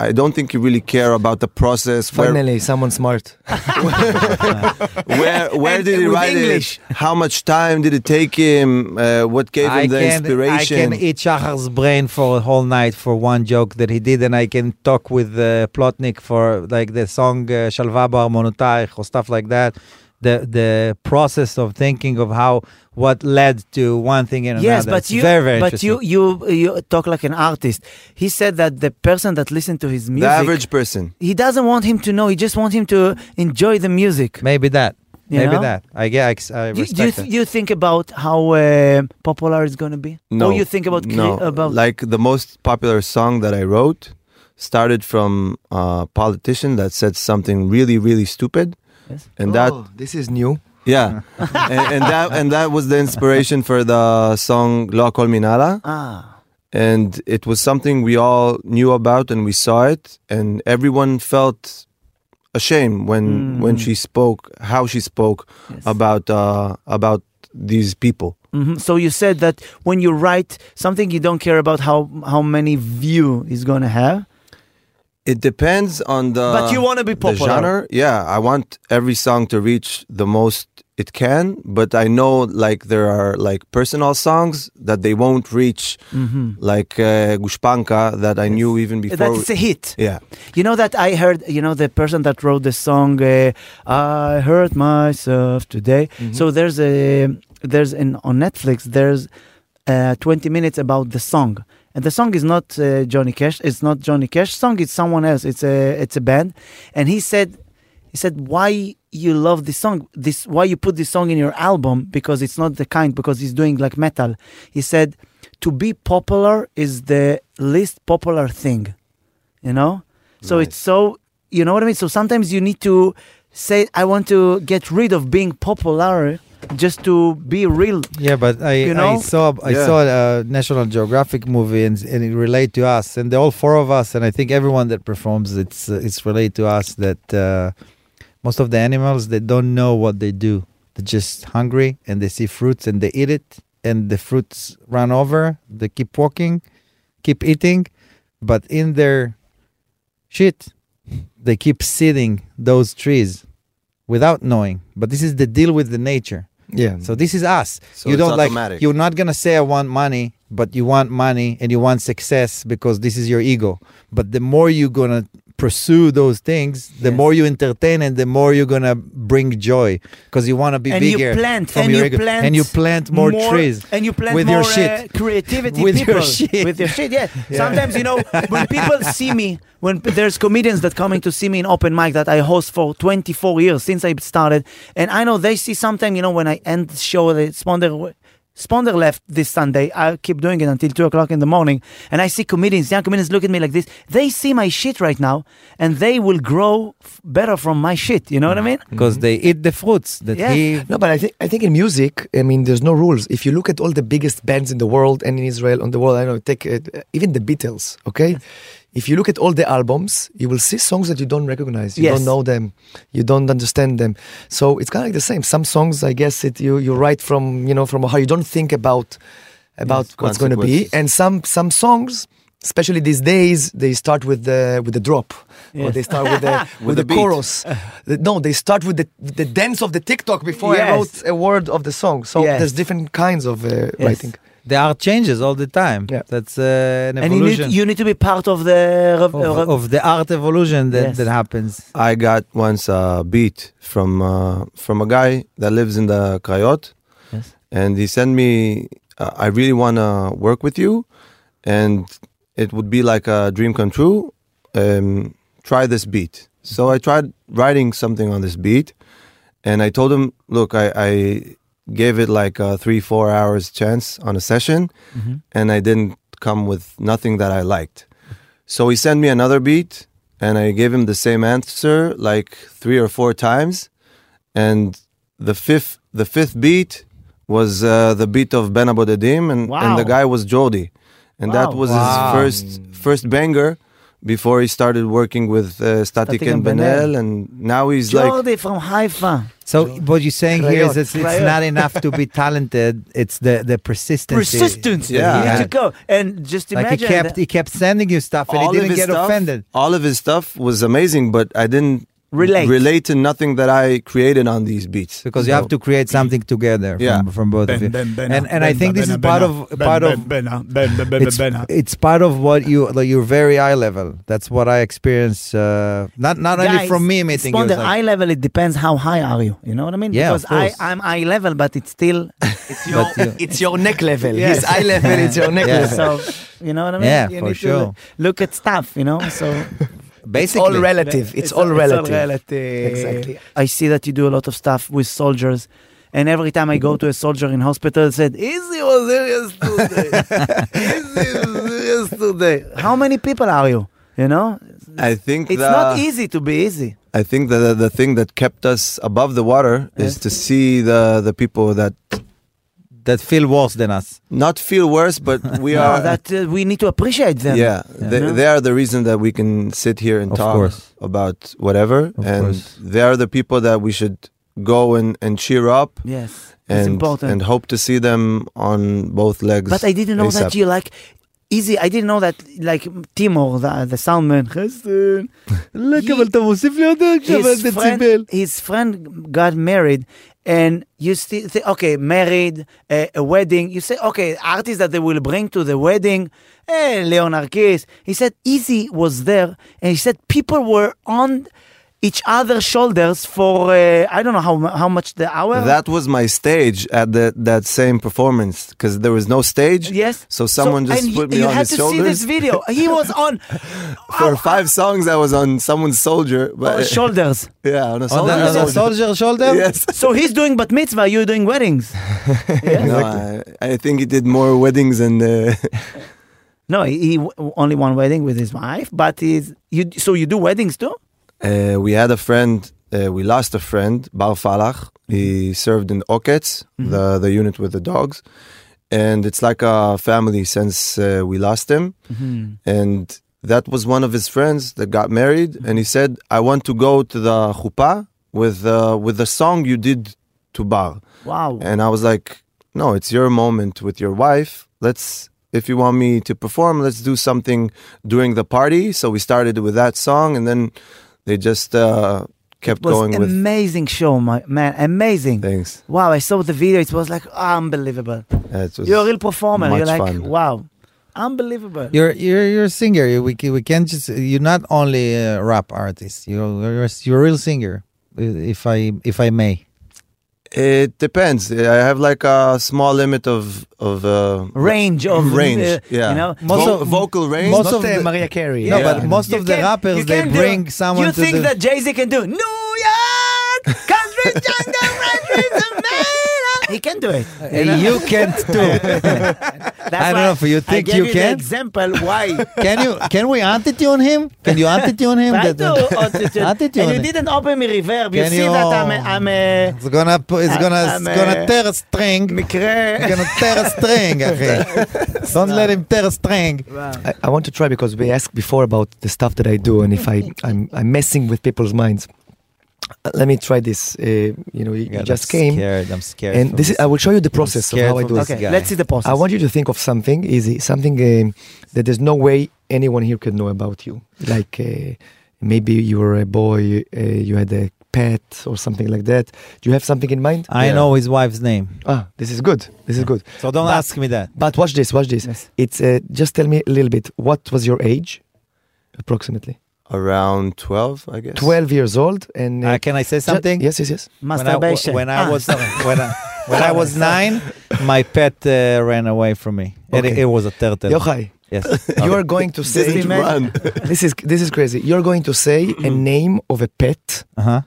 [SPEAKER 7] I don't think you really care about the process where
[SPEAKER 2] Finally, someone smart.
[SPEAKER 7] (laughs) where where
[SPEAKER 4] And
[SPEAKER 7] did he
[SPEAKER 4] with
[SPEAKER 7] write
[SPEAKER 4] English.
[SPEAKER 7] it? How much time did it take him? Uh, what gave
[SPEAKER 3] I
[SPEAKER 7] him the
[SPEAKER 3] can, I
[SPEAKER 7] inspiration?
[SPEAKER 3] can eat Shachar's brain for a whole night for one joke that he did, and I can talk with uh, Plotnik for like the song uh, Shalva Bar Monotaich or stuff like that. The the process of thinking of how what led to one thing and
[SPEAKER 4] Yes,
[SPEAKER 3] another.
[SPEAKER 4] but
[SPEAKER 3] It's
[SPEAKER 4] you,
[SPEAKER 3] very very
[SPEAKER 4] but
[SPEAKER 3] interesting.
[SPEAKER 4] you, you, you talk like an artist. He said that the person that listened to his
[SPEAKER 7] the
[SPEAKER 4] music,
[SPEAKER 7] average person.
[SPEAKER 4] he doesn't want him to know. He just wants him to enjoy the music.
[SPEAKER 3] maybe that
[SPEAKER 4] You
[SPEAKER 3] maybe
[SPEAKER 4] know?
[SPEAKER 3] that I get I, I
[SPEAKER 4] You,
[SPEAKER 3] respect
[SPEAKER 4] you, th-
[SPEAKER 3] that.
[SPEAKER 4] you think about how uh, popular it's going to be?
[SPEAKER 7] No,
[SPEAKER 4] Or you think about cre-
[SPEAKER 7] no.
[SPEAKER 4] about
[SPEAKER 7] like the most popular song that I wrote started from a politician that said something really really stupid,
[SPEAKER 4] Yes.
[SPEAKER 7] and that
[SPEAKER 2] Oh, this is new.
[SPEAKER 7] yeah, and, and that and that was the inspiration for the song La Col Minala,
[SPEAKER 4] ah
[SPEAKER 7] and it was something we all knew about and we saw it, and everyone felt ashamed when when
[SPEAKER 4] Hmm.
[SPEAKER 7] she spoke how she spoke about uh, about these people.
[SPEAKER 4] hmm So you said that when you write something, you don't care about how how many view is going to have.
[SPEAKER 7] It depends on the.
[SPEAKER 4] But you wanna be popular.
[SPEAKER 7] The genre, yeah. I want every song to reach the most it can, but I know like there are like personal songs that they won't reach, like uh, Gushpanka that I knew even before.
[SPEAKER 4] Mm-hmm. That it's a hit.
[SPEAKER 7] yeah,
[SPEAKER 4] You know that I heard, you know, the person that wrote the song, uh, "I hurt myself today." So there's a there's an on Netflix. There's uh, 20 minutes about the song, and the song is not uh, Johnny Cash. It's not Johnny Cash song. It's someone else. It's a it's a band, and he said he said why you love this song this why you put this song in your album because it's not the kind because he's doing like metal he said to be popular is the least popular thing you know so it's so you know what i mean so sometimes you need to say i want to get rid of being popular just to be real
[SPEAKER 3] Yeah, but I,
[SPEAKER 4] You know?
[SPEAKER 3] I saw I
[SPEAKER 7] Yeah.
[SPEAKER 3] saw a National Geographic movie and, and it relate to us and the- all four of us and I think everyone that performs it's uh, it's relate to us that uh, most of the animals they don't know what they do they're just hungry and they see fruits and they eat it and the fruits run over they keep walking keep eating but in their shit they keep seeding those trees without knowing but this is the deal with the nature
[SPEAKER 2] Yeah.
[SPEAKER 4] Mm-hmm.
[SPEAKER 3] so this is us.
[SPEAKER 7] So
[SPEAKER 3] you
[SPEAKER 7] it's
[SPEAKER 3] don't like.
[SPEAKER 7] automatic.
[SPEAKER 3] You're not gonna say I want money, but you want money and you want success because this is your ego. But the more you're gonna pursue those things, the
[SPEAKER 4] Yes.
[SPEAKER 3] more you entertain and the more you're gonna bring joy because you want to be
[SPEAKER 4] and
[SPEAKER 3] bigger.
[SPEAKER 4] you plant
[SPEAKER 3] from
[SPEAKER 4] and
[SPEAKER 3] your
[SPEAKER 4] you
[SPEAKER 3] ego.
[SPEAKER 4] plant
[SPEAKER 3] and you plant more, trees.
[SPEAKER 4] and you plant
[SPEAKER 3] with
[SPEAKER 4] more
[SPEAKER 3] your shit.
[SPEAKER 4] uh, creativity
[SPEAKER 3] With
[SPEAKER 4] people
[SPEAKER 3] your shit.
[SPEAKER 4] with your shit
[SPEAKER 3] (laughs)
[SPEAKER 4] yeah. sometimes you know when people see me when p- there's comedians that coming to see me in open mic that I host for 24 years since I started and I know they see sometime you know when I end the show the sponder Sponder left this Sunday. I keep doing it until two o'clock in the morning, and I see comedians, young comedians, look at me like this. They see my shit right now, and they will grow f- better from my shit. You know what I mean?
[SPEAKER 3] Because they eat the fruits that
[SPEAKER 4] Yeah.
[SPEAKER 3] he
[SPEAKER 2] No, but I think I think in music, I mean, there's no rules. If you look at all the biggest bands in the world and in Israel, on the world, I don't know, take uh, even the Beatles. Okay, if you look at all the albums, you will see songs that you don't recognize. You
[SPEAKER 4] Yes.
[SPEAKER 2] don't know them. You don't understand them. So it's kind of like the same. Some songs, I guess, it you you write from you know from how you don't think about about what's going to be,
[SPEAKER 7] consequences.
[SPEAKER 2] and some some songs especially these days, they start with the with the drop, or
[SPEAKER 4] Yes.
[SPEAKER 2] they start with the with,
[SPEAKER 7] With
[SPEAKER 2] the,
[SPEAKER 7] the beat.
[SPEAKER 2] chorus. The- no, they start with the the dance of the TikTok before I
[SPEAKER 4] Yes.
[SPEAKER 2] wrote a word of the song. So
[SPEAKER 4] Yes.
[SPEAKER 2] there's different kinds of uh, writing.
[SPEAKER 3] The art changes all the time.
[SPEAKER 2] Yeah.
[SPEAKER 3] That's uh, an
[SPEAKER 4] and you need,
[SPEAKER 3] evolution
[SPEAKER 4] you need to be part of the rev-
[SPEAKER 3] of,
[SPEAKER 4] rev-
[SPEAKER 3] of the art evolution that,
[SPEAKER 4] Yes.
[SPEAKER 3] that happens.
[SPEAKER 7] I got once a beat from uh, from a guy that lives in the Coyote,
[SPEAKER 4] Yes.
[SPEAKER 7] and he sent me. Uh, I really want to work with you, and it would be like a dream come true. Um, try this beat. So I tried writing something on this beat, and I told him, "Look, I, I gave it like a three, four hours chance on a session, and I didn't come with nothing that I liked." So he sent me another beat, and I gave him the same answer like three or four times, and the fifth the fifth beat was uh, the beat of Ben Abodedim, and, and the
[SPEAKER 4] Wow.
[SPEAKER 7] guy was Jody, and that
[SPEAKER 4] Wow.
[SPEAKER 7] was
[SPEAKER 3] Wow.
[SPEAKER 7] his first first banger before he started working with uh, Static,
[SPEAKER 4] Static
[SPEAKER 7] and
[SPEAKER 4] and
[SPEAKER 7] Benel, and now he's like
[SPEAKER 4] Jordi from Haifa.
[SPEAKER 3] So what you're saying here is
[SPEAKER 2] Crayot,
[SPEAKER 3] it's, it's
[SPEAKER 4] crayot.
[SPEAKER 2] (laughs)
[SPEAKER 3] not enough to be talented. It's the the persistence.
[SPEAKER 4] Persistence.
[SPEAKER 7] Yeah.
[SPEAKER 4] You need to go. And just
[SPEAKER 3] Like he
[SPEAKER 4] imagine.
[SPEAKER 3] kept
[SPEAKER 4] that-
[SPEAKER 3] he kept sending you stuff and
[SPEAKER 7] all
[SPEAKER 3] he
[SPEAKER 7] of
[SPEAKER 3] didn't
[SPEAKER 7] his
[SPEAKER 3] get
[SPEAKER 7] stuff,
[SPEAKER 3] offended.
[SPEAKER 7] All of his stuff was amazing, but I didn't
[SPEAKER 4] Relate.
[SPEAKER 7] relate to nothing that I created on these beats
[SPEAKER 3] because you have to create something together
[SPEAKER 7] Yeah.
[SPEAKER 3] from, from both of you.
[SPEAKER 6] Ben, ben, ben,
[SPEAKER 3] and and I
[SPEAKER 6] ben,
[SPEAKER 3] think
[SPEAKER 6] ben,
[SPEAKER 3] this is
[SPEAKER 6] ben,
[SPEAKER 3] part
[SPEAKER 6] ben,
[SPEAKER 3] of
[SPEAKER 6] ben,
[SPEAKER 3] part of
[SPEAKER 6] ben, ben, ben, ben, ben,
[SPEAKER 3] it's,
[SPEAKER 6] ben.
[SPEAKER 3] it's part of what you like your very eye level. That's what I experience. Uh, not not only
[SPEAKER 4] Guys,
[SPEAKER 3] from me meeting you.
[SPEAKER 4] On
[SPEAKER 3] it's
[SPEAKER 4] the
[SPEAKER 3] like-
[SPEAKER 4] eye level, it depends how high are you. You know what I mean?
[SPEAKER 3] Yeah,
[SPEAKER 4] Because
[SPEAKER 3] of course.
[SPEAKER 4] I, I'm eye level, but it's still.
[SPEAKER 2] It's your,
[SPEAKER 3] you-
[SPEAKER 2] it's your neck level.
[SPEAKER 3] (laughs)
[SPEAKER 4] Yes.
[SPEAKER 2] His eye level is your neck
[SPEAKER 3] Yeah.
[SPEAKER 4] (laughs)
[SPEAKER 2] level.
[SPEAKER 4] so, you know what I mean?
[SPEAKER 3] Yeah,
[SPEAKER 4] you
[SPEAKER 3] for
[SPEAKER 4] need to
[SPEAKER 3] sure.
[SPEAKER 4] Look at stuff, you know? So.
[SPEAKER 2] It's all
[SPEAKER 3] basically
[SPEAKER 2] relative. It's, all relative. Exactly.
[SPEAKER 4] I see that you do a lot of stuff with soldiers. And every time I go to a soldier in hospital, they said, Easy was serious today. Easy was serious today. How many people are you? You know?
[SPEAKER 7] I think
[SPEAKER 4] It's
[SPEAKER 7] the-
[SPEAKER 4] not easy to be easy.
[SPEAKER 7] I think that the, the thing that kept us above the water is to see the the people that
[SPEAKER 3] that feel worse than us.
[SPEAKER 7] not feel worse,
[SPEAKER 4] (laughs)
[SPEAKER 7] but we
[SPEAKER 4] No,
[SPEAKER 7] are.
[SPEAKER 4] that uh, we need to appreciate them.
[SPEAKER 7] yeah, they,
[SPEAKER 4] No?
[SPEAKER 7] they are the reason that we can sit here and
[SPEAKER 3] Of
[SPEAKER 7] talk
[SPEAKER 3] course.
[SPEAKER 7] about whatever,
[SPEAKER 3] Of
[SPEAKER 7] and
[SPEAKER 3] course.
[SPEAKER 7] they are the people that we should go and, and cheer up
[SPEAKER 4] Yes. it's
[SPEAKER 7] and
[SPEAKER 4] important.
[SPEAKER 7] and hope to see them on both legs.
[SPEAKER 4] But I didn't know that
[SPEAKER 7] ASAP.
[SPEAKER 4] you like easy. I didn't know that like Timor, the, the sound man. "חסן,
[SPEAKER 3] He-
[SPEAKER 4] אבל אתה his
[SPEAKER 3] friend-
[SPEAKER 4] friend, his friend got married, and you still say, okay, married, a, a wedding. You say, okay, artists that they will bring to the wedding, eh, Leon Arquez. He said, Easy was there, and he said people were on each other's shoulders for uh, I don't know how mu- how much the hour.
[SPEAKER 7] That was my stage at the, that same performance because there was no stage.
[SPEAKER 4] yes.
[SPEAKER 7] So someone just
[SPEAKER 4] and
[SPEAKER 7] put
[SPEAKER 4] you-
[SPEAKER 7] me
[SPEAKER 4] you
[SPEAKER 7] on
[SPEAKER 4] had
[SPEAKER 7] his
[SPEAKER 4] to
[SPEAKER 7] shoulders.
[SPEAKER 4] see this video. He was
[SPEAKER 7] (laughs)
[SPEAKER 4] on
[SPEAKER 7] For five songs, I was on someone's soldier. But
[SPEAKER 4] our Oh, shoulders.
[SPEAKER 7] (laughs) yeah, on a
[SPEAKER 3] On
[SPEAKER 7] soldier.
[SPEAKER 3] the, on the soldier shoulder.
[SPEAKER 7] (laughs) Yes.
[SPEAKER 4] So he's doing bat mitzvah, you're doing weddings.
[SPEAKER 7] No, I, I think he did more weddings than. Uh,
[SPEAKER 4] No, he, he w- only one wedding with his wife, but he's you. So you do weddings too?
[SPEAKER 7] Uh, we had a friend. Uh, we lost a friend, Bar Falach. He served in Okets, the the unit with the dogs, and it's like a family since uh, we lost him. And that was one of his friends that got married, and he said, "I want to go to the chuppah with uh, with the song you did to Bar."
[SPEAKER 4] Wow.
[SPEAKER 7] And I was like, no, it's your moment with your wife. Let's, if you want me to perform, let's do something during the party. So we started with that song and then they just uh, kept
[SPEAKER 4] It was
[SPEAKER 7] going with
[SPEAKER 4] amazing show, my man. Amazing.
[SPEAKER 7] things.
[SPEAKER 4] Wow, I saw the video. It was like unbelievable.
[SPEAKER 7] Yeah, it was-
[SPEAKER 4] You're a real performer. You're
[SPEAKER 7] much
[SPEAKER 4] like
[SPEAKER 7] fun.
[SPEAKER 4] wow, unbelievable.
[SPEAKER 3] You're you're you're a singer. You- We ca- we can't just. You're not only a rap artist. You're you're a, s- you're a real singer. If I if I may.
[SPEAKER 7] it depends. I have like a small limit of, of uh,
[SPEAKER 4] range of
[SPEAKER 7] range.
[SPEAKER 4] uh,
[SPEAKER 7] yeah.
[SPEAKER 4] You know,
[SPEAKER 3] Most
[SPEAKER 7] Vo-
[SPEAKER 3] of-
[SPEAKER 7] vocal range.
[SPEAKER 3] most
[SPEAKER 2] Not
[SPEAKER 3] of
[SPEAKER 2] uh,
[SPEAKER 3] the-
[SPEAKER 2] Maria Carey.
[SPEAKER 3] No,
[SPEAKER 7] Yeah.
[SPEAKER 3] but most
[SPEAKER 4] You
[SPEAKER 3] of the
[SPEAKER 4] can-
[SPEAKER 3] rappers
[SPEAKER 4] you
[SPEAKER 3] they
[SPEAKER 4] can do-
[SPEAKER 3] bring someone
[SPEAKER 4] You
[SPEAKER 3] to
[SPEAKER 4] think
[SPEAKER 3] the. (laughs)
[SPEAKER 4] that Jay Z can do New York,
[SPEAKER 7] (laughs)
[SPEAKER 4] country jungle, country tomato. He can do it.
[SPEAKER 3] Hey, you can't do.
[SPEAKER 4] (laughs) That's
[SPEAKER 3] I don't
[SPEAKER 4] why
[SPEAKER 3] know if you
[SPEAKER 4] I
[SPEAKER 3] think
[SPEAKER 4] gave
[SPEAKER 3] you
[SPEAKER 4] the
[SPEAKER 3] can.
[SPEAKER 4] example why.
[SPEAKER 3] Can you? Can we antitune him? Can you antitune him?
[SPEAKER 4] Try
[SPEAKER 3] That-
[SPEAKER 4] to
[SPEAKER 3] (laughs)
[SPEAKER 4] auto-tune.
[SPEAKER 3] Auto-tune.
[SPEAKER 4] And you didn't open me reverb. You
[SPEAKER 3] Can
[SPEAKER 4] see
[SPEAKER 3] you-
[SPEAKER 4] that I'm a, I'm a
[SPEAKER 3] It's gonna pu- it's
[SPEAKER 4] I-
[SPEAKER 3] gonna
[SPEAKER 4] I'm,
[SPEAKER 3] it's gonna
[SPEAKER 4] uh,
[SPEAKER 3] tear a string. It's
[SPEAKER 4] מקרה.
[SPEAKER 3] gonna tear a string,
[SPEAKER 4] (laughs)
[SPEAKER 3] אחי. Don't let him tear a string.
[SPEAKER 2] I, I want to try because we asked before about the stuff that I do and if I, I'm, I'm messing with people's minds. let me try this. Uh, you know, you, you
[SPEAKER 3] God,
[SPEAKER 2] just
[SPEAKER 3] I'm
[SPEAKER 2] came,
[SPEAKER 3] Scared. I'm scared.
[SPEAKER 2] and
[SPEAKER 3] from
[SPEAKER 2] this is, I will show you the process of
[SPEAKER 3] scared
[SPEAKER 2] how I
[SPEAKER 3] from
[SPEAKER 2] do it.
[SPEAKER 3] this
[SPEAKER 4] Okay,
[SPEAKER 3] guy.
[SPEAKER 4] let's see the process.
[SPEAKER 2] I want you to think of something easy, something um, that there's no way anyone here can know about you. Like uh, maybe you were a boy, uh, you had a pet or something like that. Do you have something in mind?
[SPEAKER 3] I know his wife's name,
[SPEAKER 2] Ah, this is good. This is good.
[SPEAKER 3] so don't
[SPEAKER 2] But-
[SPEAKER 3] ask me that.
[SPEAKER 2] But watch this. Watch this.
[SPEAKER 4] Yes.
[SPEAKER 2] It's uh, just tell me a little bit. What was your age, approximately?
[SPEAKER 7] Around 12, I guess. (laughs)
[SPEAKER 2] Twelve years old. And
[SPEAKER 3] Uh, can I say
[SPEAKER 2] ju-
[SPEAKER 3] something?
[SPEAKER 2] yes, yes, yes.
[SPEAKER 3] When I,
[SPEAKER 4] Masturbation.
[SPEAKER 3] when I
[SPEAKER 4] Ah,
[SPEAKER 3] was when I, when I
[SPEAKER 2] (laughs)
[SPEAKER 3] was nine, my pet uh, ran away from me. It,
[SPEAKER 2] Okay.
[SPEAKER 3] it was a turtle.
[SPEAKER 2] Yochai,
[SPEAKER 3] Yes.
[SPEAKER 2] (laughs) you are going to say
[SPEAKER 4] Disney man.
[SPEAKER 2] this is this is crazy. You're going to say a name of a pet.
[SPEAKER 3] Uh huh.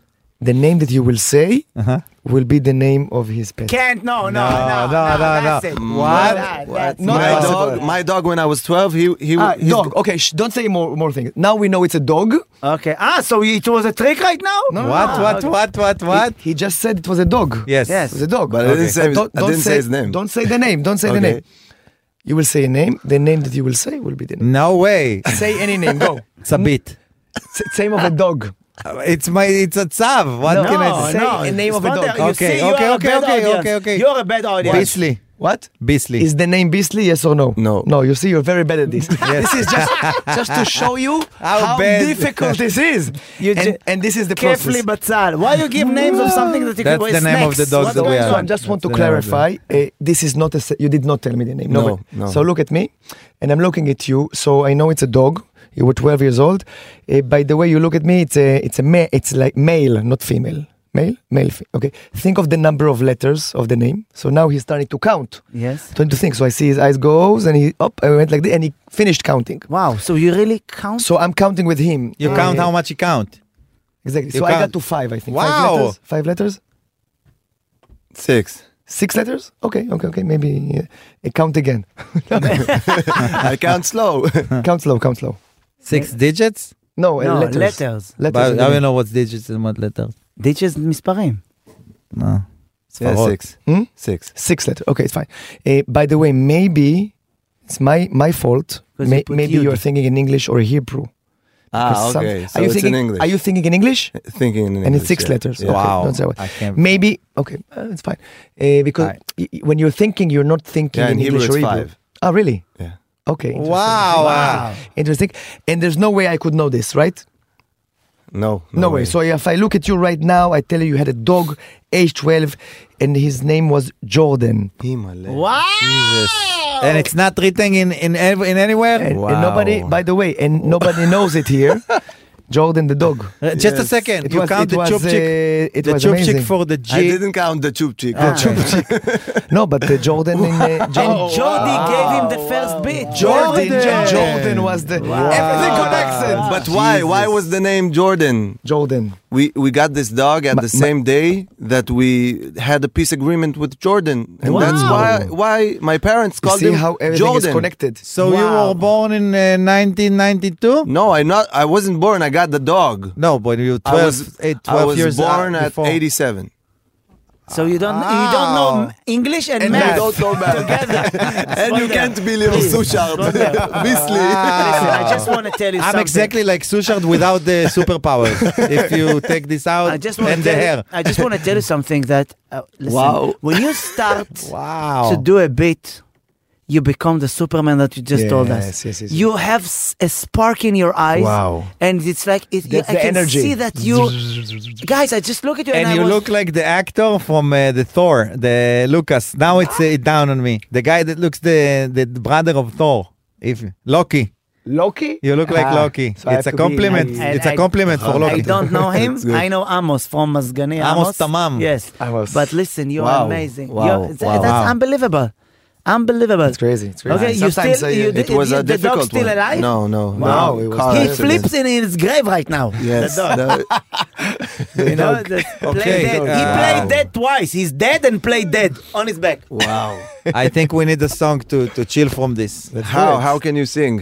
[SPEAKER 2] The name that you will say
[SPEAKER 3] Uh huh.
[SPEAKER 2] will be the name of his pet.
[SPEAKER 4] Can't. No, no,
[SPEAKER 3] No,
[SPEAKER 4] no,
[SPEAKER 3] no,
[SPEAKER 4] no,
[SPEAKER 3] no,
[SPEAKER 4] that's
[SPEAKER 3] no.
[SPEAKER 4] it.
[SPEAKER 7] What?
[SPEAKER 4] That-
[SPEAKER 2] What?
[SPEAKER 4] that's
[SPEAKER 2] No,
[SPEAKER 4] it.
[SPEAKER 7] (laughs) My
[SPEAKER 2] Not
[SPEAKER 7] dog,
[SPEAKER 2] possible.
[SPEAKER 7] my dog when I was 12, he he
[SPEAKER 2] Ah,
[SPEAKER 7] he's-
[SPEAKER 2] dog. Okay, sh- don't say more more things. Now we know it's a dog.
[SPEAKER 4] Okay. Ah, so it was a trick right now?
[SPEAKER 2] No,
[SPEAKER 3] What?
[SPEAKER 2] Ah,
[SPEAKER 3] what?
[SPEAKER 2] okay.
[SPEAKER 3] What? What? What?
[SPEAKER 2] He, he just said it was a dog.
[SPEAKER 3] Yes.
[SPEAKER 2] It
[SPEAKER 4] Yes.
[SPEAKER 2] was a dog.
[SPEAKER 7] But I didn't say-
[SPEAKER 2] Don't,
[SPEAKER 7] I
[SPEAKER 2] don't
[SPEAKER 7] didn't
[SPEAKER 2] say,
[SPEAKER 7] say his name.
[SPEAKER 2] Don't say the name. Don't say the
[SPEAKER 7] Okay.
[SPEAKER 2] name. You will say a name. The name that you will say will be the
[SPEAKER 3] (laughs)
[SPEAKER 2] name.
[SPEAKER 3] No way.
[SPEAKER 2] say any name. Go.
[SPEAKER 3] It's a bit.
[SPEAKER 2] S- Same of a dog.
[SPEAKER 3] It's my. It's a tsav. What
[SPEAKER 2] No.
[SPEAKER 3] can
[SPEAKER 2] No,
[SPEAKER 3] I say?
[SPEAKER 2] no. a name of a
[SPEAKER 4] Spontaneous.
[SPEAKER 2] dog.
[SPEAKER 4] You
[SPEAKER 3] Okay,
[SPEAKER 4] see, you
[SPEAKER 3] okay,
[SPEAKER 4] are a
[SPEAKER 3] okay,
[SPEAKER 4] bad
[SPEAKER 3] okay,
[SPEAKER 4] audience.
[SPEAKER 3] okay, okay.
[SPEAKER 4] You're a bad audience.
[SPEAKER 3] Beasley.
[SPEAKER 2] What?
[SPEAKER 3] Beasley.
[SPEAKER 2] Is the name Beastly? Yes or no?
[SPEAKER 7] No.
[SPEAKER 2] No. You see, you're very bad at
[SPEAKER 3] (laughs)
[SPEAKER 2] this. This is just just to show you
[SPEAKER 3] How
[SPEAKER 2] how,
[SPEAKER 3] bad-
[SPEAKER 2] difficult this is.
[SPEAKER 4] You
[SPEAKER 2] and,
[SPEAKER 4] ju-
[SPEAKER 2] and this is the
[SPEAKER 4] Carefully,
[SPEAKER 2] process.
[SPEAKER 4] Batzal. Why you give names of something that you
[SPEAKER 3] That's
[SPEAKER 4] can
[SPEAKER 3] the name of the dog
[SPEAKER 4] What's
[SPEAKER 3] that we
[SPEAKER 4] going
[SPEAKER 3] are.
[SPEAKER 2] So I
[SPEAKER 4] on?
[SPEAKER 2] just want to
[SPEAKER 3] That's the name of
[SPEAKER 2] clarify. Uh, this is not a. se- You did not tell me the name.
[SPEAKER 7] No,
[SPEAKER 2] Nobody.
[SPEAKER 7] no.
[SPEAKER 2] So look at me, and I'm looking at you. So I know it's a dog. You were 12 years old. Uh, by the way, you look at me. It's a. It's a. Ma- it's like male, not female. Male, male. fe- okay. Think of the number of letters of the name. So now he's starting to count.
[SPEAKER 4] Yes.
[SPEAKER 2] Starting to think. So I see his eyes goes, and he up. I went like this, and he finished counting.
[SPEAKER 4] Wow. So you really count?
[SPEAKER 2] So I'm counting with him.
[SPEAKER 3] You
[SPEAKER 2] Uh,
[SPEAKER 3] count how much you count.
[SPEAKER 2] Exactly.
[SPEAKER 3] you
[SPEAKER 2] So I got
[SPEAKER 3] count.
[SPEAKER 2] to five. I think.
[SPEAKER 3] Wow.
[SPEAKER 2] Five letters. Five letters.
[SPEAKER 7] six.
[SPEAKER 2] Six letters? Okay, okay, okay. Maybe uh, count again.
[SPEAKER 7] I
[SPEAKER 4] (laughs)
[SPEAKER 7] count slow. (laughs)
[SPEAKER 2] count slow, count slow.
[SPEAKER 3] Six digits.
[SPEAKER 2] No, uh,
[SPEAKER 4] no,
[SPEAKER 2] letters.
[SPEAKER 4] letters.
[SPEAKER 2] Letters
[SPEAKER 3] But
[SPEAKER 2] in the
[SPEAKER 3] I don't
[SPEAKER 2] name.
[SPEAKER 3] know what's digits and what letters.
[SPEAKER 4] They just מספרים.
[SPEAKER 3] No. It's
[SPEAKER 7] yeah,
[SPEAKER 3] farod.
[SPEAKER 7] six.
[SPEAKER 2] Hmm?
[SPEAKER 7] Six.
[SPEAKER 2] Six letters. Okay, it's fine. Uh, by the way, maybe it's my my fault.
[SPEAKER 4] 'Cause
[SPEAKER 2] May-
[SPEAKER 4] you put
[SPEAKER 2] maybe
[SPEAKER 4] Yud.
[SPEAKER 2] you're thinking in English or Hebrew.
[SPEAKER 7] Ah,
[SPEAKER 2] Because some-
[SPEAKER 7] okay. So
[SPEAKER 2] are you
[SPEAKER 7] it's
[SPEAKER 2] thinking,
[SPEAKER 7] in English.
[SPEAKER 2] Are you thinking in English?
[SPEAKER 7] thinking in English?
[SPEAKER 2] and it's six
[SPEAKER 7] yeah.
[SPEAKER 2] letters.
[SPEAKER 7] Yeah.
[SPEAKER 2] Okay,
[SPEAKER 3] Wow.
[SPEAKER 2] don't say what.
[SPEAKER 3] I can't-
[SPEAKER 2] Maybe okay, uh, it's fine. Uh, because
[SPEAKER 3] Alright.
[SPEAKER 2] y- y- when you're thinking, you're not thinking
[SPEAKER 7] Yeah,
[SPEAKER 2] in,
[SPEAKER 7] in Hebrew
[SPEAKER 2] English or
[SPEAKER 7] it's
[SPEAKER 2] Hebrew.
[SPEAKER 7] five.
[SPEAKER 2] Oh, really?
[SPEAKER 7] Yeah.
[SPEAKER 2] Okay. Interesting.
[SPEAKER 3] Wow.
[SPEAKER 4] Wow.
[SPEAKER 2] Interesting. And there's no way I could know this, right?
[SPEAKER 7] No.
[SPEAKER 2] No, way. So if I look at you right now, I tell you you had a dog, age 12, and his name was Jordan.
[SPEAKER 7] Wow.
[SPEAKER 3] And it's not written in in ev- in anywhere.
[SPEAKER 2] And, and nobody,
[SPEAKER 7] Wow.
[SPEAKER 2] by the way, and nobody knows it here. Jordan the dog.
[SPEAKER 3] Uh, Just a second. You count the
[SPEAKER 2] was,
[SPEAKER 3] chupchik.
[SPEAKER 2] uh, it
[SPEAKER 3] The
[SPEAKER 2] was
[SPEAKER 3] chupchik
[SPEAKER 2] amazing.
[SPEAKER 3] for the
[SPEAKER 7] I
[SPEAKER 3] G.
[SPEAKER 7] didn't count the chup
[SPEAKER 2] Ah.
[SPEAKER 7] chick.
[SPEAKER 2] No, but uh, Jordan in uh,
[SPEAKER 4] And
[SPEAKER 2] Jordan.
[SPEAKER 4] Jody gave him the first beat.
[SPEAKER 2] Jordan,
[SPEAKER 3] Jordan.
[SPEAKER 2] Jordan was the everything connected.
[SPEAKER 7] But why? Why was the name Jordan?
[SPEAKER 2] Jordan?
[SPEAKER 7] We we got this dog at the same day that we had a peace agreement with Jordan, and that's why why my parents
[SPEAKER 2] You
[SPEAKER 7] called
[SPEAKER 2] see
[SPEAKER 7] him
[SPEAKER 2] how everything
[SPEAKER 7] Jordan.
[SPEAKER 2] is connected.
[SPEAKER 3] So you were born in uh, 1992?
[SPEAKER 7] No, I not. I wasn't born. I got the dog.
[SPEAKER 3] No, but you were
[SPEAKER 7] I
[SPEAKER 3] 12,
[SPEAKER 7] was,
[SPEAKER 3] eight,
[SPEAKER 7] I
[SPEAKER 3] 12
[SPEAKER 7] was
[SPEAKER 2] uh,
[SPEAKER 3] years
[SPEAKER 7] born
[SPEAKER 3] out
[SPEAKER 7] at
[SPEAKER 3] before.
[SPEAKER 7] 87.
[SPEAKER 4] So you don't you don't know English and,
[SPEAKER 2] And
[SPEAKER 4] math.
[SPEAKER 2] you
[SPEAKER 7] don't know math.
[SPEAKER 4] together.
[SPEAKER 7] And you
[SPEAKER 4] Spoiler.
[SPEAKER 7] can't believe so sharp. (laughs)
[SPEAKER 2] Ah.
[SPEAKER 4] Listen,
[SPEAKER 7] Obviously.
[SPEAKER 4] I just want to tell you
[SPEAKER 3] I'm
[SPEAKER 4] something.
[SPEAKER 3] exactly like Sushard without
[SPEAKER 4] (laughs)
[SPEAKER 3] the superpowers. if you take this out
[SPEAKER 4] I just want
[SPEAKER 3] and
[SPEAKER 4] to
[SPEAKER 3] the
[SPEAKER 4] tell
[SPEAKER 3] hair.
[SPEAKER 4] you, I just want to tell you something that uh, listen,
[SPEAKER 7] Wow.
[SPEAKER 4] when you start
[SPEAKER 3] Wow.
[SPEAKER 4] to do a bit, you become the Superman that you just told us.
[SPEAKER 2] Yes, yes, yes, yes.
[SPEAKER 4] You have s- a spark in your eyes.
[SPEAKER 2] Wow.
[SPEAKER 4] And it's like it, you-
[SPEAKER 2] That's
[SPEAKER 4] I
[SPEAKER 2] the
[SPEAKER 4] can
[SPEAKER 2] energy.
[SPEAKER 4] see that you guys. I just look at you and,
[SPEAKER 3] and
[SPEAKER 4] I
[SPEAKER 3] you
[SPEAKER 4] was,
[SPEAKER 3] look like the actor from uh, the Thor, the Lucas. Now it's uh, down on me. The guy that looks the the brother of Thor, if Loki.
[SPEAKER 2] Loki. Ah,
[SPEAKER 3] You look like Loki.
[SPEAKER 2] so I
[SPEAKER 3] it's a
[SPEAKER 2] have to be-
[SPEAKER 3] compliment.
[SPEAKER 2] I-
[SPEAKER 4] I-
[SPEAKER 3] it's a
[SPEAKER 4] I-
[SPEAKER 3] compliment for
[SPEAKER 4] I
[SPEAKER 3] Loki.
[SPEAKER 4] don't know him. I know Amos from Masgani.
[SPEAKER 3] Amos Tamam.
[SPEAKER 4] Yes.
[SPEAKER 2] Amos.
[SPEAKER 4] But listen, you're
[SPEAKER 7] Wow.
[SPEAKER 4] amazing.
[SPEAKER 7] Wow.
[SPEAKER 4] You're, th-
[SPEAKER 7] Wow.
[SPEAKER 4] That's
[SPEAKER 3] Wow.
[SPEAKER 4] unbelievable. Unbelievable.
[SPEAKER 2] It's crazy. It's crazy.
[SPEAKER 4] Okay, you
[SPEAKER 2] Sometimes
[SPEAKER 4] still-
[SPEAKER 2] I,
[SPEAKER 4] you
[SPEAKER 2] uh,
[SPEAKER 4] did-
[SPEAKER 7] It was
[SPEAKER 4] The-
[SPEAKER 7] a
[SPEAKER 4] the dog's
[SPEAKER 7] difficult
[SPEAKER 4] still
[SPEAKER 7] one.
[SPEAKER 4] alive?
[SPEAKER 7] No, no.
[SPEAKER 2] Wow,
[SPEAKER 7] no.
[SPEAKER 2] it was
[SPEAKER 7] Car
[SPEAKER 4] He
[SPEAKER 7] accident.
[SPEAKER 4] flips in his grave right now.
[SPEAKER 7] (laughs) Yes. no,
[SPEAKER 4] You know, just
[SPEAKER 3] Okay,
[SPEAKER 4] play dead. he
[SPEAKER 3] uh,
[SPEAKER 4] played dead twice. He's dead and played dead on his back.
[SPEAKER 7] wow.
[SPEAKER 3] (laughs) I think we need a song to, to chill from this.
[SPEAKER 7] How how can you sing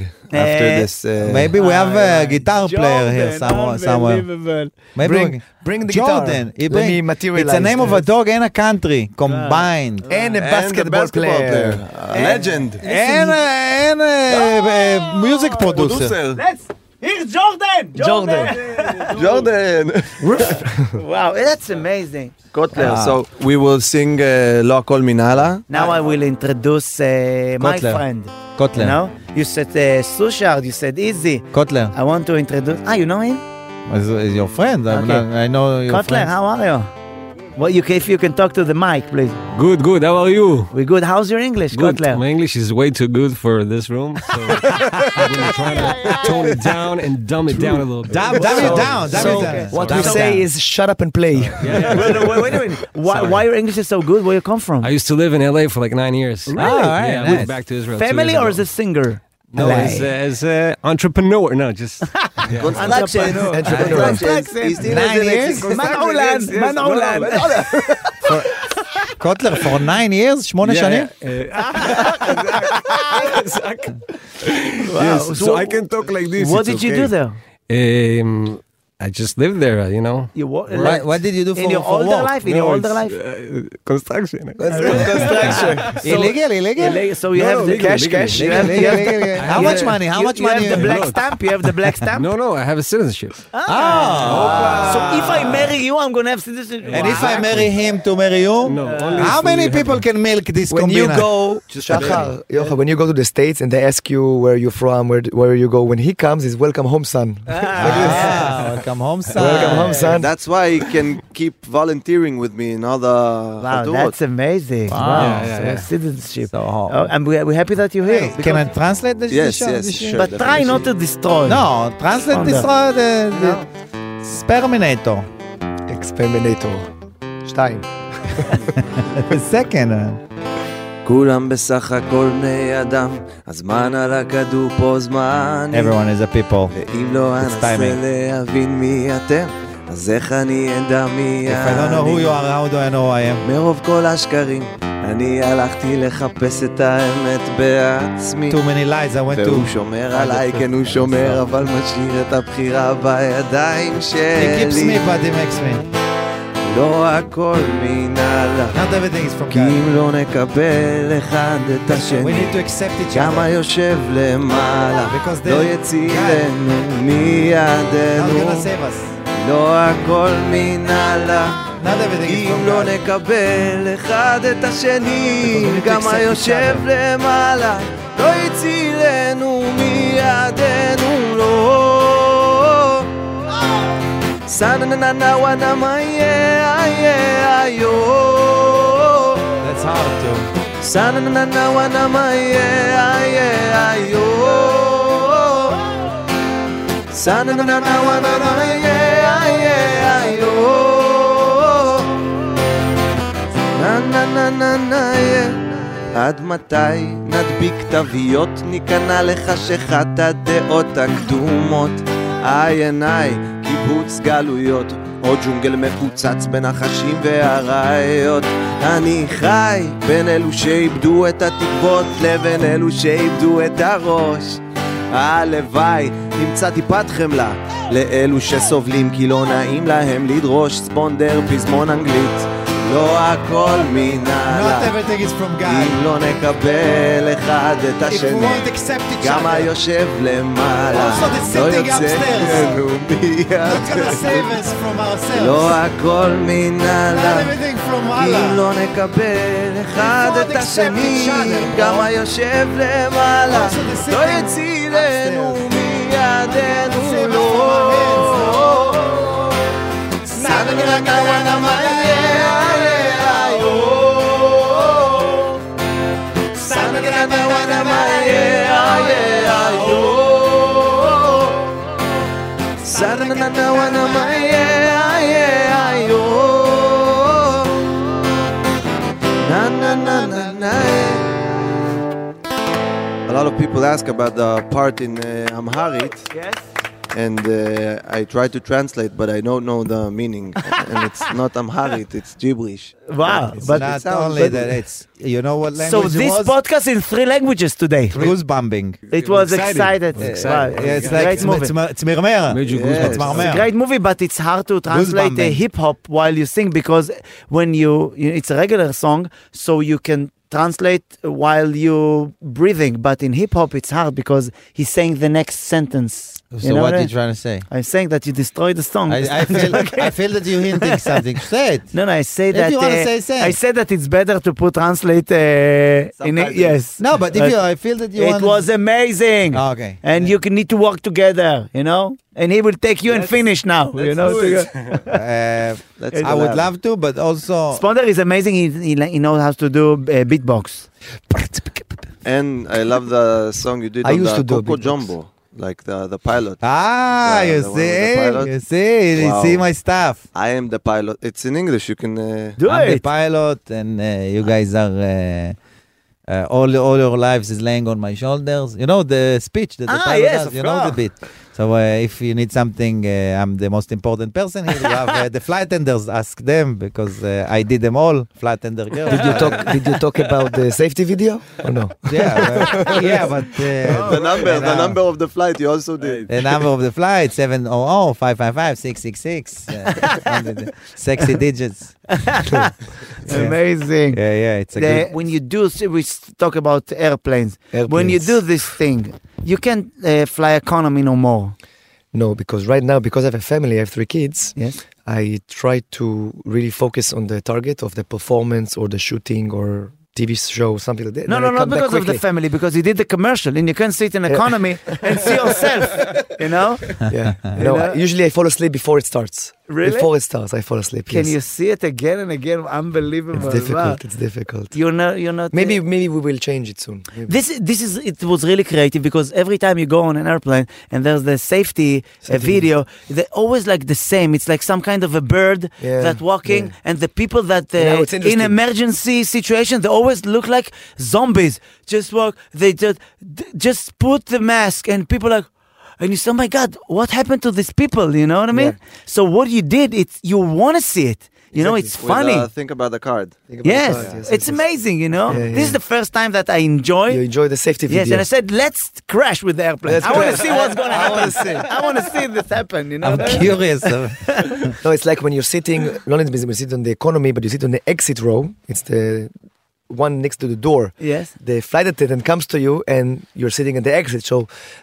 [SPEAKER 7] after
[SPEAKER 4] Eh,
[SPEAKER 7] this? Uh,
[SPEAKER 3] Maybe we have a guitar player here somewhere. somewhere. Maybe we-
[SPEAKER 2] bring, bring the guitar.
[SPEAKER 3] Jordan. he
[SPEAKER 2] Let
[SPEAKER 3] bring-
[SPEAKER 2] me materialize.
[SPEAKER 3] It's a name of a
[SPEAKER 2] this. Ah.
[SPEAKER 3] dog and a country combined.
[SPEAKER 2] and a
[SPEAKER 7] and
[SPEAKER 2] basketball,
[SPEAKER 7] the basketball
[SPEAKER 4] Eh,
[SPEAKER 2] player.
[SPEAKER 7] player, A legend,
[SPEAKER 4] eh,
[SPEAKER 3] And, a, and a, a music producer.
[SPEAKER 7] producer.
[SPEAKER 4] Let's Here's Jordan!
[SPEAKER 2] Jordan.
[SPEAKER 7] Jordan
[SPEAKER 4] (laughs) Ah.
[SPEAKER 7] (laughs)
[SPEAKER 4] wow, that's amazing.
[SPEAKER 7] Kotler. So we will sing uh, "Lo Kol Minala."
[SPEAKER 4] Now I will introduce uh, my
[SPEAKER 3] Kotler.
[SPEAKER 4] friend.
[SPEAKER 3] Kotler.
[SPEAKER 4] You know? You said uh, Sushard, you said Easy.
[SPEAKER 3] Kotler
[SPEAKER 4] I want to introduce. Ah, you know him?
[SPEAKER 3] is, is your friend. I'm
[SPEAKER 4] Okay.
[SPEAKER 3] not- I know your
[SPEAKER 4] Kotler,
[SPEAKER 3] friend.
[SPEAKER 4] how are you? Well, you, ca- if you can talk to the mic, please.
[SPEAKER 6] Good, good. How are you?
[SPEAKER 4] We good. How's your English,
[SPEAKER 6] Good.
[SPEAKER 4] Kotler?
[SPEAKER 6] My English is way too good for this room.
[SPEAKER 2] (laughs)
[SPEAKER 6] So I'm gonna try to tone it down and dumb it down a little bit.
[SPEAKER 3] Dumb, dumb it down. Dumb
[SPEAKER 2] So
[SPEAKER 3] it down.
[SPEAKER 2] what
[SPEAKER 3] Dumb
[SPEAKER 2] we
[SPEAKER 3] it
[SPEAKER 2] say
[SPEAKER 3] down.
[SPEAKER 2] is shut up and play. (laughs)
[SPEAKER 4] wait, no, wait, wait a minute. Why,
[SPEAKER 6] Sorry.
[SPEAKER 4] why your English is so good? Where you come from?
[SPEAKER 6] I used to live in LA for like nine years. Really?
[SPEAKER 3] all right,
[SPEAKER 6] yeah, I
[SPEAKER 3] nice.
[SPEAKER 6] moved back to Israel. two
[SPEAKER 4] Family
[SPEAKER 6] years
[SPEAKER 4] or
[SPEAKER 6] ago.
[SPEAKER 4] as a singer?
[SPEAKER 6] no? As
[SPEAKER 3] uh,
[SPEAKER 6] a, as a uh, entrepreneur, no, just
[SPEAKER 4] Construction.
[SPEAKER 2] Entrepreneur.
[SPEAKER 3] Nine years.
[SPEAKER 4] Man Oland, man Oland.
[SPEAKER 3] Kotler for nine years, שמונה שנים.
[SPEAKER 6] eh, (laughs) yes, so I can talk like this.
[SPEAKER 4] (laughs) What
[SPEAKER 6] it's
[SPEAKER 4] did you
[SPEAKER 6] okay.
[SPEAKER 4] do there?
[SPEAKER 6] Um, I just lived there, you know.
[SPEAKER 4] You wa-
[SPEAKER 3] What, what did you do for
[SPEAKER 4] in your
[SPEAKER 3] for
[SPEAKER 4] older
[SPEAKER 3] work?
[SPEAKER 4] life? In your
[SPEAKER 6] No,
[SPEAKER 4] older
[SPEAKER 6] it's,
[SPEAKER 4] life?
[SPEAKER 6] Uh, construction.
[SPEAKER 3] illegal, illegal.
[SPEAKER 4] Illegal. So you
[SPEAKER 6] No,
[SPEAKER 4] have
[SPEAKER 6] no,
[SPEAKER 4] the
[SPEAKER 6] legal,
[SPEAKER 4] cash,
[SPEAKER 6] legal,
[SPEAKER 4] cash. (laughs) You
[SPEAKER 6] legal,
[SPEAKER 4] have,
[SPEAKER 6] legal,
[SPEAKER 4] you have
[SPEAKER 6] legal,
[SPEAKER 4] (laughs) the-
[SPEAKER 6] legal.
[SPEAKER 3] How
[SPEAKER 4] you
[SPEAKER 3] much
[SPEAKER 4] have-
[SPEAKER 3] money? How
[SPEAKER 4] you-
[SPEAKER 3] much
[SPEAKER 4] you
[SPEAKER 3] money? Ah.
[SPEAKER 4] have the black
[SPEAKER 6] No.
[SPEAKER 4] stamp. You have the
[SPEAKER 3] (laughs)
[SPEAKER 4] black stamp.
[SPEAKER 6] Uh, No, no, I have a citizenship.
[SPEAKER 4] Oh. So if I marry you, I'm gonna have citizenship.
[SPEAKER 3] And if I marry him to marry you,
[SPEAKER 6] No,
[SPEAKER 4] Uh,
[SPEAKER 6] only
[SPEAKER 3] how
[SPEAKER 6] if we
[SPEAKER 3] many
[SPEAKER 6] have-
[SPEAKER 3] people can milk this
[SPEAKER 2] When you
[SPEAKER 3] combina?
[SPEAKER 2] go, Shachar, Yochai, when you go to the States and they ask you where you're from, where, where you go, when he comes, it's welcome home, son.
[SPEAKER 3] ah, welcome home, son.
[SPEAKER 2] welcome home, son.
[SPEAKER 7] That's why he can keep volunteering with me in other.
[SPEAKER 4] Wow, that's amazing! Wow,
[SPEAKER 3] Yeah,
[SPEAKER 4] so citizenship.
[SPEAKER 3] So hot.
[SPEAKER 4] Oh, and we're, we're happy that you're here.
[SPEAKER 3] Hey, can I translate this?
[SPEAKER 7] Yes,
[SPEAKER 3] this
[SPEAKER 7] yes,
[SPEAKER 3] this
[SPEAKER 7] sure.
[SPEAKER 4] but try not to destroy.
[SPEAKER 3] No, translate this. Uh, the, the Sperminator. (laughs)
[SPEAKER 2] Exterminator. Stein.
[SPEAKER 3] The second. uh,
[SPEAKER 7] כולם בסך הכל בני אדם, הזמן על הכדור פה זמן.
[SPEAKER 3] Everyone is a people.
[SPEAKER 7] ואם לא
[SPEAKER 3] It's
[SPEAKER 7] אנסה
[SPEAKER 3] timing.
[SPEAKER 7] להבין מי אתם, אז איך אני אדע מי
[SPEAKER 3] If I don't know who you are, how do I know who I am?
[SPEAKER 7] מרוב כל השקרים, אני הלכתי לחפש את האמת בעצמי.
[SPEAKER 3] Too many lies. I went
[SPEAKER 7] והוא
[SPEAKER 3] to.
[SPEAKER 7] שומר עליי, כן הוא שומר, אבל משאיר את הבחירה בידיים
[SPEAKER 3] He keeps me,
[SPEAKER 7] שלי.
[SPEAKER 3] but he makes me.
[SPEAKER 7] לא הכל מנהלה.
[SPEAKER 3] Not everything is from
[SPEAKER 7] כי
[SPEAKER 3] God.
[SPEAKER 7] אם לא נקבל אחד את
[SPEAKER 3] We
[SPEAKER 7] השני,
[SPEAKER 3] need to accept each
[SPEAKER 7] גם
[SPEAKER 3] other.
[SPEAKER 7] היושב למעלה,
[SPEAKER 3] Because
[SPEAKER 7] לא
[SPEAKER 3] they-
[SPEAKER 7] יצילנו
[SPEAKER 3] Not
[SPEAKER 7] מידינו,
[SPEAKER 3] gonna save us.
[SPEAKER 7] לא הכל מנהלה.
[SPEAKER 3] Not everything is
[SPEAKER 7] כי
[SPEAKER 3] from
[SPEAKER 7] אם לא
[SPEAKER 3] God.
[SPEAKER 7] נקבל אחד את השני,
[SPEAKER 3] Because we need to
[SPEAKER 7] גם
[SPEAKER 3] accept each
[SPEAKER 7] היושב
[SPEAKER 3] other.
[SPEAKER 7] למעלה, לא יצילנו מידינו, לא. סנננה וואנה מה יהיה, יהיה, יו.
[SPEAKER 3] That's hard to.
[SPEAKER 7] Sa-na-na-na-na-wa-na-ma-ye-a-ye-a-yo. Sa-na-na-na-na-wa-na-ma-ye-a-ye-a-yo. na-na-na-na-na-ye. עד מתי נדביק תוויות, ניכנע לחשכת הדעות הקדומות? איי עיניי, קיבוץ גלויות, או ג'ונגל מפוצץ בין החשים והראיות. אני חי בין אלו שאיבדו את התקוות לבין אלו שאיבדו את הראש. הלוואי, נמצא טיפת חמלה לאלו שסובלים כי לא נעים להם לדרוש ספונדר פזמון אנגלית. לא הכל לא
[SPEAKER 3] Not
[SPEAKER 7] מנהלה.
[SPEAKER 3] everything is from God.
[SPEAKER 7] אם לא נקבל אחד את
[SPEAKER 3] If we
[SPEAKER 7] השני,
[SPEAKER 3] won't accept each
[SPEAKER 7] גם
[SPEAKER 3] other,
[SPEAKER 7] היושב למעלה,
[SPEAKER 3] Also the
[SPEAKER 7] לא
[SPEAKER 3] sitting
[SPEAKER 7] יוצא
[SPEAKER 3] upstairs.
[SPEAKER 7] לנו
[SPEAKER 3] not
[SPEAKER 7] לא
[SPEAKER 3] gonna
[SPEAKER 7] מיד.
[SPEAKER 3] save us from ourselves.
[SPEAKER 7] לא הכל מנהלה,
[SPEAKER 3] not everything from
[SPEAKER 7] אם
[SPEAKER 3] Allah.
[SPEAKER 7] לא נקבל אחד
[SPEAKER 3] Before
[SPEAKER 7] את לא?
[SPEAKER 3] they accept
[SPEAKER 7] השני,
[SPEAKER 3] each other,
[SPEAKER 7] גם
[SPEAKER 3] bro.
[SPEAKER 7] היושב למעלה,
[SPEAKER 3] Also the
[SPEAKER 7] לא
[SPEAKER 3] sitting
[SPEAKER 7] יצילנו
[SPEAKER 3] upstairs.
[SPEAKER 7] מידינו,
[SPEAKER 3] Save us
[SPEAKER 7] לא. A lot of people ask about the part in uh, Amharic,
[SPEAKER 4] Yes.
[SPEAKER 7] and uh, I try to translate, but I don't know the meaning. and it's not Amharic, it's gibberish.
[SPEAKER 4] Wow.
[SPEAKER 3] It's
[SPEAKER 4] but
[SPEAKER 3] not
[SPEAKER 7] sounds
[SPEAKER 3] only
[SPEAKER 7] good.
[SPEAKER 3] that, it's you know what
[SPEAKER 4] so
[SPEAKER 3] language it
[SPEAKER 4] this
[SPEAKER 3] was?
[SPEAKER 4] podcast in three languages today.
[SPEAKER 3] Goosebombing.
[SPEAKER 4] It was
[SPEAKER 6] excited.
[SPEAKER 4] excited.
[SPEAKER 6] Excited.
[SPEAKER 4] Wow,
[SPEAKER 3] Yeah, it's
[SPEAKER 4] it's a
[SPEAKER 3] like
[SPEAKER 4] great
[SPEAKER 3] it's
[SPEAKER 4] movie.
[SPEAKER 3] it's mermer.
[SPEAKER 6] Made you
[SPEAKER 7] Yes.
[SPEAKER 6] goosebumps.
[SPEAKER 3] It's mermer.
[SPEAKER 4] great movie, but it's hard to translate uh,
[SPEAKER 3] Goosebumps.
[SPEAKER 4] hip hop while you sing because when you, you it's a regular song, so you can translate while you breathing, but in hip hop it's hard because he's saying the next sentence.
[SPEAKER 3] So
[SPEAKER 4] know
[SPEAKER 3] what
[SPEAKER 4] I
[SPEAKER 3] are you
[SPEAKER 4] mean?
[SPEAKER 3] trying to
[SPEAKER 4] (laughs)
[SPEAKER 3] say?
[SPEAKER 4] I'm saying that you destroy the song.
[SPEAKER 3] I, I feel I feel that you're hinting something. Say it.
[SPEAKER 4] (laughs) no, no, I say
[SPEAKER 3] If
[SPEAKER 4] that.
[SPEAKER 3] you wanna
[SPEAKER 4] uh,
[SPEAKER 3] say, say.
[SPEAKER 4] I said that it's better to put translate uh, in it.
[SPEAKER 7] Subtitles.
[SPEAKER 4] Yes.
[SPEAKER 3] No, but if
[SPEAKER 4] But
[SPEAKER 3] you, I feel that you
[SPEAKER 4] it
[SPEAKER 3] want.
[SPEAKER 4] was amazing.
[SPEAKER 3] Oh,
[SPEAKER 4] (laughs)
[SPEAKER 3] okay.
[SPEAKER 4] And you can need to work together, you know? And he will take you and finish now, you know?
[SPEAKER 3] Uh,
[SPEAKER 4] It's
[SPEAKER 3] I would love
[SPEAKER 4] allowed.
[SPEAKER 3] to, but also
[SPEAKER 4] Oh. Sponder is amazing. He, he, li- he knows how to do uh, beatbox.
[SPEAKER 7] And I love the song you did
[SPEAKER 3] I
[SPEAKER 7] on
[SPEAKER 3] used to
[SPEAKER 7] the
[SPEAKER 3] do a
[SPEAKER 7] Coco
[SPEAKER 3] beatbox.
[SPEAKER 7] Jumbo, like the, the pilot.
[SPEAKER 3] (laughs) ah,
[SPEAKER 7] Yeah,
[SPEAKER 3] you
[SPEAKER 7] the one with the pilot.
[SPEAKER 3] see, you see, you
[SPEAKER 7] Wow.
[SPEAKER 3] see my stuff.
[SPEAKER 7] I am the pilot. It's in English. You can. Uh,
[SPEAKER 4] Do
[SPEAKER 3] I'm the
[SPEAKER 4] it.
[SPEAKER 3] pilot, and uh, you guys are uh, uh, all all your lives is laying on my shoulders. You know the speech that the
[SPEAKER 4] Ah,
[SPEAKER 3] pilot
[SPEAKER 4] yes,
[SPEAKER 3] does.
[SPEAKER 4] of
[SPEAKER 3] You know the
[SPEAKER 4] course.
[SPEAKER 3] bit. So uh, if you need something, uh, I'm the most important person here. You have uh, the flight attenders. Ask them because uh, I did them all. Flight attender girls.
[SPEAKER 2] Did you talk? did you talk about the safety video or no?
[SPEAKER 3] Yeah, uh, yeah, but uh,
[SPEAKER 7] (laughs) the number,
[SPEAKER 3] and,
[SPEAKER 7] the
[SPEAKER 3] uh,
[SPEAKER 7] number of the flight. You also did.
[SPEAKER 3] The number of the oh flight 700 555 666.
[SPEAKER 4] (laughs)
[SPEAKER 3] uh, Sexy digits.
[SPEAKER 4] Amazing.
[SPEAKER 3] Yeah, yeah, it's a
[SPEAKER 4] The-
[SPEAKER 3] good.
[SPEAKER 4] when you do, s- we s- talk about airplanes. When you
[SPEAKER 2] Airplanes.
[SPEAKER 4] do this thing, you can't uh, fly economy no more.
[SPEAKER 2] No, because right now, because I have a family, I have three kids.
[SPEAKER 4] Yes.
[SPEAKER 2] I try to really focus on the target of the performance or the shooting or TV show, something like that.
[SPEAKER 4] No,
[SPEAKER 2] Then
[SPEAKER 4] no,
[SPEAKER 2] I
[SPEAKER 4] not
[SPEAKER 2] come back
[SPEAKER 4] because of the
[SPEAKER 2] quickly.
[SPEAKER 4] family, because you did the commercial and you can sit in economy and (laughs) see yourself, you know? (laughs)
[SPEAKER 2] yeah. no, I- usually I fall asleep before it starts.
[SPEAKER 4] Really?
[SPEAKER 2] Before it starts, I fall asleep.
[SPEAKER 4] Can
[SPEAKER 2] yes.
[SPEAKER 4] you see it again and again? Unbelievable.
[SPEAKER 2] It's
[SPEAKER 4] Wow.
[SPEAKER 2] difficult. It's difficult.
[SPEAKER 4] You're not. You're not. uh,
[SPEAKER 2] Maybe, maybe we will change it soon. Maybe.
[SPEAKER 4] This this is it was really creative because every time you go on an airplane and there's the safety, uh, video, they're always like the same. It's like some kind of a bird
[SPEAKER 2] Yeah,
[SPEAKER 4] that walking
[SPEAKER 2] yeah.
[SPEAKER 4] and the people that uh,
[SPEAKER 2] Yeah, it's
[SPEAKER 4] in
[SPEAKER 2] interesting.
[SPEAKER 4] emergency situations they always look like zombies. Just walk. They just d- just put the mask and people like. And you say, "Oh my God, what happened to these people?" You know what I mean. So what you did, it's you want to see it. You know, it's
[SPEAKER 7] With,
[SPEAKER 4] funny.
[SPEAKER 7] uh, think about the card.
[SPEAKER 2] Think about
[SPEAKER 4] Yes,
[SPEAKER 2] that,
[SPEAKER 4] it's
[SPEAKER 2] yes.
[SPEAKER 4] amazing, you know.
[SPEAKER 2] Yeah,
[SPEAKER 4] This is
[SPEAKER 2] yeah.
[SPEAKER 4] the first time that I enjoy.
[SPEAKER 2] You enjoy the safety video.
[SPEAKER 4] yes, and I said, let's crash with the airplane.
[SPEAKER 2] Let's
[SPEAKER 4] I want to
[SPEAKER 2] crash.
[SPEAKER 4] see what's going to
[SPEAKER 2] I
[SPEAKER 4] happen.
[SPEAKER 2] wanna see.
[SPEAKER 4] I want to see this happen, you know.
[SPEAKER 3] I'm
[SPEAKER 4] (laughs)
[SPEAKER 3] curious. uh,
[SPEAKER 2] No, it's like when you're sitting, not in business, you sit on the economy, but you sit on the exit row. It's the one next to the door.
[SPEAKER 4] Yes.
[SPEAKER 2] The flight attendant comes to you and you're sitting at the exit. So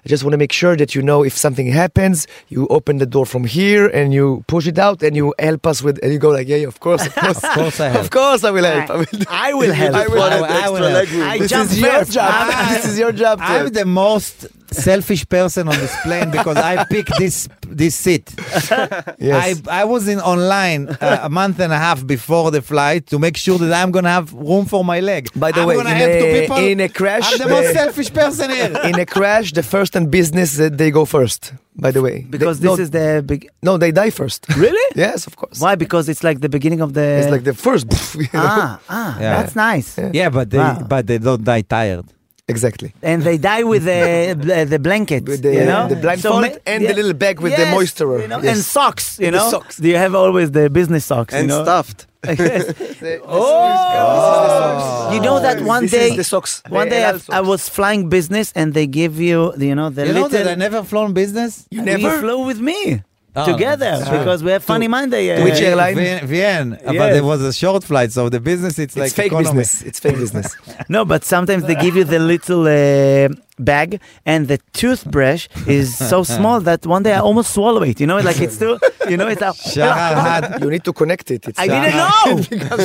[SPEAKER 2] I just want to make sure that you know if something happens, you open the door from here and you push it out and you help us with, and you go like, yeah, yeah of course, of course.
[SPEAKER 3] Of course I
[SPEAKER 2] of
[SPEAKER 3] help.
[SPEAKER 2] course I will help. I will,
[SPEAKER 4] I will help.
[SPEAKER 2] (laughs) I will
[SPEAKER 3] I
[SPEAKER 2] help.
[SPEAKER 3] will- I will help.
[SPEAKER 7] uh, extra leg room.
[SPEAKER 4] I
[SPEAKER 2] this
[SPEAKER 4] jump
[SPEAKER 2] is your
[SPEAKER 4] first.
[SPEAKER 2] job.
[SPEAKER 4] I'm-
[SPEAKER 2] (laughs) this is your job.
[SPEAKER 3] I'm
[SPEAKER 2] Ted.
[SPEAKER 3] the most selfish person on this plane because I picked this this seat.
[SPEAKER 2] yes.
[SPEAKER 3] I, I was in online uh, a month and a half before the flight to make sure that I'm gonna have room for my leg.
[SPEAKER 2] By the
[SPEAKER 3] I'm
[SPEAKER 2] way,
[SPEAKER 3] gonna
[SPEAKER 2] in
[SPEAKER 3] help two
[SPEAKER 2] a-
[SPEAKER 3] people.
[SPEAKER 2] in a crash,
[SPEAKER 3] I'm the
[SPEAKER 2] the-
[SPEAKER 3] most selfish person here.
[SPEAKER 2] in a crash, the first and business, uh, they go first, by the way.
[SPEAKER 4] because
[SPEAKER 2] They-
[SPEAKER 4] this
[SPEAKER 2] no,
[SPEAKER 4] is the big.
[SPEAKER 2] No, they die first.
[SPEAKER 4] Really?
[SPEAKER 2] yes, of course.
[SPEAKER 4] Why? Because it's like the beginning of the.
[SPEAKER 2] It's like the first. (laughs) you know?
[SPEAKER 4] ah ah.
[SPEAKER 3] Yeah.
[SPEAKER 4] That's nice.
[SPEAKER 3] Yeah, but they
[SPEAKER 4] Wow.
[SPEAKER 3] but they don't die tired.
[SPEAKER 2] Exactly.
[SPEAKER 4] And they die with the bl- the blanket,
[SPEAKER 2] With the-
[SPEAKER 4] you know,
[SPEAKER 2] the blindfold
[SPEAKER 4] ma-
[SPEAKER 2] and the little bag with the
[SPEAKER 4] Yes,
[SPEAKER 2] moisturer.
[SPEAKER 4] you know,
[SPEAKER 2] Yes.
[SPEAKER 4] and socks. You
[SPEAKER 2] And the
[SPEAKER 4] know,
[SPEAKER 2] socks.
[SPEAKER 4] Do you have always the business socks? you
[SPEAKER 7] and
[SPEAKER 4] know? (laughs)
[SPEAKER 7] stuffed.
[SPEAKER 3] Uh,
[SPEAKER 2] (laughs)
[SPEAKER 4] Oh, you know that one
[SPEAKER 2] this
[SPEAKER 4] day,
[SPEAKER 2] is the socks.
[SPEAKER 4] one
[SPEAKER 2] The
[SPEAKER 4] day
[SPEAKER 2] halal
[SPEAKER 4] I, I was flying business, and they give you, the- you know, the
[SPEAKER 3] You know
[SPEAKER 4] little.
[SPEAKER 3] that I never flown business.
[SPEAKER 4] you
[SPEAKER 2] never? Ah.
[SPEAKER 4] flew with me
[SPEAKER 3] Oh,
[SPEAKER 4] together
[SPEAKER 3] that's true.
[SPEAKER 4] because we have funny Monday. uh,
[SPEAKER 2] Which airline?
[SPEAKER 3] Vien, Vien. Uh, But
[SPEAKER 4] Yes.
[SPEAKER 3] there was a short flight, so the business it's,
[SPEAKER 2] It's
[SPEAKER 3] like
[SPEAKER 2] fake
[SPEAKER 3] economy.
[SPEAKER 2] business. It's fake business.
[SPEAKER 4] No, but sometimes they give you the little uh, bag, and the toothbrush is
[SPEAKER 3] (laughs)
[SPEAKER 4] so small that one day I almost swallow it. You know, like it's still, you know,
[SPEAKER 3] (laughs)
[SPEAKER 4] it's.
[SPEAKER 3] Shahar
[SPEAKER 4] A, (laughs)
[SPEAKER 3] had-
[SPEAKER 2] you need to connect it. It's
[SPEAKER 4] I didn't know.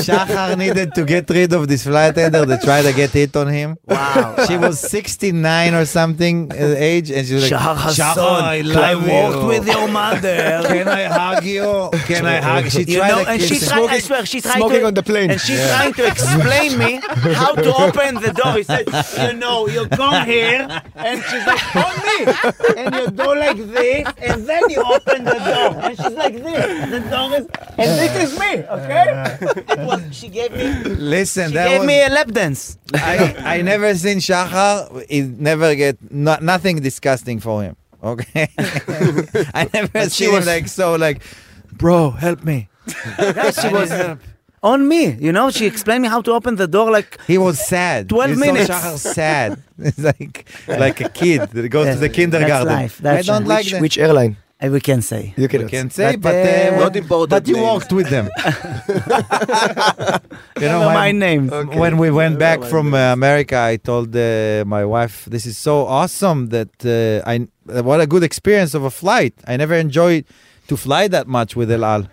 [SPEAKER 3] Shahar needed to get rid of this flight attendant that tried to get hit on him.
[SPEAKER 4] Wow.
[SPEAKER 3] She was 69 or something uh, age, and she was (laughs) like,
[SPEAKER 4] Shahar Hassan,
[SPEAKER 3] I love
[SPEAKER 4] walked
[SPEAKER 3] you.
[SPEAKER 4] with your mother.
[SPEAKER 3] (laughs) Can I hug you? Can I hug? She
[SPEAKER 4] You
[SPEAKER 3] tried
[SPEAKER 4] know,
[SPEAKER 3] to
[SPEAKER 4] and
[SPEAKER 3] kiss
[SPEAKER 4] she
[SPEAKER 3] him.
[SPEAKER 4] tried, I swear, she tried
[SPEAKER 2] smoking
[SPEAKER 4] to,
[SPEAKER 2] on the plane.
[SPEAKER 4] And she's trying to explain me how to open the door. He said, you know, you come here, and she's like, on me. And you do like this, and then you open the door. And she's like this. The door is, and this is me, okay? It was, she gave me,
[SPEAKER 3] Listen,
[SPEAKER 4] she
[SPEAKER 3] that
[SPEAKER 4] gave
[SPEAKER 3] was,
[SPEAKER 4] me a lap
[SPEAKER 3] (laughs)
[SPEAKER 4] dance.
[SPEAKER 3] I, I never seen Shahar. It never get no, nothing disgusting for him. Okay, (laughs) I never
[SPEAKER 4] she
[SPEAKER 3] seen him
[SPEAKER 4] was-
[SPEAKER 3] like so like, bro, help me.
[SPEAKER 4] she was on me, you know? She explained me how to open the door like,
[SPEAKER 3] He was
[SPEAKER 4] (laughs)
[SPEAKER 3] sad.
[SPEAKER 4] 12
[SPEAKER 3] You saw
[SPEAKER 4] minutes.
[SPEAKER 3] Shahar sad. (laughs) It's like like a kid that goes to the
[SPEAKER 4] Yeah,
[SPEAKER 3] kindergarten.
[SPEAKER 4] that's life, that's
[SPEAKER 3] I don't
[SPEAKER 4] life.
[SPEAKER 3] like
[SPEAKER 2] which,
[SPEAKER 3] that.
[SPEAKER 2] which airline?
[SPEAKER 4] Uh, We can say.
[SPEAKER 2] You cannot.
[SPEAKER 3] Can say, but,
[SPEAKER 4] But,
[SPEAKER 3] uh,
[SPEAKER 4] uh,
[SPEAKER 7] Not important
[SPEAKER 3] But (laughs) you
[SPEAKER 7] names.
[SPEAKER 3] worked with them. you know,
[SPEAKER 4] my
[SPEAKER 3] when,
[SPEAKER 4] name.
[SPEAKER 3] when we went back from uh, America, I told uh, my wife, "This is so awesome that uh, I what a good experience of a flight. I never enjoyed to fly that much with El Al."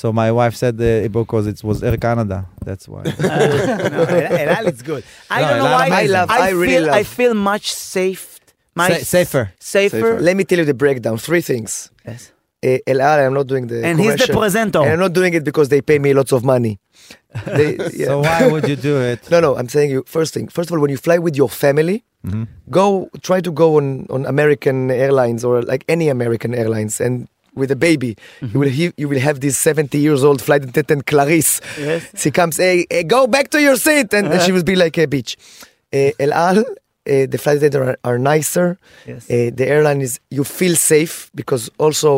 [SPEAKER 3] So my wife said uh, because it was Air Canada. That's why.
[SPEAKER 4] no, El Al is good. I
[SPEAKER 3] No,
[SPEAKER 4] don't know
[SPEAKER 3] El Al
[SPEAKER 4] why.
[SPEAKER 3] amazing. I
[SPEAKER 2] love- I really
[SPEAKER 4] feel,
[SPEAKER 2] love-
[SPEAKER 4] I feel much safe. My
[SPEAKER 3] Sa- safer.
[SPEAKER 4] Safer.
[SPEAKER 7] Safer.
[SPEAKER 2] Let me tell you the breakdown. Three things.
[SPEAKER 4] Yes.
[SPEAKER 2] Uh, El Al, I'm not doing the
[SPEAKER 4] And he's the
[SPEAKER 2] commercial.
[SPEAKER 4] presenter.
[SPEAKER 2] And I'm not doing it because they pay me lots of money. They- yeah.
[SPEAKER 3] So why would you do it?
[SPEAKER 2] No, no. I'm saying you. First thing. First of all, when you fly with your family,
[SPEAKER 3] Mm-hmm.
[SPEAKER 2] go try to go on on American Airlines or like any American Airlines and. With a baby,
[SPEAKER 4] Mm-hmm.
[SPEAKER 2] you will he, you will have this seventy years old flight attendant Clarice.
[SPEAKER 4] Yes.
[SPEAKER 2] She comes, hey, hey, go back to your seat,
[SPEAKER 4] (laughs)
[SPEAKER 2] and, and she will be like a bitch. Uh, El Al, uh, the flight attendants are, are nicer.
[SPEAKER 4] Yes.
[SPEAKER 2] Uh, the airline is you feel safe because also,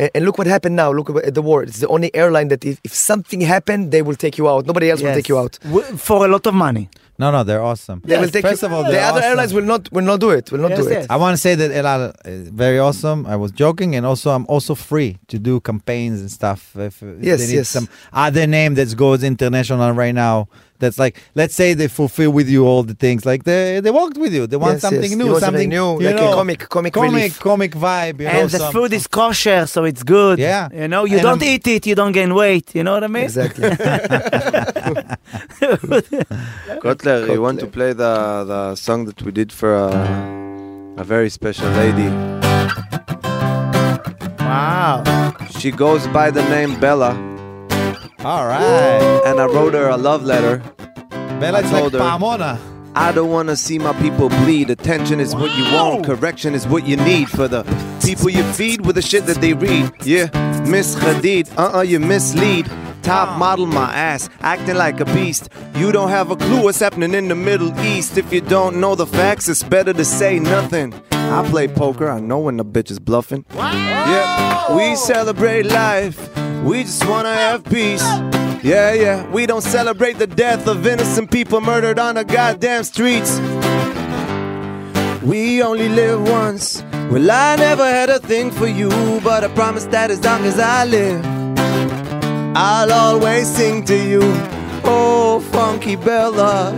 [SPEAKER 2] and, and look what happened now. Look at the war. It's the only airline that if, if something happened, they will take you out. Nobody else will
[SPEAKER 4] Yes.
[SPEAKER 2] take you out.
[SPEAKER 4] W- for a lot of money.
[SPEAKER 3] No, no, they're awesome.
[SPEAKER 2] They will take
[SPEAKER 3] First
[SPEAKER 2] you-
[SPEAKER 3] of all,
[SPEAKER 2] the
[SPEAKER 3] they're
[SPEAKER 2] other
[SPEAKER 3] awesome.
[SPEAKER 2] airlines will not will not do it. Will not
[SPEAKER 4] Yes,
[SPEAKER 2] do it.
[SPEAKER 4] yes.
[SPEAKER 3] I want to say that El Al is very awesome. I was joking, and also I'm also free to do campaigns and stuff. If uh,
[SPEAKER 2] Yes,
[SPEAKER 3] they need
[SPEAKER 2] yes.
[SPEAKER 3] some other name that goes international right now. That's like, let's say they fulfill with you all the things. Like they they worked with you. They want
[SPEAKER 2] Yes,
[SPEAKER 3] something
[SPEAKER 2] yes.
[SPEAKER 3] new,
[SPEAKER 2] You want
[SPEAKER 3] something
[SPEAKER 2] something new,
[SPEAKER 3] you
[SPEAKER 2] like a
[SPEAKER 3] know,
[SPEAKER 2] comic- comic
[SPEAKER 3] comic,
[SPEAKER 2] relief.
[SPEAKER 3] comic vibe. You know,
[SPEAKER 4] and the
[SPEAKER 3] some-
[SPEAKER 4] food is kosher, so it's good.
[SPEAKER 3] Yeah.
[SPEAKER 4] You know, you
[SPEAKER 3] And
[SPEAKER 4] don't
[SPEAKER 3] I'm-
[SPEAKER 4] eat it, you don't gain weight. You know what I mean?
[SPEAKER 2] (laughs) Exactly.
[SPEAKER 7] Kotler, you want to play the, the song that we did for a, a very special lady?
[SPEAKER 4] Wow.
[SPEAKER 7] She goes by the name Bella,
[SPEAKER 3] All right,
[SPEAKER 7] and I wrote her a love letter.
[SPEAKER 3] Bella, it's like
[SPEAKER 7] told her.
[SPEAKER 3] Pamona.
[SPEAKER 7] I don't wanna see my people bleed. Attention is what you want, correction is what you need for the people you feed with the shit that they read. Yeah, Miss Hadid, uh uh, you mislead. Top model my ass, acting like a beast. You don't have a clue what's happening in the Middle East. If you don't know the facts, it's better to say nothing. I play poker, I know when the bitch is bluffing. Yeah, we celebrate life. We just wanna have peace. Yeah, yeah, we don't celebrate the death of innocent people murdered on the goddamn streets. We only live once. Well, I never had a thing for you, but I promise that as long as I live, I'll always sing to you. Oh, Funky Bella.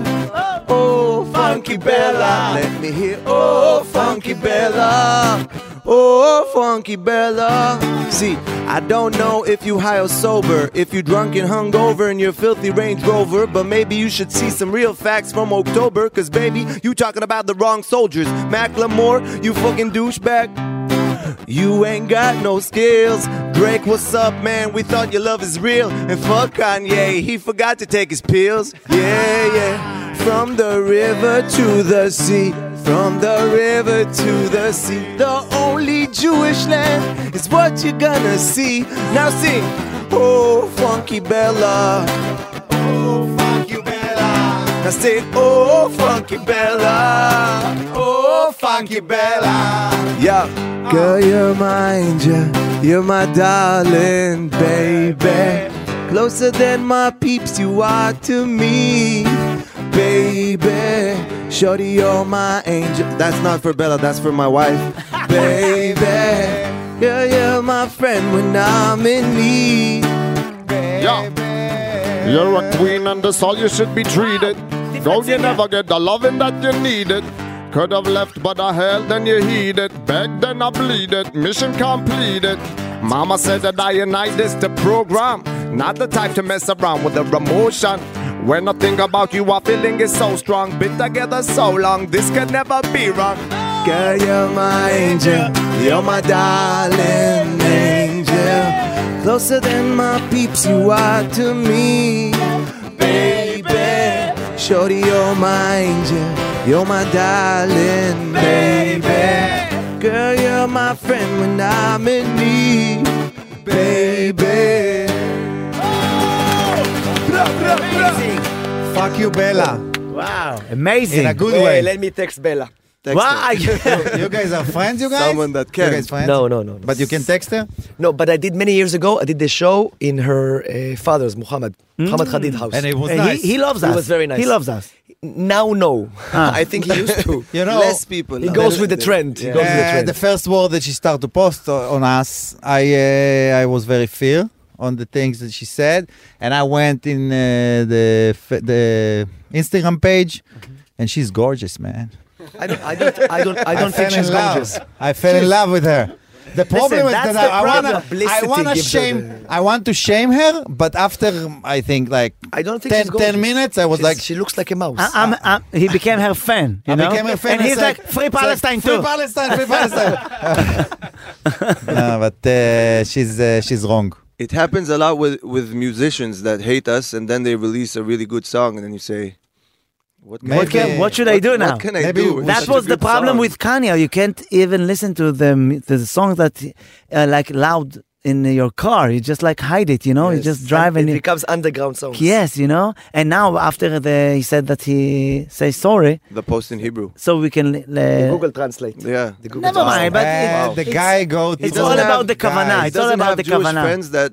[SPEAKER 7] Oh, Funky Bella. Let me hear. Oh, Funky Bella. Oh, Funky Bella. See, I don't know if you high or sober, if you drunk and hungover in your filthy Range Rover, but maybe you should see some real facts from October, cause baby, you talking about the wrong soldiers. Macklemore, you fucking douchebag. You ain't got no skills. Drake, what's up, man? We thought your love is real. And fuck Kanye, he forgot to take his pills. Yeah, yeah. From the river to the sea. From the river to the sea. The only Jewish land is what you're gonna see. Now sing. Oh, Funky Bella. Oh, Funky Bella. Now say, Oh, Funky Bella. Oh, Funky Bella. Yeah. Girl, you're my angel. You're my darling, baby. Closer than my peeps, you are to me, baby. Shorty, you're my angel. That's not for Bella, that's for my (laughs) wife, baby. Girl, you're my friend when I'm in need.
[SPEAKER 8] You're a queen and that's how you should be treated. Though you never get the loving that you needed. Could have left, but I held and you heeded. Begged and I bleeded. Mission completed. Mama said that I unite this the program. Not the type to mess around with the emotion. When I think about you, our feeling is so strong. Been together so long, this can never be wrong.
[SPEAKER 7] Girl, you're my angel. You're my darling angel. Closer than my peeps, you are to me, baby. Shorty, you're my angel. You're my darling, baby. Girl, you're my friend when I'm in need, baby.
[SPEAKER 3] Oh! Fuck you, Bella.
[SPEAKER 4] Wow. Amazing.
[SPEAKER 3] In a good way.
[SPEAKER 2] let me text Bella.
[SPEAKER 4] Wow. (laughs)
[SPEAKER 3] you guys are friends, you guys.
[SPEAKER 7] Someone that
[SPEAKER 3] You
[SPEAKER 7] can.
[SPEAKER 3] guys friends?
[SPEAKER 2] No, no, no, no.
[SPEAKER 3] But you can text her.
[SPEAKER 2] No, but I did many years ago. I did the show in her uh, father's Muhammad Muhammad Khalid house.
[SPEAKER 3] Mm. And it was
[SPEAKER 4] Uh,
[SPEAKER 3] nice.
[SPEAKER 4] he, he loves
[SPEAKER 2] He
[SPEAKER 4] us.
[SPEAKER 2] was very nice.
[SPEAKER 4] He loves us.
[SPEAKER 2] now no.
[SPEAKER 3] Ah.
[SPEAKER 2] (laughs) I think he used to.
[SPEAKER 3] You know,
[SPEAKER 7] Less people.
[SPEAKER 2] He
[SPEAKER 7] now.
[SPEAKER 2] goes with the trend. He goes with the
[SPEAKER 3] Uh,
[SPEAKER 2] trend.
[SPEAKER 3] the first word that she started to post o- on us, I uh, I was very fear on the things that she said, and I went in uh, the f- the Instagram page,
[SPEAKER 2] Mm-hmm.
[SPEAKER 3] and she's gorgeous, man.
[SPEAKER 2] I don't. I don't. I don't. I don't think
[SPEAKER 3] fell
[SPEAKER 2] she's
[SPEAKER 3] in love.
[SPEAKER 2] gorgeous.
[SPEAKER 3] I fell in love with her. The problem is
[SPEAKER 2] that's
[SPEAKER 3] that
[SPEAKER 2] the
[SPEAKER 3] I,
[SPEAKER 2] problem.
[SPEAKER 3] I
[SPEAKER 2] Publicity
[SPEAKER 3] want to
[SPEAKER 2] gives her
[SPEAKER 3] shame. I want to shame her, but after I think like
[SPEAKER 2] I don't think
[SPEAKER 3] 10,
[SPEAKER 2] she's
[SPEAKER 3] 10
[SPEAKER 2] gorgeous.
[SPEAKER 3] minutes, I was
[SPEAKER 2] She's-
[SPEAKER 3] like,
[SPEAKER 2] she looks like a mouse.
[SPEAKER 4] I- I'm, I'm, Uh, um, he became her fan. You
[SPEAKER 3] I
[SPEAKER 4] know?
[SPEAKER 3] became a fan.
[SPEAKER 4] And
[SPEAKER 3] it's
[SPEAKER 4] he's like, free
[SPEAKER 3] it's like,
[SPEAKER 4] Palestine
[SPEAKER 3] free
[SPEAKER 4] too.
[SPEAKER 3] Palestine, free
[SPEAKER 4] (laughs)
[SPEAKER 3] Palestine. (laughs) no, but uh, she's uh, she's wrong.
[SPEAKER 7] It happens a lot with with musicians that hate us, and then they release a really good song, and then you say, "What can,
[SPEAKER 3] Maybe-
[SPEAKER 7] I,
[SPEAKER 4] Can- what should I
[SPEAKER 7] what-
[SPEAKER 4] do
[SPEAKER 7] what
[SPEAKER 4] now?
[SPEAKER 7] can I
[SPEAKER 3] Maybe
[SPEAKER 7] do?
[SPEAKER 3] we
[SPEAKER 7] with
[SPEAKER 4] that
[SPEAKER 7] such a
[SPEAKER 4] was the
[SPEAKER 7] good
[SPEAKER 4] problem
[SPEAKER 7] song?"
[SPEAKER 4] with Kanye. You can't even listen to the to the songs that uh, like loud in your car. You just like hide it. You know, you just drive
[SPEAKER 2] It
[SPEAKER 4] and you,
[SPEAKER 2] becomes underground song.
[SPEAKER 4] yes, you know. And now after the he said that he says sorry,
[SPEAKER 7] the post in Hebrew.
[SPEAKER 4] so we can. Uh,
[SPEAKER 2] Google Translate.
[SPEAKER 7] Yeah,
[SPEAKER 2] The Google
[SPEAKER 4] Never
[SPEAKER 2] Translate.
[SPEAKER 4] mind. But
[SPEAKER 3] And
[SPEAKER 4] it-
[SPEAKER 3] Uh, the
[SPEAKER 4] it's-
[SPEAKER 3] guy go. To
[SPEAKER 4] it's all about the kavanah.
[SPEAKER 7] he
[SPEAKER 4] It's all
[SPEAKER 7] doesn't
[SPEAKER 4] about
[SPEAKER 7] have
[SPEAKER 4] the
[SPEAKER 7] Jewish
[SPEAKER 4] kavanah.
[SPEAKER 7] friends that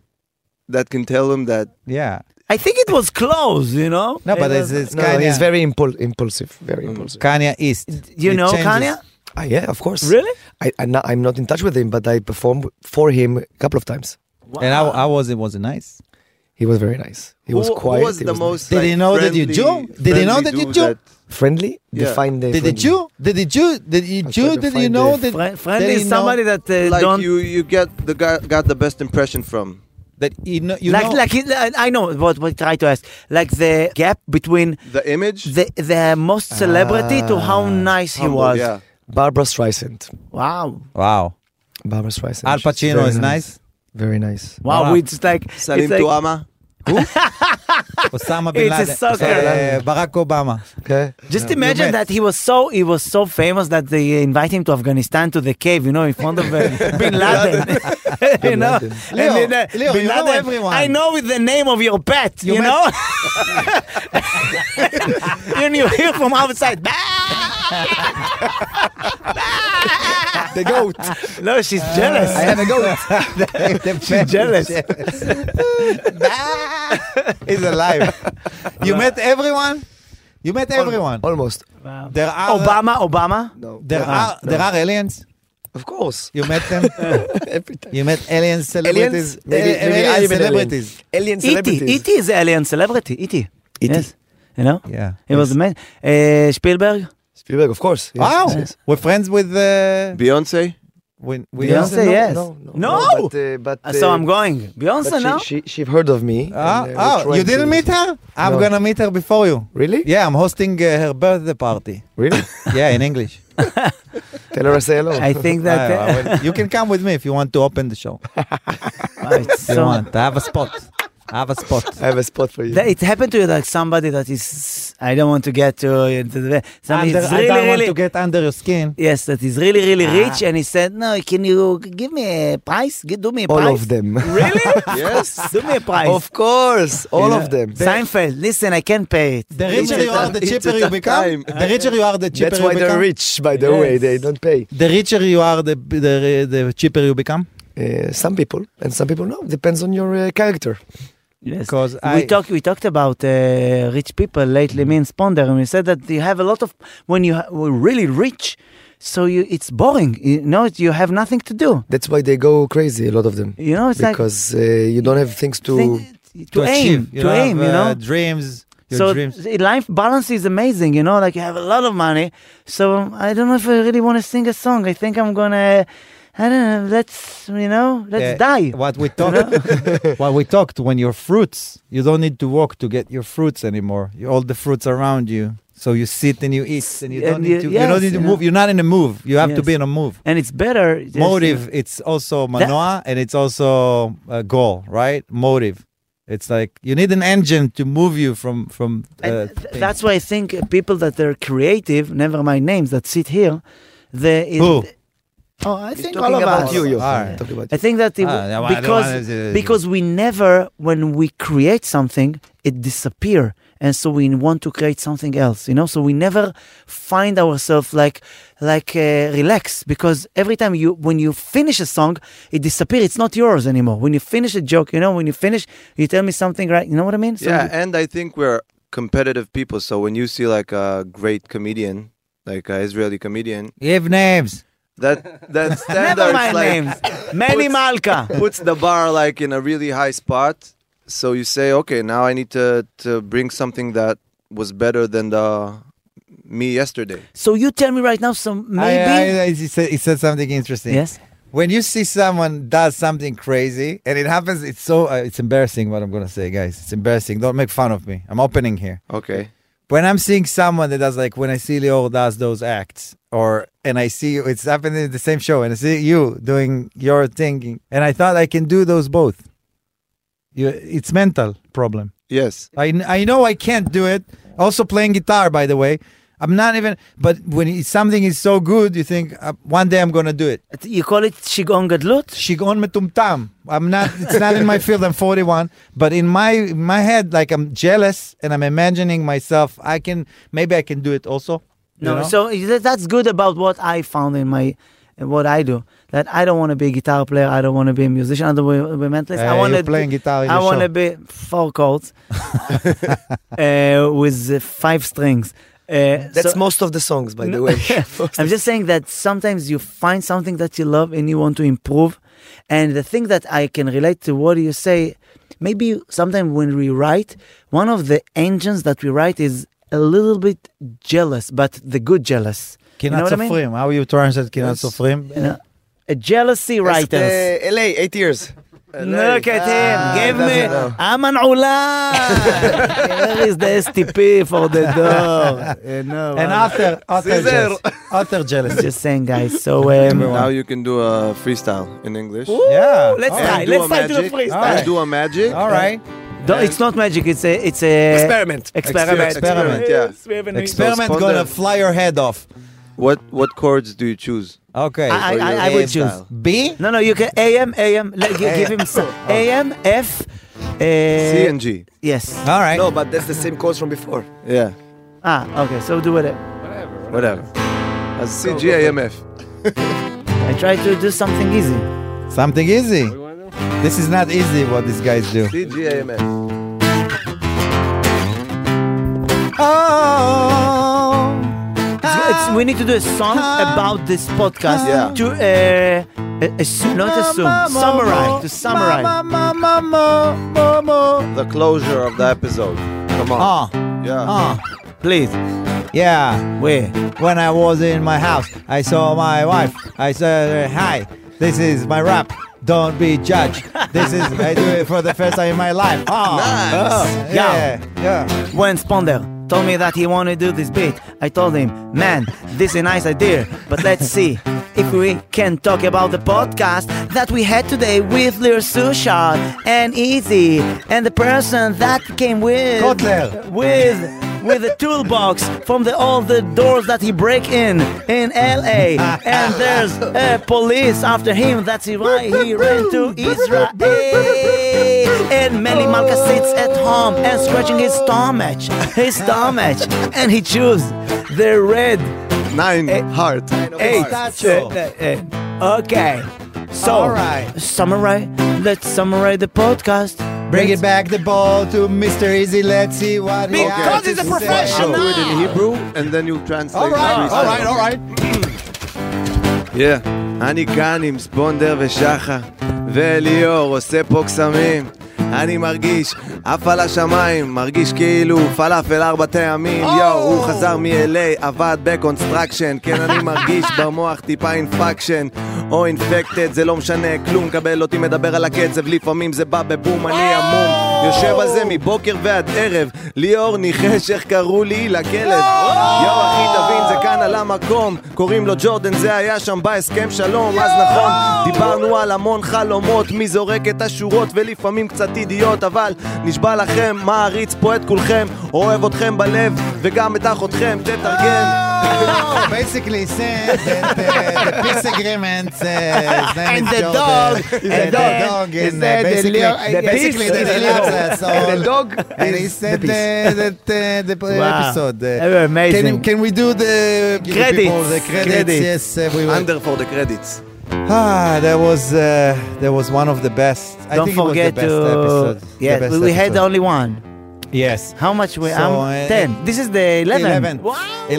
[SPEAKER 7] that can tell him that
[SPEAKER 3] Yeah.
[SPEAKER 4] I think it was close. You know.
[SPEAKER 3] No, but
[SPEAKER 4] It
[SPEAKER 3] it's,
[SPEAKER 4] was-
[SPEAKER 3] it's
[SPEAKER 2] No,
[SPEAKER 3] Kanye.
[SPEAKER 2] he's very impul- impulsive.
[SPEAKER 3] Mm.
[SPEAKER 2] Very impulsive.
[SPEAKER 3] Kanye East.
[SPEAKER 4] you
[SPEAKER 3] It
[SPEAKER 4] know
[SPEAKER 3] changes.
[SPEAKER 4] Kanye.
[SPEAKER 2] Ah, yeah, of course.
[SPEAKER 4] Really?
[SPEAKER 2] I, I'm, not, I'm not in touch with him, but I performed for him a couple of times.
[SPEAKER 3] And I, I was it wasn't nice.
[SPEAKER 2] He was very nice. He was
[SPEAKER 7] who,
[SPEAKER 2] quiet.
[SPEAKER 7] who was
[SPEAKER 2] he
[SPEAKER 7] the
[SPEAKER 2] was
[SPEAKER 7] most.
[SPEAKER 3] Did
[SPEAKER 7] like,
[SPEAKER 3] he know that you
[SPEAKER 7] friendly-
[SPEAKER 3] Jew? Did he know
[SPEAKER 7] friendly
[SPEAKER 3] that you
[SPEAKER 7] dude
[SPEAKER 3] Jew?
[SPEAKER 7] that-
[SPEAKER 2] nice. friendly.
[SPEAKER 7] Yeah.
[SPEAKER 2] Define the.
[SPEAKER 3] Did the
[SPEAKER 2] friendly.
[SPEAKER 3] Jew? Did the Jew? Did you
[SPEAKER 2] I'll
[SPEAKER 3] Jew?
[SPEAKER 2] try to
[SPEAKER 3] Did you
[SPEAKER 2] find
[SPEAKER 3] know
[SPEAKER 2] the
[SPEAKER 3] that
[SPEAKER 4] Fri- friend
[SPEAKER 3] that
[SPEAKER 4] is
[SPEAKER 3] he
[SPEAKER 4] somebody
[SPEAKER 3] know,
[SPEAKER 4] that uh,
[SPEAKER 7] like
[SPEAKER 4] don't
[SPEAKER 7] you you get the guy got the best impression from
[SPEAKER 3] that you know you
[SPEAKER 4] like
[SPEAKER 3] know
[SPEAKER 4] like it- I know what we try to ask. Like the gap between
[SPEAKER 7] the image
[SPEAKER 4] the the most celebrity to
[SPEAKER 3] Ah,
[SPEAKER 4] how nice he
[SPEAKER 7] Humble,
[SPEAKER 4] was.
[SPEAKER 7] yeah
[SPEAKER 2] Barbara Streisand.
[SPEAKER 4] Wow.
[SPEAKER 3] wow.
[SPEAKER 2] Barbara Streisand.
[SPEAKER 3] Al
[SPEAKER 2] Oh, She's very
[SPEAKER 3] Pacino is nice.
[SPEAKER 2] Very nice.
[SPEAKER 4] Wow,
[SPEAKER 3] Wow.
[SPEAKER 4] it's like
[SPEAKER 7] Salim
[SPEAKER 4] it's like,
[SPEAKER 7] Tuama
[SPEAKER 4] (laughs)
[SPEAKER 3] Osama bin
[SPEAKER 4] It's a
[SPEAKER 3] Laden.
[SPEAKER 4] sucker.
[SPEAKER 3] Uh, Barack Obama. (laughs)
[SPEAKER 2] Okay.
[SPEAKER 4] just imagine
[SPEAKER 3] met.
[SPEAKER 4] that he was so he was so famous that they invite him to Afghanistan to the cave, you know, in front of uh, Bin Laden. (laughs) you know,
[SPEAKER 2] Laden.
[SPEAKER 3] Leo,
[SPEAKER 4] and then, uh,
[SPEAKER 3] Leo,
[SPEAKER 4] Bin
[SPEAKER 3] you know
[SPEAKER 4] Laden,
[SPEAKER 3] everyone.
[SPEAKER 4] I know with the name of your pet, you,
[SPEAKER 3] You met-
[SPEAKER 4] know. and you hear from outside.
[SPEAKER 3] (laughs)
[SPEAKER 2] the goat.
[SPEAKER 4] no, she's jealous.
[SPEAKER 3] I have a goat.
[SPEAKER 4] she's jealous.
[SPEAKER 3] He's alive. You met everyone. You met everyone.
[SPEAKER 2] Almost.
[SPEAKER 3] There are
[SPEAKER 4] (laughs) Obama, Obama.
[SPEAKER 2] Ah, No.
[SPEAKER 3] There are there are aliens.
[SPEAKER 2] Of course. (laughs)
[SPEAKER 3] You met them.
[SPEAKER 2] Every time.
[SPEAKER 3] You met alien celebrities.
[SPEAKER 2] Aliens? Maybe-
[SPEAKER 3] Eh, eh,
[SPEAKER 2] maybe
[SPEAKER 3] alien
[SPEAKER 2] I'm an alien.
[SPEAKER 3] celebrities.
[SPEAKER 4] E
[SPEAKER 2] Alien
[SPEAKER 4] E.T.
[SPEAKER 2] celebrities.
[SPEAKER 4] E.T. is the alien celebrity. E.T. Yes. You know?
[SPEAKER 3] Yeah.
[SPEAKER 4] It was amazing. Uh, Spielberg?
[SPEAKER 2] Spielberg, of course. Yes,
[SPEAKER 3] Wow.
[SPEAKER 2] yes, yes.
[SPEAKER 3] We're friends with uh,
[SPEAKER 7] Beyonce
[SPEAKER 3] we, we know-
[SPEAKER 4] Beyonce. Say yes.
[SPEAKER 2] No, no,
[SPEAKER 4] No!
[SPEAKER 2] but, uh, but,
[SPEAKER 4] Uh, so
[SPEAKER 2] uh,
[SPEAKER 4] I'm going.
[SPEAKER 2] but
[SPEAKER 4] Beyonce
[SPEAKER 2] she,
[SPEAKER 4] now?
[SPEAKER 2] She, she heard of me. and,
[SPEAKER 3] Ah,
[SPEAKER 2] uh, we're
[SPEAKER 3] oh,
[SPEAKER 2] trying
[SPEAKER 3] you didn't
[SPEAKER 2] to-
[SPEAKER 3] meet her? I'm
[SPEAKER 2] No.
[SPEAKER 3] gonna meet her before you.
[SPEAKER 2] Really?
[SPEAKER 3] Yeah, I'm hosting uh, her birthday party. (laughs)
[SPEAKER 2] Really?
[SPEAKER 3] Yeah, in
[SPEAKER 2] (laughs)
[SPEAKER 3] English.
[SPEAKER 2] Tell her I say hello.
[SPEAKER 4] I think
[SPEAKER 3] I-
[SPEAKER 4] that
[SPEAKER 3] I
[SPEAKER 4] uh,
[SPEAKER 3] will- you can come with me if you want to open the show.
[SPEAKER 4] (laughs) it's
[SPEAKER 3] If you
[SPEAKER 4] so,
[SPEAKER 3] want, I have a spot. I have a spot.
[SPEAKER 2] I have a spot for you.
[SPEAKER 4] that it happened to you like somebody that is I don't want to get to uh, into the somebody
[SPEAKER 3] Under-
[SPEAKER 4] that's
[SPEAKER 3] I
[SPEAKER 4] really
[SPEAKER 3] don't want
[SPEAKER 4] really
[SPEAKER 3] to get Ah. under your skin.
[SPEAKER 4] yes that is really really rich and he said no can you give me a price Gi- do me a
[SPEAKER 2] all
[SPEAKER 4] price
[SPEAKER 2] of them.
[SPEAKER 4] really
[SPEAKER 3] (laughs)
[SPEAKER 7] yes
[SPEAKER 4] do me a price
[SPEAKER 2] (laughs) of course. All
[SPEAKER 3] Yeah.
[SPEAKER 2] of them.
[SPEAKER 4] Seinfeld listen I can't pay it
[SPEAKER 3] The richer you are, the
[SPEAKER 7] It's a
[SPEAKER 3] cheaper you
[SPEAKER 7] tough
[SPEAKER 3] become.
[SPEAKER 7] time.
[SPEAKER 3] The richer you are, the cheaper
[SPEAKER 2] That's
[SPEAKER 3] you
[SPEAKER 2] why they're
[SPEAKER 3] become.
[SPEAKER 2] rich, by the way. They don't pay.
[SPEAKER 3] The richer you are, the, the the cheaper you become.
[SPEAKER 2] Uh, some people, and some people no. Depends on your uh, character.
[SPEAKER 4] yes.
[SPEAKER 3] Because I Mm.
[SPEAKER 4] we talked we talked about uh, rich people lately me and Sponder and we said that you have a lot of when you ha- were really rich so you it's boring you know you have nothing to do
[SPEAKER 2] That's why they go crazy. A lot of them.
[SPEAKER 4] you know it's like
[SPEAKER 2] because uh, you don't have things to.
[SPEAKER 4] think- to, aim
[SPEAKER 3] achieve,
[SPEAKER 4] to
[SPEAKER 3] have,
[SPEAKER 4] aim you know
[SPEAKER 3] uh, dreams. Your
[SPEAKER 4] so
[SPEAKER 3] dreams.
[SPEAKER 4] th- life balance is amazing you know like you have a lot of money so um, i don't know if i really want to sing a song i think i'm gonna i don't know let's you know let's
[SPEAKER 3] Uh,
[SPEAKER 4] die
[SPEAKER 3] What we talked, (laughs) what we talked when your fruits, you don't need to walk to get your fruits anymore. You, all the fruits around you, so you sit and you eat, and you
[SPEAKER 4] And
[SPEAKER 3] don't
[SPEAKER 4] you-
[SPEAKER 3] need to. you
[SPEAKER 4] yes,
[SPEAKER 3] don't need to
[SPEAKER 4] you know.
[SPEAKER 3] move. You're not in a move. You have to
[SPEAKER 4] Yes.
[SPEAKER 3] be in a move.
[SPEAKER 4] and it's better just-
[SPEAKER 3] Motive. It's also manoa, and it's also a goal, right? Motive. It's like you need an engine to move you from from. Uh,
[SPEAKER 4] And th-
[SPEAKER 3] thing.
[SPEAKER 4] that's why i think uh, people that are creative never mind names that sit here they it-
[SPEAKER 3] Who?
[SPEAKER 4] oh i think
[SPEAKER 2] Talking
[SPEAKER 4] all of
[SPEAKER 2] about
[SPEAKER 4] us
[SPEAKER 2] you, you.
[SPEAKER 3] Alright.
[SPEAKER 2] Talking about
[SPEAKER 4] I think that it,
[SPEAKER 3] Ah, yeah, well, I don't
[SPEAKER 4] because
[SPEAKER 3] wanna-
[SPEAKER 4] because we never when we create something it disappear and so we want to create something else you know so we never find ourselves like like uh, relax because every time you when you finish a song it disappears it's not yours anymore when you finish a joke you know when you finish you tell me something right you know what I mean so
[SPEAKER 7] yeah and I think we're competitive people. So when you see like a great comedian, like an Israeli comedian,
[SPEAKER 3] Give names.
[SPEAKER 7] that that
[SPEAKER 4] (laughs) Never
[SPEAKER 7] standards
[SPEAKER 4] mind
[SPEAKER 7] like
[SPEAKER 4] (laughs) names. Manny Malka.
[SPEAKER 7] puts the bar like in a really high spot. So you say, okay, now I need to to bring something that was better than the me yesterday.
[SPEAKER 4] So you tell me right now some
[SPEAKER 3] I-
[SPEAKER 4] maybe.
[SPEAKER 3] I, I- he, said, he said something interesting.
[SPEAKER 4] yes.
[SPEAKER 3] When you see someone does something crazy and it happens, it's so uh, it's embarrassing what I'm gonna say, guys. It's embarrassing. Don't make fun of me. I'm opening here.
[SPEAKER 7] Okay.
[SPEAKER 3] when I'm seeing someone that does like when I see Leo does those acts or and I see you it's happening in the same show and I see you doing your thing and I thought I can do those both. You, it's mental problem.
[SPEAKER 7] Yes.
[SPEAKER 3] I, kn- I know I can't do it. Also playing guitar, by the way. I'm not even. But when it's, something is so good, you think uh, one day I'm gonna do it.
[SPEAKER 4] You call it Shigon Gadlut?
[SPEAKER 3] Shigon metumtam. I'm not. It's not in my field. I'm 41, but in my in my head, like I'm jealous and I'm imagining myself. I can maybe I can do it also. you
[SPEAKER 4] No.
[SPEAKER 3] know?
[SPEAKER 4] So that- that's good about what I found in my in what I do. That I don't want to be a guitar player. I don't want to be a musician. I don't want to be a mentalist.
[SPEAKER 3] Uh,
[SPEAKER 4] I want
[SPEAKER 3] you're
[SPEAKER 4] to
[SPEAKER 3] playing guitar in
[SPEAKER 4] I
[SPEAKER 3] the
[SPEAKER 4] want to
[SPEAKER 3] show.
[SPEAKER 4] be four
[SPEAKER 3] (laughs)
[SPEAKER 4] chords uh, with uh, five strings. Uh,
[SPEAKER 2] That's
[SPEAKER 4] so-
[SPEAKER 2] most of the songs, by the way. (laughs)
[SPEAKER 4] (laughs) I'm just saying that sometimes you find something that you love and you want to improve. And the thing that I can relate to what you say, maybe sometimes when we write, one of the engines that we write is a little bit jealous, but the good jealous. You know
[SPEAKER 3] Cannot
[SPEAKER 4] what I mean?
[SPEAKER 3] sufrim. How you translate cannot sufrim?
[SPEAKER 4] Yeah. A jealousy writer.
[SPEAKER 2] Uh, LA, eight years.
[SPEAKER 4] Look at
[SPEAKER 3] Ah,
[SPEAKER 4] him. Give me.
[SPEAKER 3] doesn't know.
[SPEAKER 4] I'm an ulam. There is the STP for (laughs) the door. You know,
[SPEAKER 3] And
[SPEAKER 4] I'm
[SPEAKER 3] after after jealous, after jealous.
[SPEAKER 4] (laughs) just saying, guys. So um,
[SPEAKER 7] Now you can do a freestyle in English.
[SPEAKER 3] Yeah.
[SPEAKER 4] let's
[SPEAKER 3] All
[SPEAKER 4] try.
[SPEAKER 3] right.
[SPEAKER 7] do
[SPEAKER 4] Let's
[SPEAKER 7] a
[SPEAKER 4] try to the
[SPEAKER 7] magic.
[SPEAKER 4] freestyle.
[SPEAKER 3] All right.
[SPEAKER 7] Do a magic.
[SPEAKER 3] All right.
[SPEAKER 4] No, it's not magic. It's a it's a
[SPEAKER 2] Experiment.
[SPEAKER 4] Experiment.
[SPEAKER 3] Experiment,
[SPEAKER 7] yeah.
[SPEAKER 3] Experiment
[SPEAKER 7] Postpone
[SPEAKER 3] gonna
[SPEAKER 7] the-
[SPEAKER 3] fly your head off.
[SPEAKER 7] What what chords do you choose?
[SPEAKER 3] Okay.
[SPEAKER 4] I, I, I would choose.
[SPEAKER 3] B.
[SPEAKER 4] No, no, you can AM AM. Let, gi- give him s- AM F. Uh,
[SPEAKER 7] Oh. C and G.
[SPEAKER 4] yes.
[SPEAKER 3] All right.
[SPEAKER 2] No, but that's the same chords from before.
[SPEAKER 7] Yeah.
[SPEAKER 4] Ah, okay. So do it.
[SPEAKER 7] Whatever. That's C G A M F.
[SPEAKER 4] I try to do something easy.
[SPEAKER 3] Something easy. This is not easy. What these guys do.
[SPEAKER 7] C G A M F.
[SPEAKER 3] Oh.
[SPEAKER 4] It's- it's- we need to do a song about this podcast
[SPEAKER 7] Yeah.
[SPEAKER 4] to uh, a- assume, not assume, summarize to summarize.
[SPEAKER 7] Oh, The closure of the episode. Come on.
[SPEAKER 3] Ah.
[SPEAKER 7] yeah.
[SPEAKER 3] Ah.
[SPEAKER 4] Please,
[SPEAKER 3] Yeah.
[SPEAKER 4] where?
[SPEAKER 3] When I was in my house, I saw my wife. I said, Hi, this is my rap. Don't be judged. This is, I do it for the first time in my life. Oh, oh, yeah. Yeah.
[SPEAKER 4] When Sponder told me that he wanted to do this beat, I told him, man, this is a nice idea, but let's see if we can talk about the podcast that we had today with Lir Sushar and Easy and the person that came with
[SPEAKER 3] Kotler.
[SPEAKER 4] with with a toolbox from the all the doors that he break in in LA and there's a police after him that's why he ran to Israel and Melly Malka sits at home and scratching his stomach his stomach and he choose the red
[SPEAKER 7] Eh. Nine heart.
[SPEAKER 4] eight
[SPEAKER 3] Pistachio.
[SPEAKER 4] okay so
[SPEAKER 3] All right.
[SPEAKER 4] summarize let's summarize the podcast
[SPEAKER 3] Bring it back the ball to Mr. Easy. Let's see what he
[SPEAKER 4] Because
[SPEAKER 3] has to
[SPEAKER 4] he's
[SPEAKER 3] say.
[SPEAKER 4] a
[SPEAKER 3] Oh,
[SPEAKER 7] I'll
[SPEAKER 4] professional.
[SPEAKER 7] do it in Hebrew and then you translate.
[SPEAKER 3] All right, all right, all right.
[SPEAKER 7] Yeah. אני כאן עם ספונדר ושחה, וליאור עושה פה קסמים. אני מרגיש עף על השמיים, מרגיש כאילו פלאפל ארבע טעמים. יואו, הוא חזר מ-LA, עבד בקונסטרקשן. כן, אני מרגיש במוח טיפה אינפקשן, או אינפקטד, זה לא משנה כלום. קבל אותי מדבר על הקצב, לפעמים זה בא בבום, אני המום. יושב על זה מבוקר ועד ערב, ליאור ניחש איך קראו לי לכלב. יואו, אחי, תבין, זה כאן על המקום. קוראים לו ג'ורדן, זה היה שם בהסכם שלום, אז נכון. דיברנו על המון חלומות, מי זורק את השורות ולפעמים קצת אידיוט, אבל נשבע לכם, מעריץ פה את כולכם, אוהב אתכם בלב, וגם את אחותכם, תתרגם.
[SPEAKER 4] (laughs)
[SPEAKER 3] Oh, basically, he said that uh, the peace agreement uh, his name
[SPEAKER 4] And
[SPEAKER 3] is
[SPEAKER 4] the
[SPEAKER 3] Jordan.
[SPEAKER 4] dog,
[SPEAKER 3] He said the
[SPEAKER 4] and then
[SPEAKER 3] dog,
[SPEAKER 4] he
[SPEAKER 3] and
[SPEAKER 4] said
[SPEAKER 3] uh,
[SPEAKER 4] the
[SPEAKER 3] basically,
[SPEAKER 4] leo-
[SPEAKER 3] the,
[SPEAKER 4] the
[SPEAKER 3] basically
[SPEAKER 4] peace
[SPEAKER 3] the,
[SPEAKER 4] is the
[SPEAKER 3] relapse, uh, so-
[SPEAKER 2] the dog
[SPEAKER 3] and he
[SPEAKER 2] is
[SPEAKER 3] said
[SPEAKER 2] the
[SPEAKER 3] uh, that uh, the p-
[SPEAKER 4] Wow.
[SPEAKER 3] episode. uh,
[SPEAKER 4] They were amazing.
[SPEAKER 3] Can, can we do the give the people the
[SPEAKER 4] Credits.
[SPEAKER 3] credits?
[SPEAKER 4] Credits.
[SPEAKER 3] Yes, uh, we will.
[SPEAKER 7] under for the credits.
[SPEAKER 3] Ah, that was uh, that was one of the best. I
[SPEAKER 4] don't
[SPEAKER 3] think it was
[SPEAKER 4] forget
[SPEAKER 3] the best
[SPEAKER 4] to
[SPEAKER 3] episode. The
[SPEAKER 4] yeah
[SPEAKER 3] best
[SPEAKER 4] we, we had
[SPEAKER 3] episode.
[SPEAKER 4] only one
[SPEAKER 3] Yes.
[SPEAKER 4] How much we?
[SPEAKER 3] So,
[SPEAKER 4] I'm
[SPEAKER 3] uh,
[SPEAKER 4] ten. This is the eleventh.
[SPEAKER 3] 11th.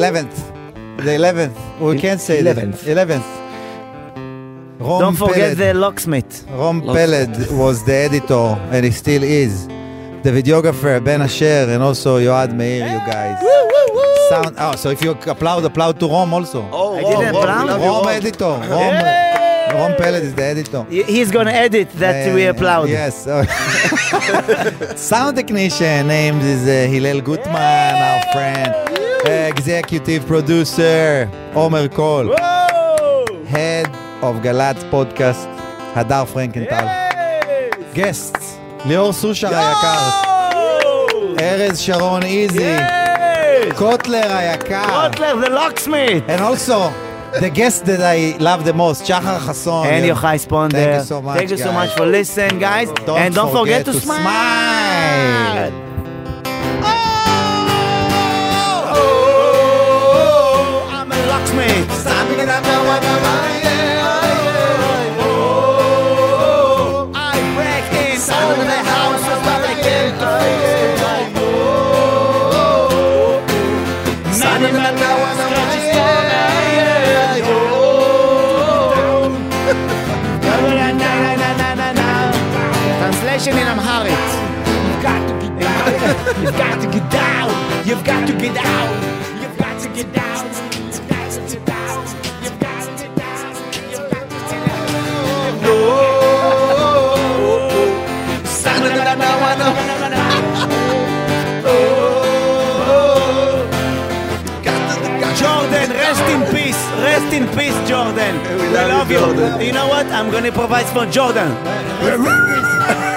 [SPEAKER 3] 11th. The 11th. We can't say that.
[SPEAKER 2] 11th.
[SPEAKER 3] 11th. Rom
[SPEAKER 4] Don't forget
[SPEAKER 3] Peled-
[SPEAKER 4] the locksmith.
[SPEAKER 3] Rom Peled was the editor, and he still is. The videographer, Ben Asher, and also Yoad Meir, you guys. Sound, oh, so if you applaud, applaud to Rom also.
[SPEAKER 7] Oh,
[SPEAKER 4] I didn't plan.
[SPEAKER 3] Rom, editor. Rom, Rom Peled is the editor.
[SPEAKER 4] He- He's gonna edit that we
[SPEAKER 3] Uh,
[SPEAKER 4] applaud.
[SPEAKER 3] Yes. (laughs) Sound technician names is uh, Hillel Gutman, our friend. Executive producer Omer Kol. Head of Galatz podcast Hadar Frankenthal. Guests ליאור סושר היקר. ארז שרון איזי. קוטלר היקר.
[SPEAKER 4] Butler, the locksmith,
[SPEAKER 3] And also, the guest that I love the most, שחר חסון.
[SPEAKER 4] and Yochai
[SPEAKER 3] Oh, Thank
[SPEAKER 4] Sponder.
[SPEAKER 3] you so much,
[SPEAKER 4] Thank you so
[SPEAKER 3] guys.
[SPEAKER 4] much for listening, guys.
[SPEAKER 3] Don't
[SPEAKER 4] and don't forget, to,
[SPEAKER 3] smile.
[SPEAKER 4] Oh, I'm a locksmith. I break in all the houses that I can. None of my powers can just stand I am. Translation in Amharic. You've got to get down. You've got to get down. You've got to get down. You've got to get down. You've got to get down. You've got to get down. You've got to get down. No. Jordan, rest in peace. Rest in peace, Jordan. We love, you. You know what? I'm gonna improvise for Jordan.
[SPEAKER 3] É, então,